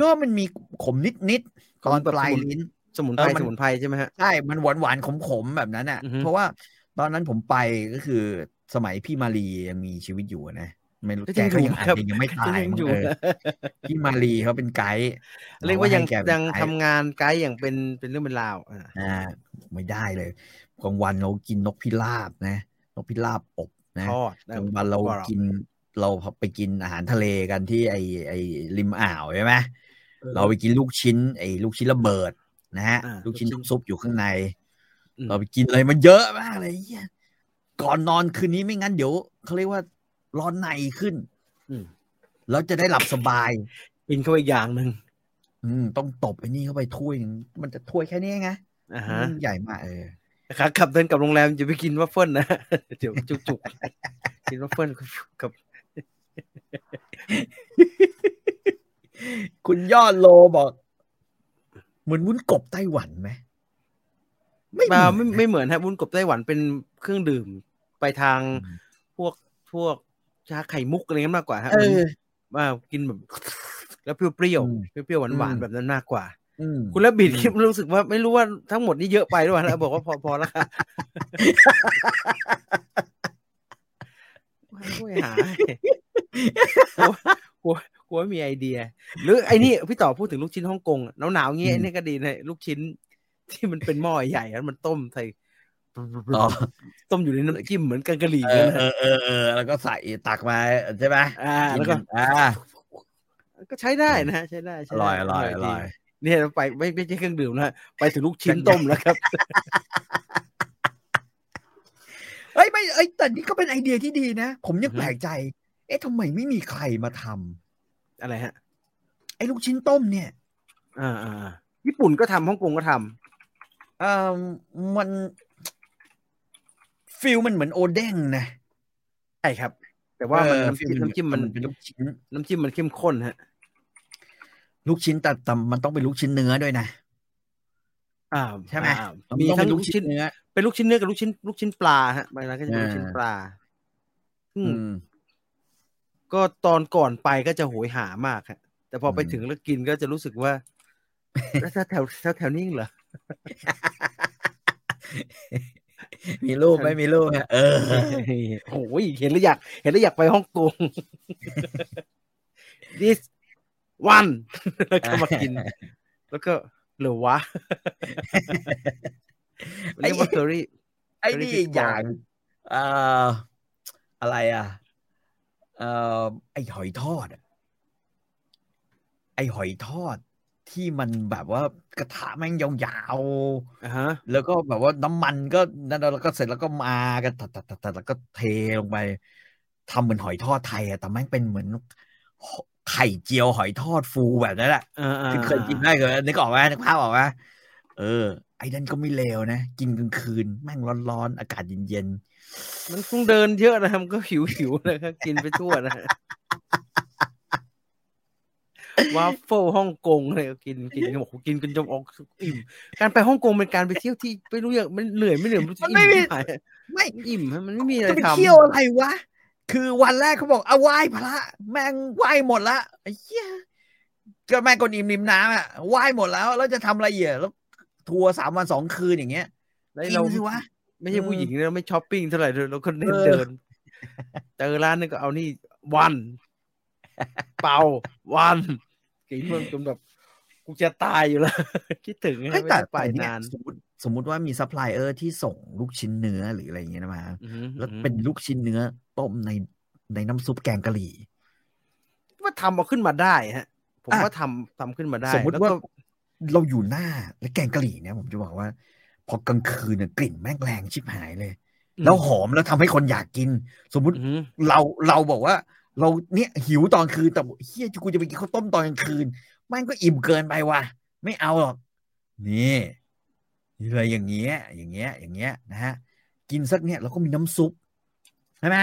Speaker 2: ก็มันมีขมนิดนิดๆตอนปลายลิ้น
Speaker 1: สมุนไพร
Speaker 2: เออมัน
Speaker 1: สมุนไพรใช่ไหมฮะ
Speaker 2: ใช่ มันหวานหวานขมขมๆแบบนั้นอ่ะ
Speaker 1: อือฮึ
Speaker 2: เพราะว่าตอนนั้นผมไปก็คือสมัยพี่มารียังมีชีวิตอยู่นะ ไม่รู้แกก็ยังอ่านเองยังไม่ตาย
Speaker 1: ยัง
Speaker 2: มั้ง
Speaker 1: อยู่
Speaker 2: เออพี่มารีเขาเป็นไกด์
Speaker 1: เรียกว่ายัง
Speaker 2: ให้แเป็น
Speaker 1: ยัง
Speaker 2: ไกด์
Speaker 1: ทำงานไกด์อย่างเป็นเป็นเรื่องเป็นราวอ่า
Speaker 2: อ่าไม่ได้เลยกลางวันเรากินนกพิราบนะ นกพิราบอบนะ
Speaker 1: ทอด
Speaker 2: กลางวันเรากินเราไปกินอาหารทะเลกันที่ไอไอริมอ่าวใช่ไหมเราไปกินลูกชิ้น ไอลูกชิ้นระเบิดนะฮะ
Speaker 1: อ่า
Speaker 2: ลูกชิ้น
Speaker 1: ลูกชิ้น
Speaker 2: ซุปอยู่ข้างใน
Speaker 1: อืม
Speaker 2: เราไปกินอะไรมันเยอะมากเลยเหี้ยก่อนนอนคืนนี้ไม่งั้นเดี๋ยวเขาเรียกว่าร้อนในขึ้น
Speaker 1: อืม
Speaker 2: แล้วจะได้หลับสบาย
Speaker 1: กินเข้าไปอีกอย่างหนึ่ง
Speaker 2: อืมต้องตบไอ้นี่เข้าไปถ้วยหนึ่งมันจะถ้วยแค่นี้ไง
Speaker 1: อ่าฮะ
Speaker 2: มันใหญ่มากเออ
Speaker 1: นะครับขับเดินกลับโรงแรมอย่าไปกินวัฟเฟิลนะ เดี๋ยวจุกจุกๆกินวัฟเฟิล กับ
Speaker 2: คุณยอดโลบอก เหมือนวุ้นกบไต้หวันไหมไม่
Speaker 1: มา
Speaker 2: เห
Speaker 1: ไม่
Speaker 2: อนนะ
Speaker 1: ไม่เหมือนฮะวุ้นกบไต้หวันเป็นเครื่องดื่มไปทาง
Speaker 2: อืม
Speaker 1: พวกพวกชาไข่มุกอะไรนั้นมากกว่าฮะ
Speaker 2: เออ
Speaker 1: ว่ากินแบบ แล้วเปรี้ยว
Speaker 2: อืม
Speaker 1: ๆเปรี้ยวๆหวาน
Speaker 2: อื
Speaker 1: ๆ
Speaker 2: ม
Speaker 1: แบบนั้นมากกว่า
Speaker 2: อืม
Speaker 1: คุณและบิด
Speaker 2: อืม
Speaker 1: คิดรู้สึกว่าไม่รู้ว่าทั้งหมดนี่เยอะไปด้วยนะ บอกว่าพอพอแล้วค่ะช่วยหาหัวหัวหัวมีไอเดีย หรือไอ้นี่พี่ต่อพูดถึงลูกชิ้นฮ่องกงหนาวหนาวๆเงี้ยไอ้นี่ก็ดีนะลูกชิ้น ที่มันเป็นหม้อใหญ่แล้วมันต้มใส่
Speaker 2: อ๋อ
Speaker 1: ต้มอยู่ในน้ำจิ้มเหมือนแกันกะหรี่
Speaker 2: เอ
Speaker 1: เลย
Speaker 2: อเอ
Speaker 1: นะ
Speaker 2: อเออเออแล้วก็ใส่ตักมาใช่ไหม
Speaker 1: อ่า
Speaker 2: กิน
Speaker 1: แล้วก็
Speaker 2: นอ่า
Speaker 1: ก็ใช้ได้นะฮะใช้ได้
Speaker 2: อ
Speaker 1: ใช้ได้
Speaker 2: ร่อยอร่อยอ
Speaker 1: ดี
Speaker 2: ร่อย
Speaker 1: เนี่ยไปไม่ไม่ใช่เครื่องดื่มนะไปถึงลูกชิ้น
Speaker 2: เป็นไง
Speaker 1: ต้มแล้วครับ
Speaker 2: เอ้ยไม่เอ้ยแต่นี่ก็เป็นไอเดียที่ดีนะ ผมยัง
Speaker 1: อือฮึ
Speaker 2: แปลกใจ เอ๊ะทำไมไม่มีใครมาทำ
Speaker 1: อะไรฮะ
Speaker 2: ไอ้ลูกชิ้นต้มเนี่ย
Speaker 1: อ่าอ่าอ่าญี่ปุ่นก็ทำฮ่องกงก็ท
Speaker 2: เออมันฟิลมันเหมือนโอเด้งนะ
Speaker 1: ำใช่ครับ แต่ว่ามัน
Speaker 2: เออ
Speaker 1: น้ำ
Speaker 2: ฟิ
Speaker 1: จิ้
Speaker 2: ล
Speaker 1: มน้ำจิ้มมัน
Speaker 2: เป็นลูกชิ้น
Speaker 1: น้ำจิ้มมันเข้มข้นฮะ
Speaker 2: ลูกชิ้นแต่แต่มันต้องเป็นลูกชิ้นเนื้อด้วยนะ
Speaker 1: อ่า
Speaker 2: ใช่ไหม
Speaker 1: อ่าน มี
Speaker 2: ต้อง
Speaker 1: ทั้
Speaker 2: เป็
Speaker 1: ง
Speaker 2: น
Speaker 1: ลูกชิ้น
Speaker 2: เนื้อ
Speaker 1: เป็นลูกชิ้นเนื้อกับลูกชิ้นลูกชิ้นปลาฮะบางร้านก็จะเป็น
Speaker 2: อ่า
Speaker 1: ลูกชิ้นปลา อื
Speaker 2: อื
Speaker 1: ม
Speaker 2: ม
Speaker 1: ก็ตอนก่อนไปก็จะโหยหามากฮะแต่พอไป
Speaker 2: อืม
Speaker 1: ถึงแล้วกินก็จะรู้สึกว่า แล้วแถวแถวแถวนี้เหรอ
Speaker 2: มีรูปไหมมีรูปไหมเออ
Speaker 1: โอ้ยเห็นแล้วอยาก เห็นแล้วอยากไปฮ่องกง this one แล้วก็มา กิน แล้วก็เหรือวะ เรียกว่าเคอรี่
Speaker 2: ไอ้นี่อีกอย่างเอ่ออะไรอ่ะเอ่อไอ้หอยทอดอะไอ้หอยทอดที่มันแบบว่ากระทะแม่งยาว
Speaker 1: อ่าฮะ
Speaker 2: ๆแล้วก็แบบว่าน้ำมันก็นั่นแล้วก็เสร็จแล้วก็มากันตัดตัดตัดตัดแล้วก็เทลงไปทำเหมือนหอยทอดไทยอะแต่แม่งเป็นเหมือนไข่เจียวหอยทอดฟูแบบนั้นแหละ
Speaker 1: อ่าๆ
Speaker 2: คือเคยกินได้เคยนึกออกไหมนึกภาพออกไหมเออ ไอ้นั่นก็ไม่เลวนะ กินกลางคืน แม่งร้อนๆ อากาศเย็น
Speaker 1: มันคงเดินเยอะนะมันก็หิวหิวๆนะครับกินไปทั่วนะวาฟเฟิลฮ่องกงเลยกินกินบอกกินกันจนออกอิ่ม การไปฮ่องกงเป็นการไปเที่ยวที่ไม่รู้อย่างมันเหนื่อยไม่เหนื่อยรู้จะอิ่มหรือเปล่า
Speaker 2: ๆ ไม่
Speaker 1: อิ่มฮะมันไม่มีอะไร
Speaker 2: จะไป
Speaker 1: ทำ
Speaker 2: เที่ยวอะไรวะ คือวันแรกเขาบอกเอาไหว้พระ แม่งไหว้หมดละไอ้เหี้ยก็แม่งกดอิ่มริมน้ำอ่ะไหว้หมดแล้วแล้วจะทำอะไรเหยอะแล้ว ทัวร์สามวันสองคืนอย่างเงี้ย
Speaker 1: แล้ว
Speaker 2: กิ
Speaker 1: เรา
Speaker 2: นสิวะ
Speaker 1: ไม่ใช่ผู้หญิงนะเราไม่ช้อปปิ้งเท่าไหร่เลยเราก็เน้น
Speaker 2: เออ
Speaker 1: เดินเจอร้านนึงก็เอานี่วัน เป่าวันกินมันจนแบบกูจะตายอยู่แล้ว คิดถึงนะ
Speaker 2: เฮ้ย
Speaker 1: ไม่
Speaker 2: แต่
Speaker 1: ได้ไป
Speaker 2: แต่เนี่ย
Speaker 1: นาน
Speaker 2: สมมติสมมติว่ามีซัพพลายเออร์ที่ส่งลูกชิ้นเนื้อหรืออะไรอย่างเงี้ยนะมา
Speaker 1: อือหือ
Speaker 2: แล้วเป็นลูกชิ้นเนื้อต้มในในน้ำซุปแกงกะหรี่
Speaker 1: ว่าทำเอาขึ้นมาได้ฮะ ผม
Speaker 2: อ่ะ
Speaker 1: ว่าทำทำขึ้นมาได้
Speaker 2: สมมติ
Speaker 1: แล้ว
Speaker 2: ว่า
Speaker 1: ก็
Speaker 2: เราอยู่หน้าและแกงกะหรี่เนี่ยผมจะบอกว่า พอกลางคืนเนี่ยกลิ่นแม่งแรงชิบหายเลย
Speaker 1: อืม
Speaker 2: แล้วหอมแล้วทำให้คนอยากกิน สมมติ
Speaker 1: อือหือ
Speaker 2: เราเราบอกว่า เราเนี่ยหิวตอนคืนแต่บอกเฮียกูจะไปกินข้าวต้มตอนกลางคืนแม่งก็อิ่มเกินไปว่ะไม่เอาหรอกนี่อะไรอย่างเงี้ยอย่างเงี้ยอย่างเงี้ยนะฮะกินสักเนี่ยเราก็มีน้ำซุปใช่ไหม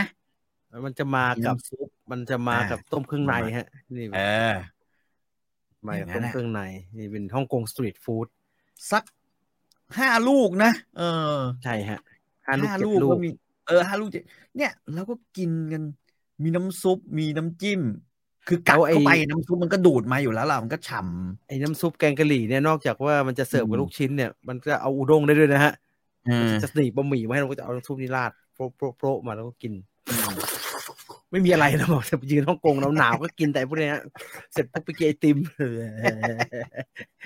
Speaker 1: มันจะมากับ
Speaker 2: น้ำซุป
Speaker 1: มันจะมา
Speaker 2: อ่ากั
Speaker 1: กับต้มเครื่องในฮะ นี่
Speaker 2: เออ
Speaker 1: มากับ
Speaker 2: อย่างนั้
Speaker 1: ต้ม
Speaker 2: นน่ะ
Speaker 1: เครื่องในนี่เป็นฮ่องกงสตรีทฟู้ด
Speaker 2: สักห้าลูกนะเออ
Speaker 1: ใช่ฮะห้า
Speaker 2: ห้า
Speaker 1: ลูกเจ็ดลู
Speaker 2: ลูกก็
Speaker 1: ก
Speaker 2: มีเออห้าลูกเจ็ดเนี่ยเราก็กินกัน มีน้ำซุปมีน้ำจิ้ม คือกัดเข้าไปน้ำซุปมันก็ดูดมาอยู่แล้วล่ะมันก็ฉ่
Speaker 1: ไอ้น้ำซุปแกงกะหรี่เนี่ยนอกจากว่ามันจะเสิร์ฟกับ
Speaker 2: อืม
Speaker 1: ลูกชิ้นเนี่ยมันจะเอาอุด้งได้ด้วยนะฮะ
Speaker 2: ำเออ
Speaker 1: จะหนีบบะหมี่มาให้เราก็จะเอาน้ำซุปนี่ราดโปะโปะโปะมาแล้วก็กิน ไม่มีอะไรนะบอกจะไปยืนฮ่องกงหนาวๆก็กินแต่พวกเนี้ยเสร็จปุ๊บไปกินไอติม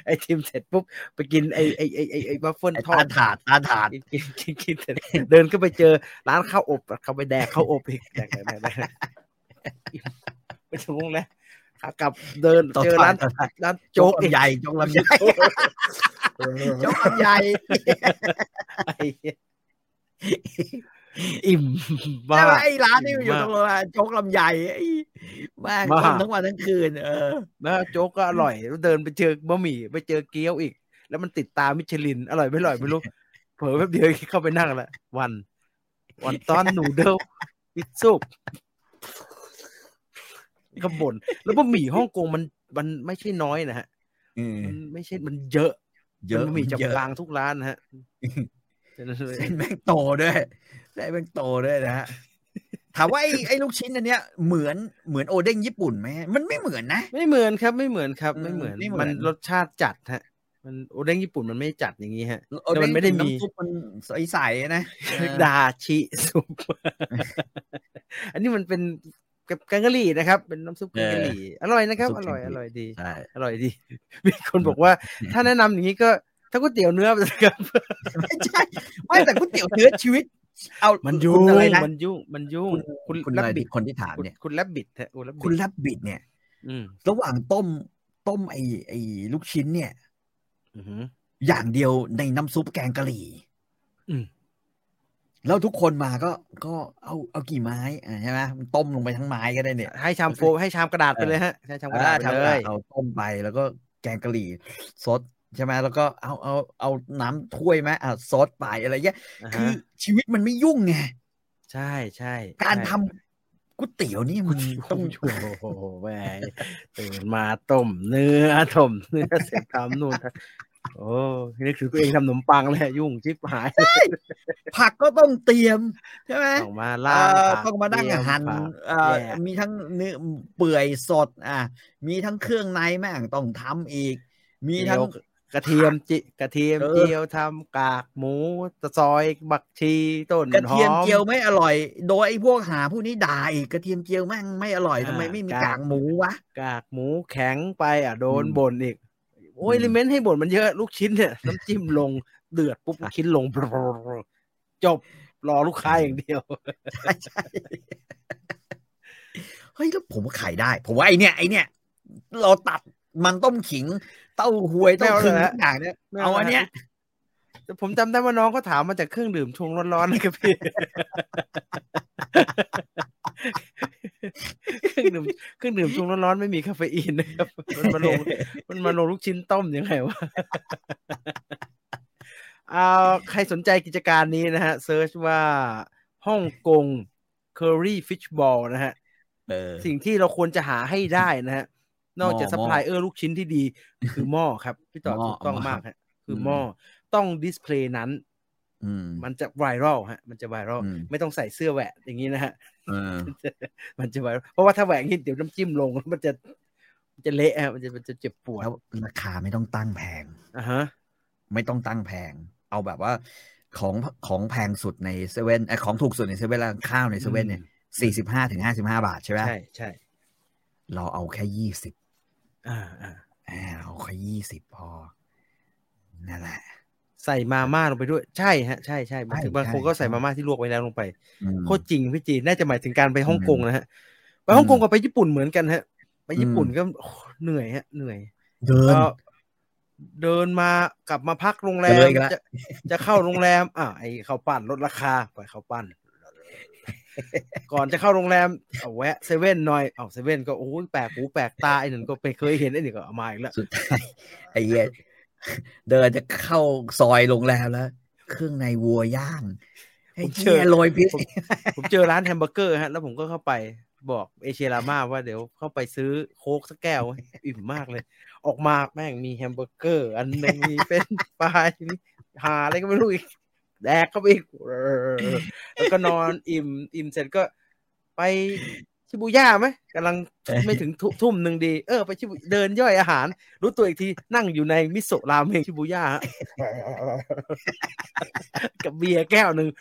Speaker 1: ไอติมเสร็จปุ๊บไปกินไอไอไอไอ้ไอวัฟเฟิล
Speaker 2: ไอ้
Speaker 1: ทอ
Speaker 2: ตา
Speaker 1: ด
Speaker 2: ถาดตาถาด
Speaker 1: กินกินกินกินเสร็จเดินก็ไปเจอร้านข้าวอบเขาไปแดกข้าวอบอีกแดกแดกแดกแดกไปถึงโรงแรมขากลับเดิน
Speaker 2: ต่อ
Speaker 1: เจอ
Speaker 2: ถา
Speaker 1: ร้า
Speaker 2: ด
Speaker 1: น
Speaker 2: ต่อถาด
Speaker 1: ร้าน
Speaker 2: โจ๊
Speaker 1: โจ๊
Speaker 2: ก
Speaker 1: กอีก
Speaker 2: ลำไยโจ๊กลำไย โจ๊กล ำไย
Speaker 1: ไอ้เหี้ยอิ่มบ้า
Speaker 2: ใช่
Speaker 1: ก
Speaker 2: ไหมไอ้ร้านนี่มันอยู่
Speaker 1: มาก
Speaker 2: ตรงโรงแรมโจ๊กลำไยไอ้แม่ง
Speaker 1: มาก
Speaker 2: ต้มทั้งวันทั้งคืน เออ
Speaker 1: นะโจ๊กก็อร่อยแล้วเดินไปเจอบะหมี่ไปเจอเกี๊ยวอีก แล้วมันติดตามิชลิน อร่อยไม่อร่อยไม่รู้ เผลอแป๊บเดียวเข้าไปนั่งละวัน วันตอนนูเดิลวิซุปขบนแล้วบะหมี่ฮ่องกงมันมันไม่ใช่น้อยนะฮะ
Speaker 2: อืม
Speaker 1: มันไม่ใช่มันเยอะ
Speaker 2: เยอะ
Speaker 1: มันบะหมี่จับ
Speaker 2: เยอะ
Speaker 1: กลางทุกร้านนะ ฮะฉะนั้นเลย
Speaker 2: เส้นแม่งโตด้วยเส้นแม่งโตด้วยนะฮะ ถามว่าไอ้ไอ้ลูกชิ้นอันเนี้ยเหมือนเหมือนโอเด้งญี่ปุ่นไหมมันไม่เหมือนนะ
Speaker 1: ไม่เหมือนครับ ไม่เหมือนครับ
Speaker 2: อืม
Speaker 1: ไม่เหมือน
Speaker 2: ไม่เหมือน
Speaker 1: มันรสชาติจัดฮะ มันโอเด้งญี่ปุ่นมันไม่จัดอย่างนี้ฮะ
Speaker 2: เอา
Speaker 1: แต่มันไม่ได้มี
Speaker 2: น้ำซุปมันใสๆนะ
Speaker 1: ดาชิซุป อันนี้มันเป็นกับแกงกะหรี่นะครับ เป็นน้ำซุปแกงกะหรี่อร่อยนะครับ อร่อยอร่อยดี
Speaker 2: ใช่
Speaker 1: อร่อยดี มีคนบอก ว่า ถ้าแนะนำอย่างนี้ก็ถ้าก๋วยเตี๋ยวเนื้อครับ
Speaker 2: ไม่ใช่ไม่แต่ก๋วยเตี๋ยวเนื้อชีวิต เอามั
Speaker 1: มันยุ่ง
Speaker 2: อะไรนะ
Speaker 1: มันยุ่งมันยุ่ง
Speaker 2: คุณ
Speaker 1: คุณ
Speaker 2: คุณ
Speaker 1: แล
Speaker 2: อะไร
Speaker 1: บบิ
Speaker 2: บิ
Speaker 1: ด
Speaker 2: ดคนที่ถาม
Speaker 1: คุณ
Speaker 2: เนี่ย
Speaker 1: คุณแลบบิดฮะโอ้แลบ
Speaker 2: คุ
Speaker 1: บิ
Speaker 2: ณ
Speaker 1: ด
Speaker 2: รับบิดเนี่ย
Speaker 1: อืม
Speaker 2: ระหว่างต้มต้มไอไอลูกชิ้นเนี่ย
Speaker 1: อือหือ
Speaker 2: อย่างเดียวในน้ำซุปแกงกะหรี่
Speaker 1: อืม
Speaker 2: แล้วทุกคนมาก็ก็เอาเอากี่ไม้อ่าใช่ไหมมันต้มลงไปทั้งไม้ก็ได้เนี่ย
Speaker 1: ให้ชามโฟมให้ชามกระดาษไปเลยฮะให้ชามกระดาษไป
Speaker 2: อ่
Speaker 1: เลย
Speaker 2: เอาต้มไปแล้วก็แกงกะหรี่ซดใช่ไหมแล้วก็เอาเอาเอาน้ำถ้วยไหมอ่ะซดไปอะไรเงี้ย
Speaker 1: อ่า
Speaker 2: คือ
Speaker 1: ฮะ
Speaker 2: ชีวิตมันไม่ยุ่งไง
Speaker 1: ใช่ใช่
Speaker 2: การ
Speaker 1: ใช่
Speaker 2: ทำก๋วยเตี๋ยวนี่มัน
Speaker 1: ต้
Speaker 2: ต้
Speaker 1: อ
Speaker 2: องง
Speaker 1: ชั่วโอ้โหแหมตื่นมาต้มเนื้อต้มเนื้อเสร็จทำนู่นทำโอ้นึกถึงตัวเองทำขนมปังเลยยุ่งชิบหาย
Speaker 2: ผักก็ต้องเตรียมใช่ไหม
Speaker 1: ต้องมา
Speaker 2: เอ่
Speaker 1: ล่าง
Speaker 2: อ
Speaker 1: ผัก
Speaker 2: ต้องมานั่ง
Speaker 1: เตรีย
Speaker 2: หั่น
Speaker 1: ผัก
Speaker 2: เอ่อ
Speaker 1: แยก
Speaker 2: มีทั้งเนื้อเปื่อยสดอ่ะมีทั้งเครื่องในแม่งต้องทำอีก มีทั้ง
Speaker 1: เจียวกระเทียมจิกระเทียม
Speaker 2: เออ
Speaker 1: เจียวทำกากหมูตะซอยบักชีต้น
Speaker 2: กระ
Speaker 1: หอม
Speaker 2: เทียมเจียวไม่อร่อย โดยไอ้พวกหาผู้นี้ด่าอีกกระเทียมเจียวแม่งไม่อร่อย
Speaker 1: อ่า
Speaker 2: ทำไมไม่มี
Speaker 1: กาก
Speaker 2: กากหมูวะ
Speaker 1: กากหมูแข็งไปอ่ะโดน
Speaker 2: อืม
Speaker 1: บ่นอีก โอ้ย
Speaker 2: อืม
Speaker 1: ลิเมนต์ให้บ่นมันเยอะลูกชิ้นเนี่ยน้ำจิ้มลงเดือดปุ๊บลูกชิ้นลง จบรอลูกค้าอย่างเดียว
Speaker 2: ใช่เฮ้ยแล้วผมว่าขายได้ ผมว่าไอเนี่ยไอเนี่ย เราตัดมันต้มขิง เต้าหวย
Speaker 1: ไม่
Speaker 2: เต้า
Speaker 1: เอา
Speaker 2: คึง
Speaker 1: เลยฮะ
Speaker 2: ทุกอย่างเนี่ยเอาอันเนี้ย
Speaker 1: แต่ผมจำได้ว่าน้องก็ถามมาจากเครื่องดื่มชงร้อนๆนะครับพี่ เครื่องดื่มเครื่องดื่มชงร้อนๆไม่มีคาเฟอีนนะครับ มันมาลงมันมาลงลูกชิ้นต้มยังไงวะ เอาใครสนใจกิจการนี้นะฮะเซิร์ชว่าฮ่องกง Curry Fish Ball นะฮะ
Speaker 2: เออ
Speaker 1: สิ่งที่เราควรจะหาให้ได้นะฮะ นอกจาก
Speaker 2: หม้อ
Speaker 1: ซัพพลายเออร์ลูกชิ้นที่ดี คือหม้อครับ พี่ต่อ
Speaker 2: หม้อ
Speaker 1: ถูกต้อง
Speaker 2: หม้อ
Speaker 1: มากฮะ คืออ
Speaker 2: ม
Speaker 1: หม้อต้องดิสเพลย์นั้น
Speaker 2: อืม
Speaker 1: มันจะไวรัลฮะ มันจะไวรัล
Speaker 2: อืม
Speaker 1: ไม่ต้องใส่เสื้อแหวะอย่างนี้นะฮะ
Speaker 2: เออ
Speaker 1: มันจะไหวเพราะว่าถ้าแหวกนิดเดี๋ยวน้ำจิ้มลง แล้วมันจะมันจะเละฮะมันจะมันจะเจ็บปวด
Speaker 2: แล้วราคาไม่ต้องตั้งแพง
Speaker 1: อ่ะฮะ
Speaker 2: ไม่ต้องตั้งแพง เอาแบบว่าของของแพงสุดในเซเว่นไอยของถูกสุดในเซเว่นแล้วข้าวในเซเว่นเนี่ยสี่สิบห้าถึงห้าสิบห้าบาทใช่ไหม
Speaker 1: ใช่ใช่
Speaker 2: เราเอาแค่ยี่สิบ
Speaker 1: อ่าอ่า
Speaker 2: เอาแค่ยี่สิบพอ นั่นแหละ
Speaker 1: ใส่มาม่าลงไปด้วยใช่ฮะใช่ใช่บางที
Speaker 2: ใช่
Speaker 1: บางคน
Speaker 2: ใช่
Speaker 1: ก็
Speaker 2: ใช่
Speaker 1: ใส่มาม่าที่ลวกไว้แล้วลงไป
Speaker 2: อืม
Speaker 1: โคตรจริงพี่จีนน่าจะหมายถึงการไปฮ่อง
Speaker 2: อืม
Speaker 1: กงนะฮะ ไปฮ่องกง
Speaker 2: อืม
Speaker 1: กับไปญี่ปุ่นเหมือนกันฮะ ไปญี่ปุ่น
Speaker 2: อืม
Speaker 1: ก็โอ้โหเหนื่อยฮะเหนื่อย
Speaker 2: เดิน
Speaker 1: ก็เดินมากลับมาพักโรงแร
Speaker 2: เดิ
Speaker 1: ม
Speaker 2: นอีกแล้ว
Speaker 1: จะจะเข้าโรงแรม อ่ะไอเขาวปั้นลดราคาปล่อยเขา วปั้น ก่อนจะเข้าโรงแรมเอาแวะเซเว่นหน่อยเอาเซเว่นก็โอ้ยแปลกหูแปลกตาไอ้หนึ่งก็ไปเคยเห็นไอ้หนึ่งก็เอามาอีกแล้ว
Speaker 2: สุดท้ายไอ้เหี้ยเดินจะเข้าซอยโรงแรมแล้ว เครื่องในวัวย่างไอ้เชี่ยโรยพริษ
Speaker 1: ผมเจอร้านแฮมเบอร์เกอร์ฮะ แล้วผมก็เข้าไปบอกเอเชียรามาว่าเดี๋ยวเข้าไปซื้อโค้กสักแก้ว อิ่มมากเลย ออกมาแม่งมีแฮมเบอร์เกอร์ อันหนึงมีเป็นปลายมี หาอะไรก็ไม่รู้อีก แดกเข้าไปอีก เออแล้วก็นอนอิ่มอิ่มเสร็จก็ไปชิบูย่าไหมกำลังไม่ถึงทุ่มทุ่มหนึ่งดี เออไปชิบูเดินย่อยอาหาร รู้ตัวอีกทีนั่งอยู่ในมิโซะราเมงชิบูย่าฮะ กับเบียร์แก้วหนึ่ง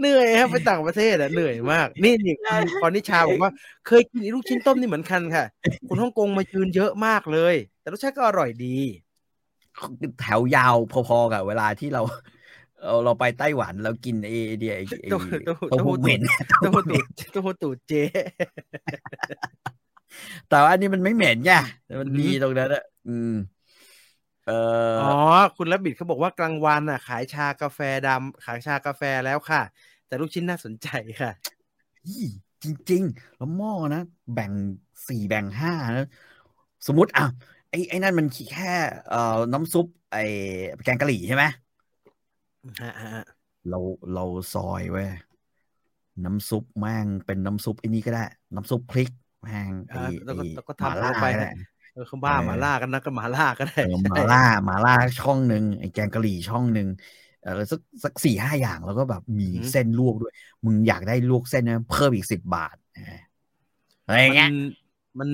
Speaker 1: เหนื่อยครับไปต่างประเทศอะเหนื่อยมาก นี่นี่คุณพอนิชาบอกว่า เคยกินไอ้ลูกชิ้นต้มนี่เหมือนกันค่ะ คนฮ่องกงมายืนเยอะมากเลย แต่รสชาติก็อร่อยดี
Speaker 2: แถวยาวพอๆกับเวลาที่เรา เราเราไปไต้หวันเรากินไอ้เดี ยไอ้ไอ้
Speaker 1: เต้าหู้เต้าหู้
Speaker 2: เต้าหู้เหม็น
Speaker 1: เต้าหู้ ตูดเต้าหู้ตูดเจ๊
Speaker 2: แต่ว่าอันนี้มันไม่เหม็นไงแต่มัน
Speaker 1: อือหือ
Speaker 2: ดีตรงนั้นอะอืม เออ
Speaker 1: อ๋อ คุณรับบิดเขาบอกว่ากลางวันอ่ะ ขายชากาแฟดำขายชากาแฟแล้วค่ะ แต่ลูกชิ้นน่าสนใจค่ะ
Speaker 2: ยี่จริง ๆ แล้วหม้อนะแบ่งสี่แบ่งห้านะสมมติอ่ะไอ้ไอ้นั่นมันแค่เอ่อน้ำซุป ไอ้แกงกะหรี่ใช่ไหม
Speaker 1: ฮะฮะฮะ
Speaker 2: เราเราซอยเว้ยน้ำซุปแม่งเป็นน้ำซุปไอ้นี่ก็ได้ น้ำซุปพริกแม่งไอ้
Speaker 1: อ่ะแล้วก็
Speaker 2: ไอ้
Speaker 1: แล้วก็
Speaker 2: หมา
Speaker 1: ทำ
Speaker 2: ล่า
Speaker 1: เข้าไป
Speaker 2: ก็ได้
Speaker 1: เออเขาบ้า
Speaker 2: เออ
Speaker 1: หมาล่ากันนะก็หมาล่าก็ได้
Speaker 2: เออหมาล่าหมาล่าช่องหนึ่งไอ้แกงกะหรี่ช่องหนึ่งเออสักสักสี่ห้าอย่างแล้วก็แบบมีเส้นลวกด้วย มึงอยากได้ลวกเส้นนะเพิ่มอีกสิบบาทอะไรอย่างเงี้
Speaker 1: มั
Speaker 2: ย
Speaker 1: นมัน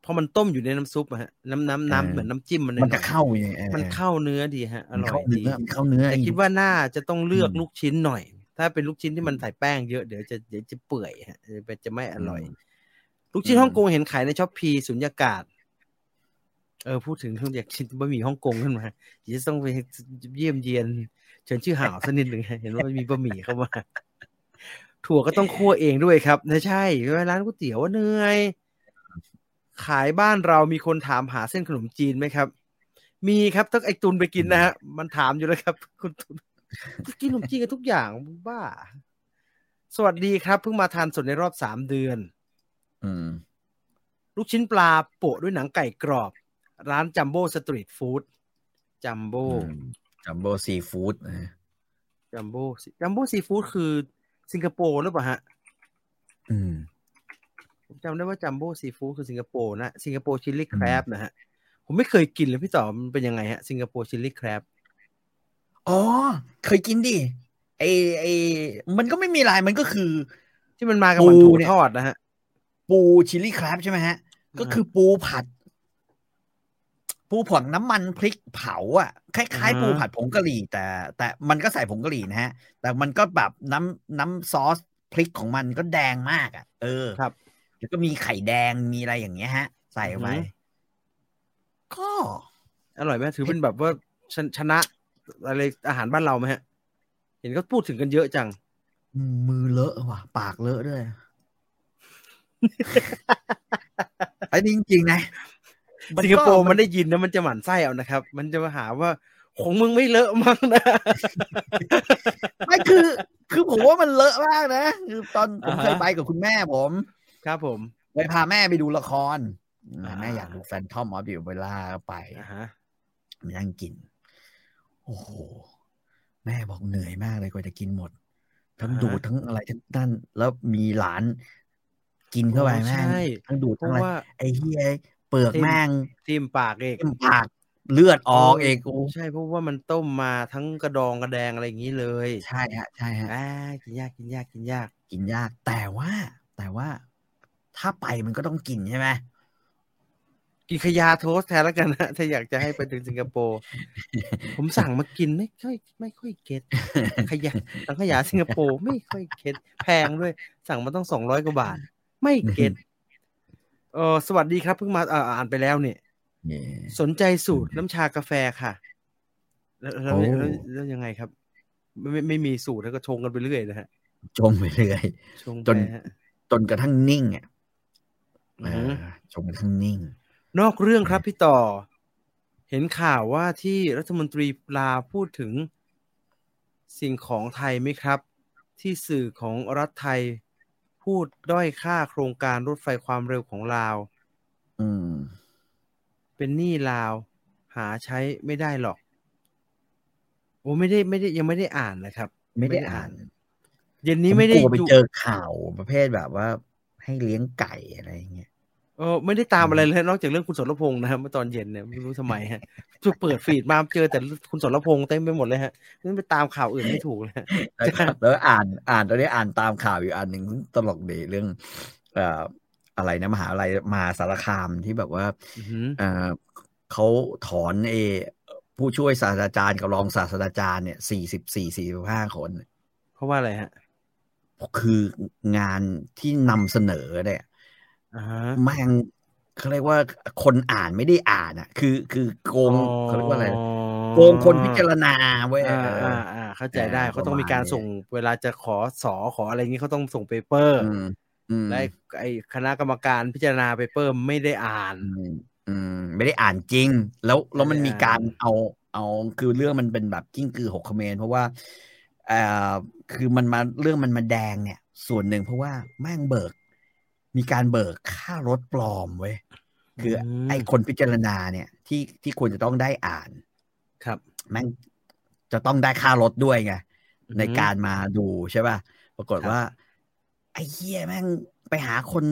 Speaker 1: เพราะมันต้มอยู่ในน้ำซุปอะฮะน้ำน้ำน้ำ
Speaker 2: เออ
Speaker 1: เหมือนน้ำจิ้มมัน
Speaker 2: มันจะ
Speaker 1: หอย
Speaker 2: เข้าไงเออ
Speaker 1: มันเข้าเนื้อดีฮะ อ
Speaker 2: มัน
Speaker 1: ร่อย
Speaker 2: เข้า
Speaker 1: ดี
Speaker 2: เนื้อมันเข้าเนื้อ
Speaker 1: แต่
Speaker 2: ไอ้
Speaker 1: คิดว่าน่าจะต้องเลือก
Speaker 2: อืม
Speaker 1: ลูกชิ้นหน่อย ถ้าเป็นลูกชิ้นที่มันใส่แป้งเยอะเดี๋ยวจะเดี๋ยวจะเปื่อยฮะเดี๋ยวจะไม่อร่อย ลูกชิ้นฮ่องกงเห็นขายในช้อปปีสุญญากาศ เออพูดถึงเรื่องอยากชินบะหมี่ฮ่องกงขึ้นมาเดี๋ยวจะต้องไปเยี่ยมเยียนเชิญชื่อหาวสักนิดหนึ่ง เห็นว่ามีบะหมี่เข้ามา ถั่วก็ต้องคั่วเองด้วยครับนะใช่เพราะว่าร้านก๋วยเตี๋ยวว่าเหนื่อย ขายบ้านเรามีคนถามหาเส้นขนมจีนไหมครับ มีครับต้องไอตุนไปกินนะฮะมันถามอยู่แล้วครับ คุณตุนกินขนมจีนกันทุกอย่างบ้า สวัสดีครับเพิ่งมาทานสดในรอบสามเดือน
Speaker 2: อืม
Speaker 1: ลูกชิ้นปลาโปะด้วยหนังไก่กรอบ ร้านจัมโบ้สตรีทฟู้ดจัมโบ้
Speaker 2: จัมโบ้ซีฟู้ดนะ
Speaker 1: จัมโบ้จัมโบ้ซีฟู้ดคือสิงคโปร์หรือเปล่าฮะ
Speaker 2: อืม
Speaker 1: ผมจำได้ว่าจัมโบ้ซีฟู้ดคือสิงคโปร์นะสิงคโปร์ชิลลี่
Speaker 2: อืม
Speaker 1: แครบนะฮะ ผมไม่เคยกินเลยพี่ต่อมันเป็นยังไงฮะสิงคโปร์ชิลลี่แครบ
Speaker 2: อ๋อ เคยกินดิไอไอมันก็ไม่มีลายมันก็คือ
Speaker 1: ที่มันมากับเหมือน
Speaker 2: ปู
Speaker 1: ถั่ว
Speaker 2: เนี่ย
Speaker 1: ทอดนะฮะ
Speaker 2: ปูชิลลี่ครับใช่ไหมฮะ ก็คือปูผัด ปูผัดน้ำมันพริกเผาอ่ะคล้าย
Speaker 1: อ่าฮะ
Speaker 2: ๆ ปูผัดผงกะหรี่ แต่ แต่มันก็ใส่ผงกะหรี่นะฮะ แต่มันก็แบบน้ำน้ำซอสพริกของมันก็แดงมากอ่ะ เออ
Speaker 1: ครับ
Speaker 2: แล้วก็มีไข่แดงมีอะไรอย่างเงี้ยฮะ ใส่ไป
Speaker 1: อือหือ
Speaker 2: ก็
Speaker 1: อร่อยไหมถือเป็นแบบว่าชนชนะอะไรอาหารบ้านเราไหมฮะ เห็นก็พูดถึงกันเยอะจัง
Speaker 2: มือเลอะว่ะ ปากเลอะด้วย อันนี้จริงๆนะ
Speaker 1: สิงคโปร์มันได้ยินนะมันจะหมั่นไส้เอานะครับ มันจะมาหาว่าของมึงไม่เลอะมั้ง นะ
Speaker 2: ไม่คือ คือผมว่ามันเลอะมากนะ คือตอนผม
Speaker 1: อ่าฮะ
Speaker 2: เคยไปกับคุณแม่ผม
Speaker 1: ครับผม
Speaker 2: ไปพาแม่ไปดูละคร
Speaker 1: อ่า
Speaker 2: แม่อยากดูแฟนทอมออฟดิวเวลาไป
Speaker 1: อ่าฮะ
Speaker 2: มานั่งกิน โอ้โห แม่บอกเหนื่อยมากเลยกว่าจะกินหมด ทั้งดูดทั้งอะไรทั้งนั่นแล้วมีหลาน กินเข้าไป
Speaker 1: โอ้
Speaker 2: แม่ง
Speaker 1: ใช่
Speaker 2: ทั้งดูด
Speaker 1: เพ
Speaker 2: ทั้ง
Speaker 1: ราะ
Speaker 2: อะไร
Speaker 1: ว่า
Speaker 2: ไอ้เฮียเปลือกแม่ง
Speaker 1: ทิมปากเอก
Speaker 2: เต็มปาก เลือดออกเอกโอ้
Speaker 1: ใช่เพราะว่ามันต้มมาทั้งกระดองกระแดงอะไรอย่างนี้เลย
Speaker 2: ใช่ฮะใช่ฮะ
Speaker 1: อ่ากินยากกินยากกินยาก
Speaker 2: กินยากแต่ว่า แต่ว่า ถ้าไปมันก็ต้องกินใช่ไหม
Speaker 1: กินขยาโทสแทนแล้วกันนะถ้ าอยากจะให้ไปถึงสิงคโปร์ ผมสั่งมากินไม่ค่อยไม่ค่อยเก็ตขยะสังขยาสิงคโปร์ไม่ค่อยเก็ตแพงด้วย สั่งมาต้องสองร้อยกว่าบาท ไม่เก็ตเออสวัสดีครับเพิ่งมาอ่าอ่านไปแล้วเนี่ย
Speaker 2: เนี่ย
Speaker 1: สนใจสูตรน้ำชากาแฟค่ะ แล้วแล้ว
Speaker 2: โอ้
Speaker 1: แล้วแล้วยังไงครับ ไม่ไม่ไม่มีสูตรแล้วก็ชงกันไปเรื่อยนะฮะ
Speaker 2: ชมไปเรื่อย
Speaker 1: ชงไป
Speaker 2: จน
Speaker 1: ฮะ
Speaker 2: จนกระทั่งนิ่งอ่ะ
Speaker 1: อื
Speaker 2: เอ
Speaker 1: ม
Speaker 2: อชมกระทั่งนิ่ง
Speaker 1: นอกเรื่องครับพี่ต่อ เห็นข่าวว่าที่รัฐมนตรีลาพูดถึงสิ่งของไทยไหมครับ ที่สื่อของรัฐไทยพูดด้อยค่าโครงการรถไฟความเร็วของลาว
Speaker 2: อืม
Speaker 1: เป็นหนี้ลาว หาใช้ไม่ได้หรอก โอ้ไม่ได้ไม่ได้ยังไม่ได้อ่านนะครับ
Speaker 2: ไม่ได้อ่าน
Speaker 1: เย็นนี้ไม่ได้
Speaker 2: ผกลัวไป
Speaker 1: ดู
Speaker 2: เจอข่าวประเภทแบบว่า ให้เลี้ยงไก่อะไรอย่างเงี้ย
Speaker 1: เออไม่ได้ตามอะไรเลยนอกจากเรื่องคุณสรพงษ์นะครับเมื่อตอนเย็นเนี่ยไม่รู้ทำไมฮะ เปิดฟีดมาเจอแต่คุณสรพงษ์เต็มไปหมดเลยฮะนั่นไปตามข่าวอื่นไม่ถูกเลยฮะ
Speaker 2: แล้วก็แล้วอ่านอ่านตอนนี้อ่านตามข่าวอยู่อันหนึ่งตลกดีเรื่องเอ่ออะไรนะมหาอะไรมหาสารคามที่แบบว่า
Speaker 1: อือหือ
Speaker 2: เอ่อเขาถอนเออผู้ช่วยศาสตราจารย์กับรองศาสตราจารย์เนี่ยสี่สิบสี่สี่สิบห้าคน
Speaker 1: เพราะว่าอะไรฮะ
Speaker 2: คืองานที่นำเสนอเนี่ย
Speaker 1: อ่าฮะ
Speaker 2: แม่งเขาเรียกว่าคนอ่านไม่ได้อ่านอ่ะ คือคือโกง
Speaker 1: อ๋อ
Speaker 2: เขาเรียกว่าอะไรนะโกงคนพิจารณาเว้ย
Speaker 1: อ่า
Speaker 2: เอ
Speaker 1: อ่า
Speaker 2: อ
Speaker 1: อ่าเข้าใจได้
Speaker 2: เออ
Speaker 1: เขาต้องมีการ
Speaker 2: ประมาณนี้
Speaker 1: ส่งเวลาจะขอสอขออะไรนี้เขาต้องส่งเปเปอ
Speaker 2: อ
Speaker 1: ร์
Speaker 2: มอืม
Speaker 1: และไอคณะกรรมการพิจารณาเปเปอร์ไม่ได้อ่าน
Speaker 2: อืมอืมไม่ได้อ่านจริง แล้วแล้วมัน
Speaker 1: ไม่ได้
Speaker 2: มีการ
Speaker 1: อ่าน
Speaker 2: เอาเอาคือเรื่องมันเป็นแบบกิ้งกือหกคอมเขมนเพราะว่าเอ่อคือมันมาเรื่องมันมาแดงเนี่ย ส่วนหนึ่งเพราะว่าแม่งเบิก มีการเบิกค่ารถปลอมเว้ยคืออ
Speaker 1: ม
Speaker 2: ไอคนพิจารณาเนี่ยที่ที่ควรจะต้องได้อ่าน
Speaker 1: ครับ
Speaker 2: แม่งจะต้องได้ค่ารถด้วยไง
Speaker 1: อือหือ
Speaker 2: ในการมาดูใช่ป่ะปรากฏ
Speaker 1: ครับ
Speaker 2: ว่า ไอ้เหี้ยแม่งไปหาคน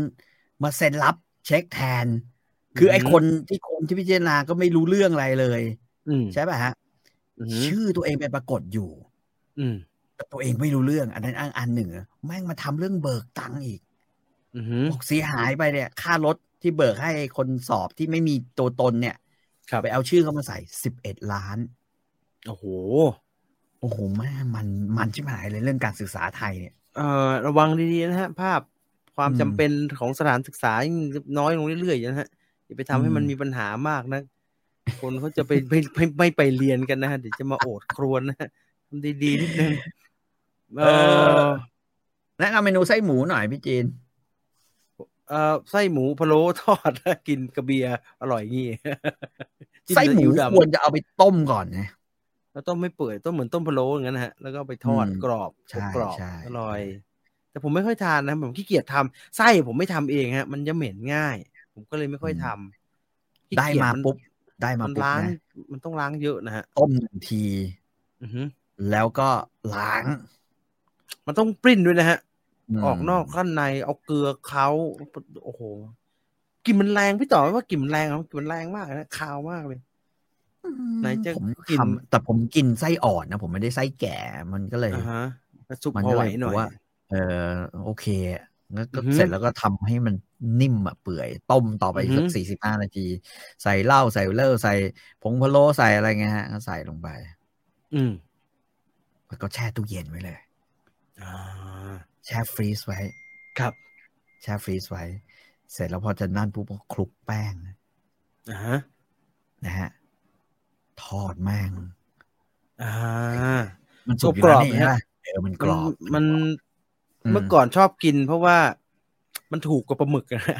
Speaker 2: มาเซ็นรับเช็คแทน คือไอ้คนที่คนที่พิจารณาก็ไม่รู้เรื่องอะไรเลย
Speaker 1: อืม
Speaker 2: ใช่ป่ะฮะ
Speaker 1: อือหือ
Speaker 2: ชื่อตัวเองไปปรากฏอยู่
Speaker 1: อืม
Speaker 2: แต่ตัวเองไม่รู้เรื่อง อันนั้นอันอันหนึ่งอะแม่งมาทำเรื่องเบิกตังค์อีก
Speaker 1: อือหือ
Speaker 2: บอกเสียหายไปเนี่ย ค่ารถที่เบิกให้คนสอบที่ไม่มีตัวตนเนี่ย
Speaker 1: ครับ
Speaker 2: ไปเอาชื่อเขามาใส่สิบเอ็ดล้าน
Speaker 1: โอ้โห
Speaker 2: โอ้โหแม่มันมันชิบหายเลยเรื่องการศึกษาไทยเนี่ย
Speaker 1: เอ่อระวังดีๆนะฮะ ภาพความ
Speaker 2: อืม
Speaker 1: จำเป็นของสถานศึกษายิ่งน้อยลงเรื่อยๆอย่างนั้นฮะอย่าไปทำให้
Speaker 2: อืม
Speaker 1: มันมีปัญหามากนะ คนเขาจะไป ไม่ไม่ไม่ไปเรียนกันนะฮะเดี๋ยวจะมาโอดครวนนะฮะทำดีๆนิดนึ งเออ
Speaker 2: แนะนำเมนูไส้หมูหน่อยพี่จีน
Speaker 1: เออไส้หมูพะโล้ทอด กินกระเบียร์อร่อยงี้ จิ้
Speaker 2: ไส้หมู
Speaker 1: ซีอิ๊วดำ
Speaker 2: ควรจะเอาไปต้มก่อนนะ
Speaker 1: แล้วต้มไม่เปื่อยต้มเหมือนต้มพะโล้อย่างนั้นนะฮะแล้วก็เอาไปทอด
Speaker 2: อืม
Speaker 1: กรอบ
Speaker 2: ใช่
Speaker 1: กรอบ
Speaker 2: ใช่
Speaker 1: อร่อย แต่ผมไม่ค่อยทานนะผมขี้เกียจทำไส้ผมไม่ทำเองฮะ มันจะเหม็นง่าย ผมก็เลยไม่ค่อยทำขี้
Speaker 2: ได้
Speaker 1: เกียจ
Speaker 2: มาน ปุ๊บ ได้มา
Speaker 1: มัน
Speaker 2: ปุ๊บ
Speaker 1: ล้าง
Speaker 2: นะ
Speaker 1: มันต้องล้างเยอะนะฮะ
Speaker 2: ต้มหนึ่งที
Speaker 1: อือฮึ
Speaker 2: แล้วก็ล้าง
Speaker 1: มันต้องปริ้นด้วยนะฮะ
Speaker 2: ม
Speaker 1: ออกนอกข้างในเอาเกลือเขาโอ้โหกลิ่นมันแรงพี่ต่อว่ากลิ่นมันแรงครับกลิ่นมันแรงมากนะคาวมากเลย
Speaker 2: อืม
Speaker 1: ไหนจะ
Speaker 2: ผม
Speaker 1: กิน
Speaker 2: ทำแต่ผมกินไส้อ่อนนะ ผมไม่ได้ไส้แก่มันก็เลย
Speaker 1: อ่าฮะสุก
Speaker 2: มัน
Speaker 1: พอ
Speaker 2: ก็
Speaker 1: ไหว
Speaker 2: เลย
Speaker 1: หน่อย
Speaker 2: ว่า เออโอเคแล้วก็
Speaker 1: อือหือ
Speaker 2: เสร็จแล้วก็ทำให้มันนิ่มอะเปื่อย ต้มต่อไป
Speaker 1: อือหือ
Speaker 2: สักสี่สิบห้านาที ใส่เหล้าใส่เหล้าใส่ผงพะโล้ใส่อะไรเงี้ยฮะก็ใส่ลงไป
Speaker 1: อืม
Speaker 2: แล้วก็แช่ตู้เย็นไว้เลย
Speaker 1: อ่า
Speaker 2: แช่ฟรีซไว้
Speaker 1: ครับ
Speaker 2: แช่ฟรีซไว้ เสร็จแล้วพอจะนั่นปุ๊บก็คลุกแป้ง
Speaker 1: อ่าฮะ
Speaker 2: นะฮะทอดแม่ง
Speaker 1: อ่า
Speaker 2: มันสุกอยู่
Speaker 1: กร
Speaker 2: แล้
Speaker 1: อ
Speaker 2: ว
Speaker 1: บ
Speaker 2: นี่
Speaker 1: ไหมฮะ
Speaker 2: ใช่ปะเออมันกรอบ
Speaker 1: มัน
Speaker 2: อืม
Speaker 1: เมื่อก่อนชอบกิน เพราะว่ามันถูกกว่าปลาหมึก นะฮะ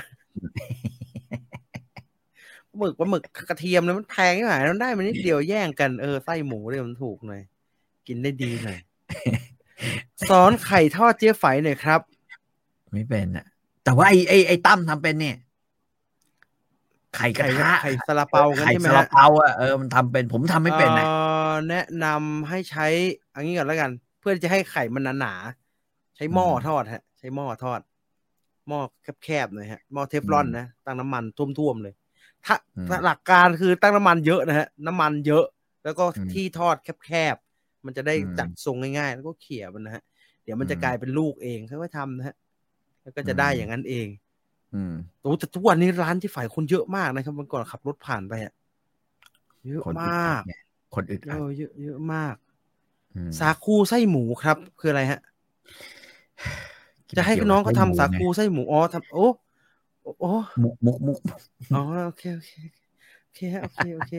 Speaker 1: ปลาหมึกปลาหมึกกระเทียมเนี่ยมันแพงที่ไหนมันได้มันนิดเดียวแย่งกันเออไส้หมูเนี่ยมันถูกหน่อย กินได้ดี หน่อย สอนไข่ทอดเจ๊ไฝหน่อยครับ
Speaker 2: ไม่เป็นอะแต่ว่าไอ้ไอ้ไอ้ตั้มทำเป็นเนี่ยไข่กระ
Speaker 1: ไข่
Speaker 2: ทะ
Speaker 1: ไข่ซาลาเปากัน
Speaker 2: ไข่
Speaker 1: ใช่ไหม
Speaker 2: ซาลา
Speaker 1: ฮะ
Speaker 2: เปาอ่ะเออมันทำเป็นผมทำไม่เป็นนะ
Speaker 1: เอ่อแนะนำให้ใช้อันนี้ก่อนแล้วกัน เพื่อจะให้ไข่มันหนาๆใช้หม้อทอดฮะ ใช้หม้อทอด หม้อแคบๆหน่อยฮะหม้อเทฟลอนนะตั้งน้ำมันท่วมๆเลย ถ้า
Speaker 2: อืม
Speaker 1: หลักการคือตั้งน้ำมันเยอะนะฮะ น้ำมันเยอะ แล้วก็
Speaker 2: อืม
Speaker 1: ที่ทอดแคบๆ มันจะได้
Speaker 2: อืม
Speaker 1: จัดทรงง่ายๆ แล้วก็เขี่ยมันนะฮะ เดี๋ยวมันจะ
Speaker 2: อืม
Speaker 1: กลายเป็นลูกเองค่อยๆทำนะฮะ แล้วก็จะได้
Speaker 2: อืม
Speaker 1: อย่างนั้นเอง
Speaker 2: อืม
Speaker 1: โอ้แต่ทุกวันนี้ร้านที่ฝ่ายคนเยอะมากนะครับวันก่อนขับรถผ่านไปอะเยอะ
Speaker 2: คน
Speaker 1: ม
Speaker 2: อึด
Speaker 1: า
Speaker 2: อัด
Speaker 1: ก
Speaker 2: ไงคนอึด
Speaker 1: เย
Speaker 2: อัด
Speaker 1: อะเยอะเยอะมาก
Speaker 2: อืม
Speaker 1: สาคูไส้หมูครับ คืออะไรฮะ
Speaker 2: กิ
Speaker 1: จะให้
Speaker 2: เกี่ยว
Speaker 1: น้อง
Speaker 2: บ
Speaker 1: เขา
Speaker 2: ส้
Speaker 1: ทำ
Speaker 2: หมู
Speaker 1: สา
Speaker 2: ไง
Speaker 1: คูไส้หมูอ๋อทำโอ้โอ้โอ้
Speaker 2: มุกมุกมุก
Speaker 1: อ๋อโอเคโอเคโอเคฮะโอเคโอเค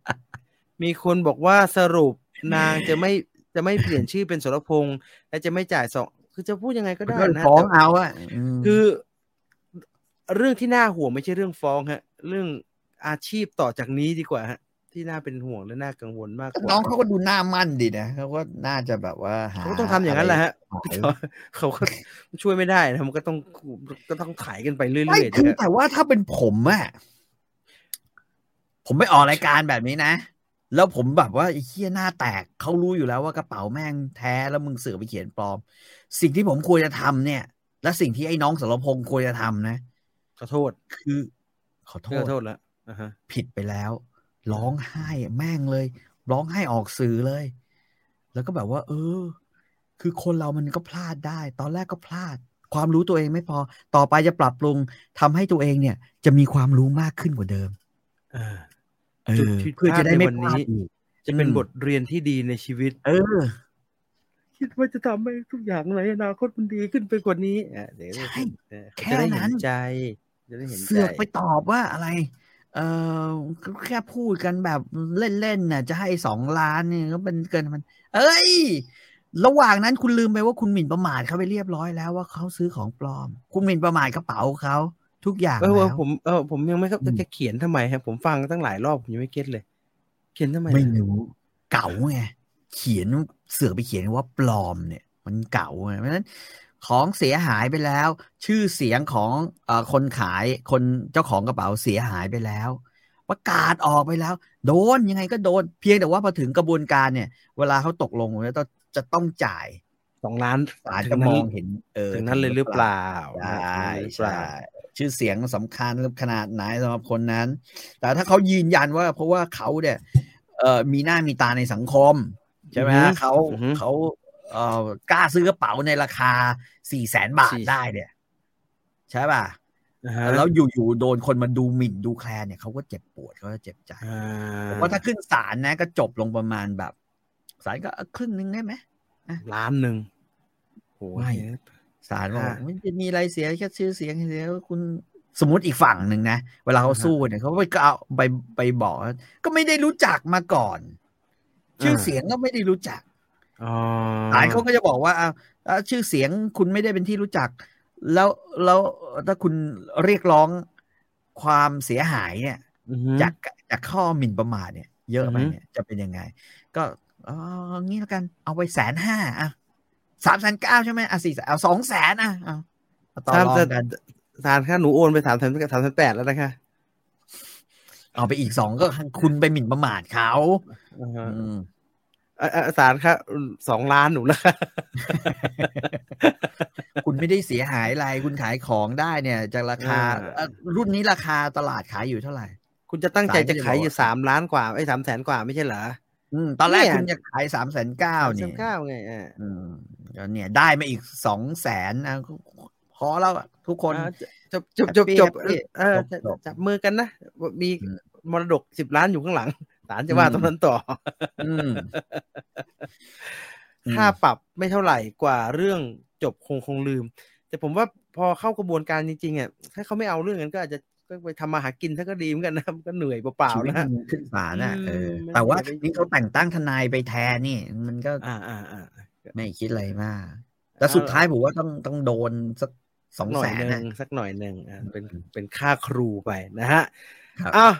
Speaker 1: มีคนบอกว่าสรุปนางจะไม่จะไม่เปลี่ยนชื่อเป็นสรพงษ์และจะไม่จ่ายสองคือจะพูดยังไงก็ได้
Speaker 2: ก็
Speaker 1: นะ
Speaker 2: ฟ้อง
Speaker 1: แต่
Speaker 2: เอาอะม
Speaker 1: คือเรื่องที่น่าห่วงไม่ใช่เรื่องฟ้องฮะ เรื่องอาชีพต่อจากนี้ดีกว่าฮะ ที่น่าเป็นห่วงและน่ากังวลมากกว่า
Speaker 2: น้องเขาก็ดูหน้ามั่นดีนะเขาก็น่าจะแบบว่าหา
Speaker 1: เขาก็ต้องทำอย่างนั้นแหละฮะ
Speaker 2: ขาย
Speaker 1: เขาก็ ช่วยไม่ได้นะมันก็ต้องก็ต้องขายกันไปเรื่อยๆ
Speaker 2: ไม่
Speaker 1: นะ
Speaker 2: คือ
Speaker 1: ฮะ
Speaker 2: แต่ว่าถ้าเป็นผมอะผมไปออกรายการแบบนี้นะ แล้วผมแบบว่าไอ้เหี้ยหน้าแตกเขารู้อยู่แล้วว่ากระเป๋าแม่งแท้แล้วมึงเสือกไปเขียนปลอม สิ่งที่ผมควรจะทำเนี่ย และสิ่งที่ไอ้น้องสรพงษ์ควรจะทำนะ
Speaker 1: ขอโทษ
Speaker 2: คือขอโท
Speaker 1: ข
Speaker 2: ษ
Speaker 1: อโทษแล้วอ่าฮะ
Speaker 2: ผิดไปแล้ว ร้องไห้แม่งเลย ร้องไห้ออกสื่อเลย แล้วก็แบบว่า เออ คือคนเรามันก็พลาดได้ ตอนแรกก็พลาด ความรู้ตัวเองไม่พอ ต่อไปจะปรับปรุงทำให้ตัวเองเนี่ย จะมีความรู้มากขึ้นกว่าเดิม เอ
Speaker 1: จุด
Speaker 2: อ
Speaker 1: ผิดพลาด
Speaker 2: เพื่อจะได้ไม่พลา
Speaker 1: ในวัน
Speaker 2: ด
Speaker 1: นี้
Speaker 2: อีก
Speaker 1: จะเป็นบทเรียนที่ดีในชีวิต
Speaker 2: เออ
Speaker 1: คิดว่าจะทำให้ทุกอย่างในอนาคตมันดีขึ้นไปกว่านี้อ่ะเดี๋ยว
Speaker 2: ใช่
Speaker 1: เออ
Speaker 2: แค่
Speaker 1: จะได้เห็
Speaker 2: นั้น น
Speaker 1: ใจจะได้เห็นใจ
Speaker 2: เสือกไปตอบว่าอะไร เออก็แค่พูดกันแบบเล่นๆน่ะ จะให้สองล้านเนี่ยก็เป็นเกินมัน เอ้ย ระหว่างนั้นคุณลืมไปว่าคุณหมิ่นประมาทเขาไปเรียบร้อยแล้วว่าเขาซื้อของปลอม คุณหมิ่นประมาทกระเป๋าเขาทุกอย่าง
Speaker 1: เออ
Speaker 2: แล้ว
Speaker 1: เออผมเออผมยังไม่เข้า
Speaker 2: อืม
Speaker 1: จะเขียนทำไมครับผมฟังตั้งหลายรอบผมยังไม่เก็ตเลย เขียนทำไม
Speaker 2: ไม่
Speaker 1: อะ
Speaker 2: รู้เก่าไงเขียนเสือกไปเขียนว่าปลอมเนี่ย มันเก่าไงเพราะฉะนั้นของเสียหายไปแล้ว ชื่อเสียงของเออคนขายคนเจ้าของกระเป๋าเสียหายไปแล้ว ประกาศออกไปแล้ว โดนยังไงก็โดน เพียงแต่ว่าพอถึงกระบวนการเนี่ย เวลาเขาตกลงแล้วต้องจะต้องจ่าย
Speaker 1: สองล้าน
Speaker 2: ศาล
Speaker 1: ถึ
Speaker 2: จะ
Speaker 1: ง
Speaker 2: ม
Speaker 1: นั้
Speaker 2: อน งเห็นเออ
Speaker 1: ถึงนั้นเลยหรือเปล่า
Speaker 2: ใช่
Speaker 1: ถึงนั้นเลยหรือเป
Speaker 2: ใช่
Speaker 1: ล่า
Speaker 2: ชื่อเสียงสำคัญขนาดไหนสำหรับคนนั้น แต่ถ้าเขายืนยันว่า เพราะว่าเขาเนี่ย เอ่อมีหน้ามีตาในสังคม ใช่ไหม
Speaker 1: อือฮึ
Speaker 2: เขา
Speaker 1: อือฮึ
Speaker 2: เขาเอ่อกล้าซื้อกระเป๋าในราคาสี่แสนบาท
Speaker 1: สี่
Speaker 2: ได้เนี่ย ใช่ป่ะ
Speaker 1: อ่าฮะ
Speaker 2: แล้วอยู่ๆโดนคนมาดูหมิ่นดูแคลนเนี่ยเขาก็เจ็บปวดเขาก็เจ็บใจ
Speaker 1: อ่า
Speaker 2: ผมว่าถ้าขึ้นศาลนะ ก็จบลงประมาณแบบศาลก็เอาครึ่งหนึงได้ไหม
Speaker 1: ล้านหนึ่งโห
Speaker 2: ไม่
Speaker 1: เจ๊บ
Speaker 2: ศาลบอก
Speaker 1: ค่ะ
Speaker 2: ไม่จะมีอะไรเสียแค่ชื่อเสียงเสียคุณสมมติอีกฝั่งหนึ่งนะ เวลาเขา
Speaker 1: อ่าฮะ
Speaker 2: สู้เนี่ยเขาไปก็เอาไปไปบอกว่าก็ไม่ได้รู้จักมาก่อน ชื่ออา เสียงก็ไม่ได้รู้จัก
Speaker 1: อ๋อ
Speaker 2: ศาลเขาก็จะบอกว่าอ้าวอ้าวชื่อเสียงคุณไม่ได้เป็นที่รู้จัก แล้วแล้วถ้าคุณเรียกร้องความเสียหายเนี่ย
Speaker 1: อือฮึ
Speaker 2: จากจากข้อหมิ่นประมาทเนี่ย เยอะไป
Speaker 1: อือฮึ
Speaker 2: เนี่ยจะเป็นยังไง ก็เอ๋อางี้แล้วกันเอาไปแสนห้าอ่ะสามแสนเก้าใช่ไหมอ่ะสี่แสนเอาสองแสนอ่ะเอาเอาต่อ
Speaker 1: สาม
Speaker 2: รอ
Speaker 1: ส
Speaker 2: งกัน
Speaker 1: สารค่าหนูโอนไปสามแสนสามแสนแปดแล้วนะคะ
Speaker 2: เอาไปอีกสองก็คุณไปหมิ่นประมาทเขา
Speaker 1: อ่าฮะ
Speaker 2: อืม
Speaker 1: เอ่อเอ่อสารค่าสองล้านหนูแล้วค่ะ
Speaker 2: คุณไม่ได้เสียหายอะไรคุณขายของได้เนี่ยจากราคา
Speaker 1: อ่า
Speaker 2: เอ่อรุ่นนี้ราคาตลาดขายอยู่เท่าไหร่
Speaker 1: คุณจะตั้งใจ
Speaker 2: ศาลก็
Speaker 1: จะ
Speaker 2: จะ
Speaker 1: ขาย
Speaker 2: บอก
Speaker 1: อยู่
Speaker 2: ว่า
Speaker 1: สามล้านกว่าไอ้สามแสนกว่าไม่ใช่เหรอ
Speaker 2: อืมตอนแรก
Speaker 1: เนี่ย
Speaker 2: คุณจะขายสามแสนเก้า
Speaker 1: ส
Speaker 2: เนี่ย
Speaker 1: มเก้าไงอ่า
Speaker 2: อืมก็เนี่ยได้มาอีกสองแสนนะพอแล้วอะทุกคน
Speaker 1: อ่าจบจบ
Speaker 2: Happy
Speaker 1: จบจบ
Speaker 2: Happy
Speaker 1: เออ
Speaker 2: จบจบ
Speaker 1: จับมือกันนะ มี
Speaker 2: อืม
Speaker 1: มรดกสิบล้านอยู่ข้างหลังศาลจะว่า
Speaker 2: อืม
Speaker 1: ตรงนั้นต่อ
Speaker 2: อืม
Speaker 1: อค่าปรับไม่เท่าไหร่กว่าเรื่องจบคงคงลืม แต่ผมว่าพอเข้ากระบวนการจริงๆอ่ะถ้าเขาไม่เอาเรื่องกันก็อาจจะก็ไปทำมาหากินถ้าก็ดีเหมือนกันนะ มันก็เหนื่อยเปล่า
Speaker 2: ชี
Speaker 1: ๆ
Speaker 2: วิต
Speaker 1: นะ
Speaker 2: มั
Speaker 1: ฮะ
Speaker 2: นขึ้นศาลน่ะ
Speaker 1: อืม
Speaker 2: เออ
Speaker 1: มัน
Speaker 2: แต่ว่า
Speaker 1: อย่าไป
Speaker 2: นี่เขาแต่งตั้งทนายไปแทนนี่ มันก็
Speaker 1: อ่าอ่าอ่า
Speaker 2: ไม่คิดอะไรมาก แต่สุดท้ายผมว่าต้องต้องโดนสักสอง
Speaker 1: หน่
Speaker 2: แส
Speaker 1: อย
Speaker 2: น
Speaker 1: หนึ่
Speaker 2: นะ
Speaker 1: งสักหน่อยหนึ่งอ่ะเป็น
Speaker 2: อืม
Speaker 1: เป็นค่าครูไปนะฮะ
Speaker 2: ครับ
Speaker 1: อ้าว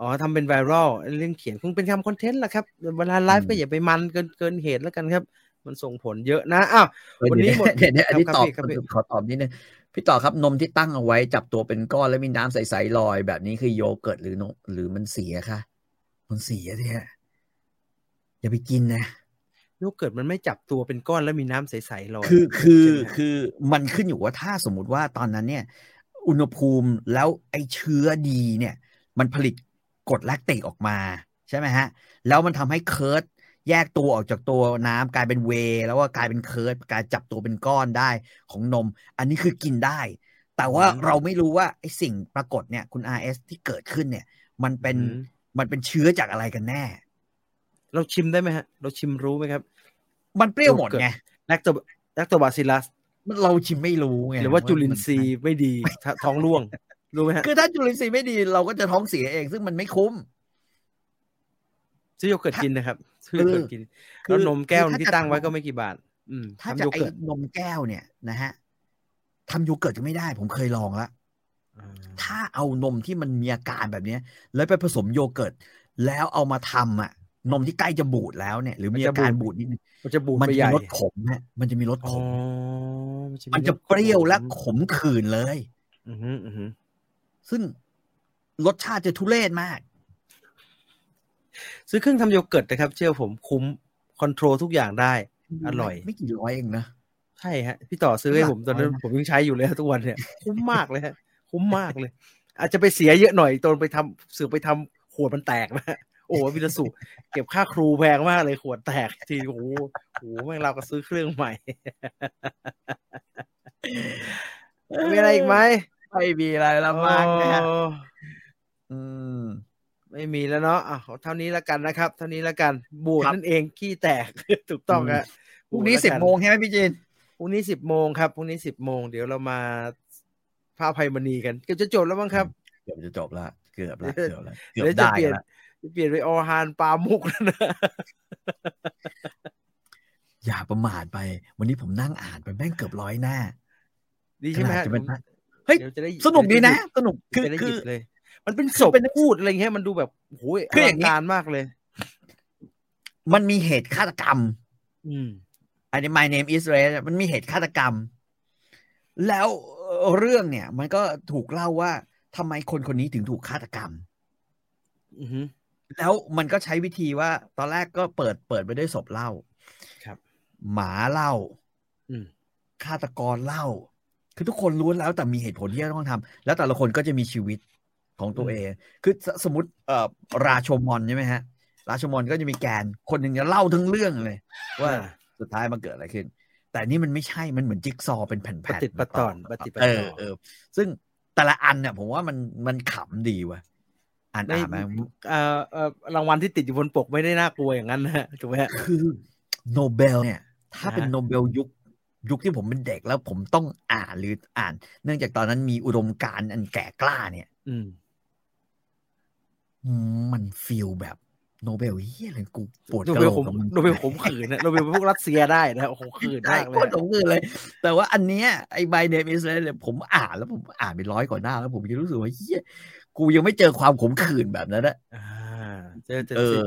Speaker 1: อ๋อทำเป็นไวรัลเรื่องเขียนคงเป็นคำคอนเทนต์แหละครับ เวลาไลฟ์ก็อย่าไปมันเกินเกินเหตุแล้วกันครับ มันส่งผลเยอะนะอ้าว
Speaker 2: เออ
Speaker 1: วันนี้หมด
Speaker 2: เดี๋ยวเดี๋ยวอันนี้
Speaker 1: ครับ
Speaker 2: ตอบ
Speaker 1: ครับพี่
Speaker 2: ขอตอบนิดนึงพี่ต่อครับนมที่ตั้งเอาไว้จับตัวเป็นก้อนแล้วมีน้ำใสๆลอยแบบนี้คือโยเกิร์ตหรือนมหรือมันเสียคะมันเสียสิฮะอย่าไปกินนะ
Speaker 1: โยเกิร์ตมันไม่จับตัวเป็นก้อนแล้วมีน้ำใสๆลอย
Speaker 2: คือคือ
Speaker 1: ใช่ไหมฮะ
Speaker 2: คือมันขึ้นอยู่ว่าถ้าสมมติว่าตอนนั้นเนี่ย อุณหภูมิแล้วไอ้เชื้อดีเนี่ย มันผลิตกรดแลคติกออกมา ใช่ไหมฮะ แล้วมันทำให้เคิร์ดแยกตัวออกจากตัวน้ำกลายเป็นเวย์แล้วก็กลายเป็นเคิร์ดกลายจับตัวเป็นก้อนได้ของนม อันนี้คือกินได้ แต่ว่า
Speaker 1: อืม
Speaker 2: เราไม่รู้ว่าไอ้สิ่งปรากฏเนี่ยคุณ RS ที่เกิดขึ้นเนี่ย มันเป็น
Speaker 1: อืม
Speaker 2: มันเป็นเชื้อจากอะไรกันแน่
Speaker 1: เราชิมได้ไหมฮะ เราชิมรู้ไหมครับ
Speaker 2: มันเปรี้ยวหมด
Speaker 1: เกิด
Speaker 2: ไง
Speaker 1: แลคโตแลคโตบาซิลัส
Speaker 2: มันเราชิมไม่รู้ไง
Speaker 1: หรือว่าจุลินทรี
Speaker 2: มั
Speaker 1: ย์ไม่ดีทท้องร่วง รู้ไหม
Speaker 2: น
Speaker 1: ฮะ
Speaker 2: คือถ้าจุลินทรีย์ไม่ดีเราก็จะท้องเสียเองซึ่งมันไม่คุ้ม
Speaker 1: ซื้อโยเกิร์ตกินนะครับซื้อโยเกิร์ตกินแล้วนมแก้วที่ตั้งไว้ก็ไม่กี่บาท อืม
Speaker 2: ถ้า
Speaker 1: ทำ
Speaker 2: จะ
Speaker 1: โย
Speaker 2: ไอ้
Speaker 1: เกิร์ต
Speaker 2: นมแก้วเนี่ยนะฮะทำโยเกิร์ตก็ไม่ได้ ผมเคยลองละ
Speaker 1: อ่า
Speaker 2: ถ้าเอานมที่มันมีอาการแบบเนี้ย แล้วไปผสมโยเกิร์ต แล้วเอามาทำอ่ะ นมที่ใกล้จะบูดแล้วเนี่ย หรือมีอาการบูดนิดนึง
Speaker 1: มันจะบูด
Speaker 2: มัน
Speaker 1: ไป
Speaker 2: จะ
Speaker 1: ใหญ่
Speaker 2: มีรสขมฮะมันจะมีรส
Speaker 1: อ๋
Speaker 2: ข
Speaker 1: อ
Speaker 2: ม
Speaker 1: มี
Speaker 2: มันจะเปรี้ยวและ
Speaker 1: รส
Speaker 2: ขมขื่นเลย
Speaker 1: อือหืออือหือ
Speaker 2: ซึ่งรสชาติจะทุเรศมาก
Speaker 1: ซื้อเครื่องทำโยเกิร์ตนะครับ เชื่อผมคุ้มคอนโทรลทุกอย่างได้ อร่อย
Speaker 2: ไม่ไม่กี่ร้อยเองนะ
Speaker 1: ใช่ฮะ พี่ต่อซื้อให้ผมตอนนั้น
Speaker 2: อร่อยนะ
Speaker 1: ผมยังใช้อยู่เลยฮะทุกวันเนี่ย คุ้มมากเลยฮะ คุ้มมากเลย อาจจะไปเสียเยอะหน่อยตอนไปทำสือไปทำขวดมันแตกนะ โอ้โหวินสุเก็บค่าครูแพงมากเลยขวดแตกทีโอ้โหโอ้โหแม่งเราก็ซื้อเครื่องใหม่ มีอะไรอีกไหม
Speaker 2: ไม่มีอะไรละมากนะฮะ
Speaker 1: โอ้
Speaker 2: อืม
Speaker 1: ไม่มีแล้วเนาะอ่ะเท่านี้แล้วกันนะครับ เท่านี้แล้วกันบูด
Speaker 2: ครับ
Speaker 1: นั่นเองขี้แตก ถูกต้องฮะ
Speaker 2: พรุ่งนี้
Speaker 1: บูด
Speaker 2: สิบ
Speaker 1: แล้วกัน
Speaker 2: โมงใช่ไหมพี่จีน
Speaker 1: พรุ่งนี้สิบโมงครับพรุ่งนี้สิบโมงเดี๋ยวเรามาพาภัยมณีกันเกือบจะจบแล้วมั้งครับ
Speaker 2: เกือบจะจบละเกือบละ
Speaker 1: เดี๋ยวเดี๋ยว
Speaker 2: เกือบละเกือบ
Speaker 1: จะ
Speaker 2: ได้
Speaker 1: เปลี่ยน
Speaker 2: ละ
Speaker 1: จะเปลี่ยนไปออฮานปามุกแล้วนะ
Speaker 2: อย่าประมาทไป วันนี้ผมนั่งอ่านไปแม่งเกือบร้อยหน้า
Speaker 1: ดีใช่ไหม
Speaker 2: ขนา
Speaker 1: ฮะ
Speaker 2: ดจะเป็นพระ
Speaker 1: เฮ้ยเดี๋ยวจะได้
Speaker 2: สนุกดีนะ สนุก
Speaker 1: คื
Speaker 2: คือ อ
Speaker 1: จะได้ห
Speaker 2: คื
Speaker 1: ยิ
Speaker 2: อ
Speaker 1: บเลย มันเป็นศพ
Speaker 2: เป็น
Speaker 1: พูดอะไรเงี้ยมันดูแบบโอ้โห
Speaker 2: คื
Speaker 1: คือ
Speaker 2: ออย่
Speaker 1: อา
Speaker 2: ย่างงนี้
Speaker 1: การมากเลย
Speaker 2: มันมีเหตุฆาตกรรม
Speaker 1: อืม
Speaker 2: อันนี้ my name is Red มันมีเหตุฆาตกรรม แล้วเรื่องเนี่ย มันก็ถูกเล่าว่าทำไมคนคนนี้ถึงถูกฆาตกรรม
Speaker 1: อือฮึ
Speaker 2: แล้วมันก็ใช้วิธีว่า ตอนแรกก็เปิดเปิดไปด้วยศพเล่า
Speaker 1: ครับ
Speaker 2: หมาเล่า
Speaker 1: อืม
Speaker 2: ฆาตกรเล่า คือทุกคนล้วนแล้วแต่มีเหตุผลที่จะต้องทำแล้วแต่ละคนก็จะมีชีวิตของตัวเอง คือสสมมติเอ่อราโชมอนใช่ไหมฮะ ราโชมอนก็จะมีแกน คนหนึ่งจะเล่าทั้งเรื่องเลย ว่า
Speaker 1: อ่า
Speaker 2: สุดท้ายมันเกิดอะไรขึ้น แต่นี่มันไม่ใช่มันเหมือนจิ๊กซอว์เป็นแผ่น
Speaker 1: ป
Speaker 2: ๆ
Speaker 1: ฏิดประตอนปฏิดประ
Speaker 2: เอ
Speaker 1: ต
Speaker 2: อ
Speaker 1: อน
Speaker 2: เออซึ่งแต่ละอันเนี่ยผมว่ามันมันขำดีว่ะอ่านอ่านมา
Speaker 1: เอ่อเอ่อรางวัลที่ติดอยู่บนปกไม่ได้น่ากลัวอย่างนั้นนะฮะถูกไหมฮะ
Speaker 2: คือโนเบลเนี่ย ถ้าเป็น
Speaker 1: อ่า
Speaker 2: โนเบลยุคยุคที่ผมเป็นเด็กแล้วผมต้องอ่านหรืออ่าน เนื่องจากตอนนั้นมีอุดมการณ์อันแก่กล้าเนี่ย
Speaker 1: อืม
Speaker 2: มันฟีลแบบโนเบลเฮียอะไรกูปวด
Speaker 1: โน
Speaker 2: ก
Speaker 1: เบ
Speaker 2: ระโหล
Speaker 1: ลข
Speaker 2: ก
Speaker 1: ม
Speaker 2: กับมึง
Speaker 1: โนเบลขมขืนนะโนเบลพวกรัสเซียได้นะโอ้โหขืน
Speaker 2: ได้
Speaker 1: มากเล
Speaker 2: โค
Speaker 1: ยอะ
Speaker 2: ตรสงเลย แต่ว่าอันเนี้ยไอ้ My Name is Red เนี่ยผมอ่านแล้วผมอ่านไปร้อยกว่าหน้าแล้วผมยังรู้สึกว่าเฮียกูยังไม่เจอความขมขื่นแบบนั้นนะ
Speaker 1: อ่าเจอเจอ
Speaker 2: เออ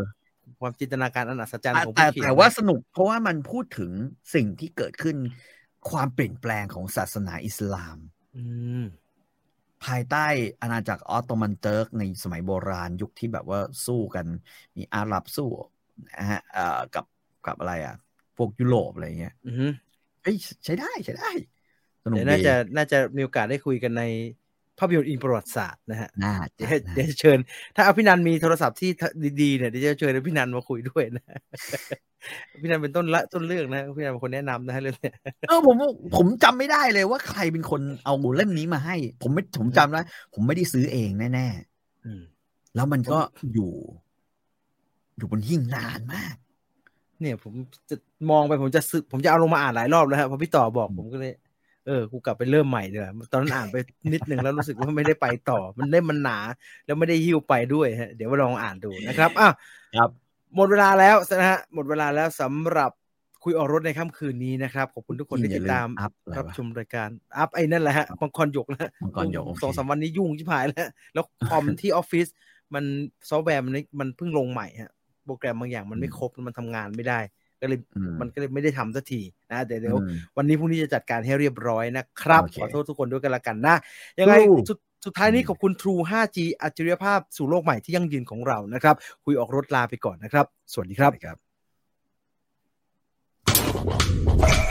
Speaker 1: ความจินตนาการอันอัศจรรย์ของ
Speaker 2: แต่
Speaker 1: ผู้เขียน
Speaker 2: แต่ว่าสนุกเพราะว่ามันพูดถึงสิ่งที่เกิดขึ้นความเปลี่ยนแปลงของศาสนาอิสลาม
Speaker 1: อืม
Speaker 2: ภายใต้อาณาจักรออตโตมันเติร์กในสมัยโบราณยุคที่แบบว่าสู้กัน มีอาหรับสู้นะฮะเอ่อกับกับอะไรอ่ะ พวกยุโรปอะไรเงี้ย
Speaker 1: อือหือ
Speaker 2: เอ้ยใช้ได้ใช้ได้สนุก
Speaker 1: เดี๋ยว
Speaker 2: ดี
Speaker 1: น่าจะน่าจะมีโอกาสได้คุยกันในภาพยนตร์อิงประวัติศาสตร์นะฮะ
Speaker 2: น่า
Speaker 1: เดี๋ย
Speaker 2: จะ
Speaker 1: ว
Speaker 2: นะ
Speaker 1: เดี๋ยวจะเชิญ ถ้าอภินันท์มีโทรศัพท์ที่ดีๆเนี่ยเดี๋ยวจะเชิญอภินันท์มาคุยด้วยนะ อภินันท์เป็นต้นละต้นเรื่องนะอภินันท์เป็นคนแนะนำนะฮะเรื่องเนี้ย
Speaker 2: เออผมผมจำไม่ได้เลยว่าใครเป็นคนเอาเล่มนี้มาให้ ผมไม่ผมจำแล้วผมไม่ได้ซื้อเองแน่
Speaker 1: อืม
Speaker 2: ๆ แล้วมันก็อยู่ อยู่บนหิ้งนานมาก
Speaker 1: เนี่ยผมจะมองไปผมจะซื้อผมจะเอาลงมาอ่านหลายรอบแล้วฮะพอพี่ต่อบอกผมก็เลย เออกูกลับไปเริ่มใหม่เดี๋ยวาตอนนั้นอ่านไปนิดนึงแล้วรู้สึกว่าไม่ได้ไปต่อ มันเล่มมันหนา แล้วไม่ได้หิ้วไปด้วยฮะเดี๋ยวมาลองอ่านดูนะครับอ่ะ
Speaker 2: ครับ
Speaker 1: หมดเวลาแล้วนะฮะหมดเวลาแล้วสำหรับคุยออกรถในค่ำคืนนี้นะครับ ขอบคุณทุกคนที่ติดตาม
Speaker 2: อัพอะไร
Speaker 1: รับ
Speaker 2: วะ
Speaker 1: ชมรายการ อัพไอ้นั่นแหละฮะมังกรหยกนะฮะ
Speaker 2: มังกรหยก
Speaker 1: สองสามวันนี้ยุ่งชิบหายแล้ว แล้วคอมที่ออฟฟิศมันซอฟต์แวร์มันนี่มันเพิ่งลงใหม่ฮะโปรแกรมบางอย่างมันไม่ครบมันทำงานไม่ได้ ก็เลย
Speaker 2: อื
Speaker 1: มันก็เลยไม่ได้ทำสักทีนะเดี๋ยวเดี๋ยว
Speaker 2: อืม
Speaker 1: วันนี้พรุ่งนี้จะจัดการให้เรียบร้อยนะครับ
Speaker 2: โอเค
Speaker 1: ขอโทษทุกคนด้วยกันละกันนะ ยังไง
Speaker 2: True
Speaker 1: สุดสุดท้ายนี้ขอบคุณ True 5G อัจฉริยภาพสู่โลกใหม่ที่ยั่งยืนของเรานะครับ คุยออกรถลาไปก่อนนะครับ สวัสดีครับ
Speaker 2: ครับ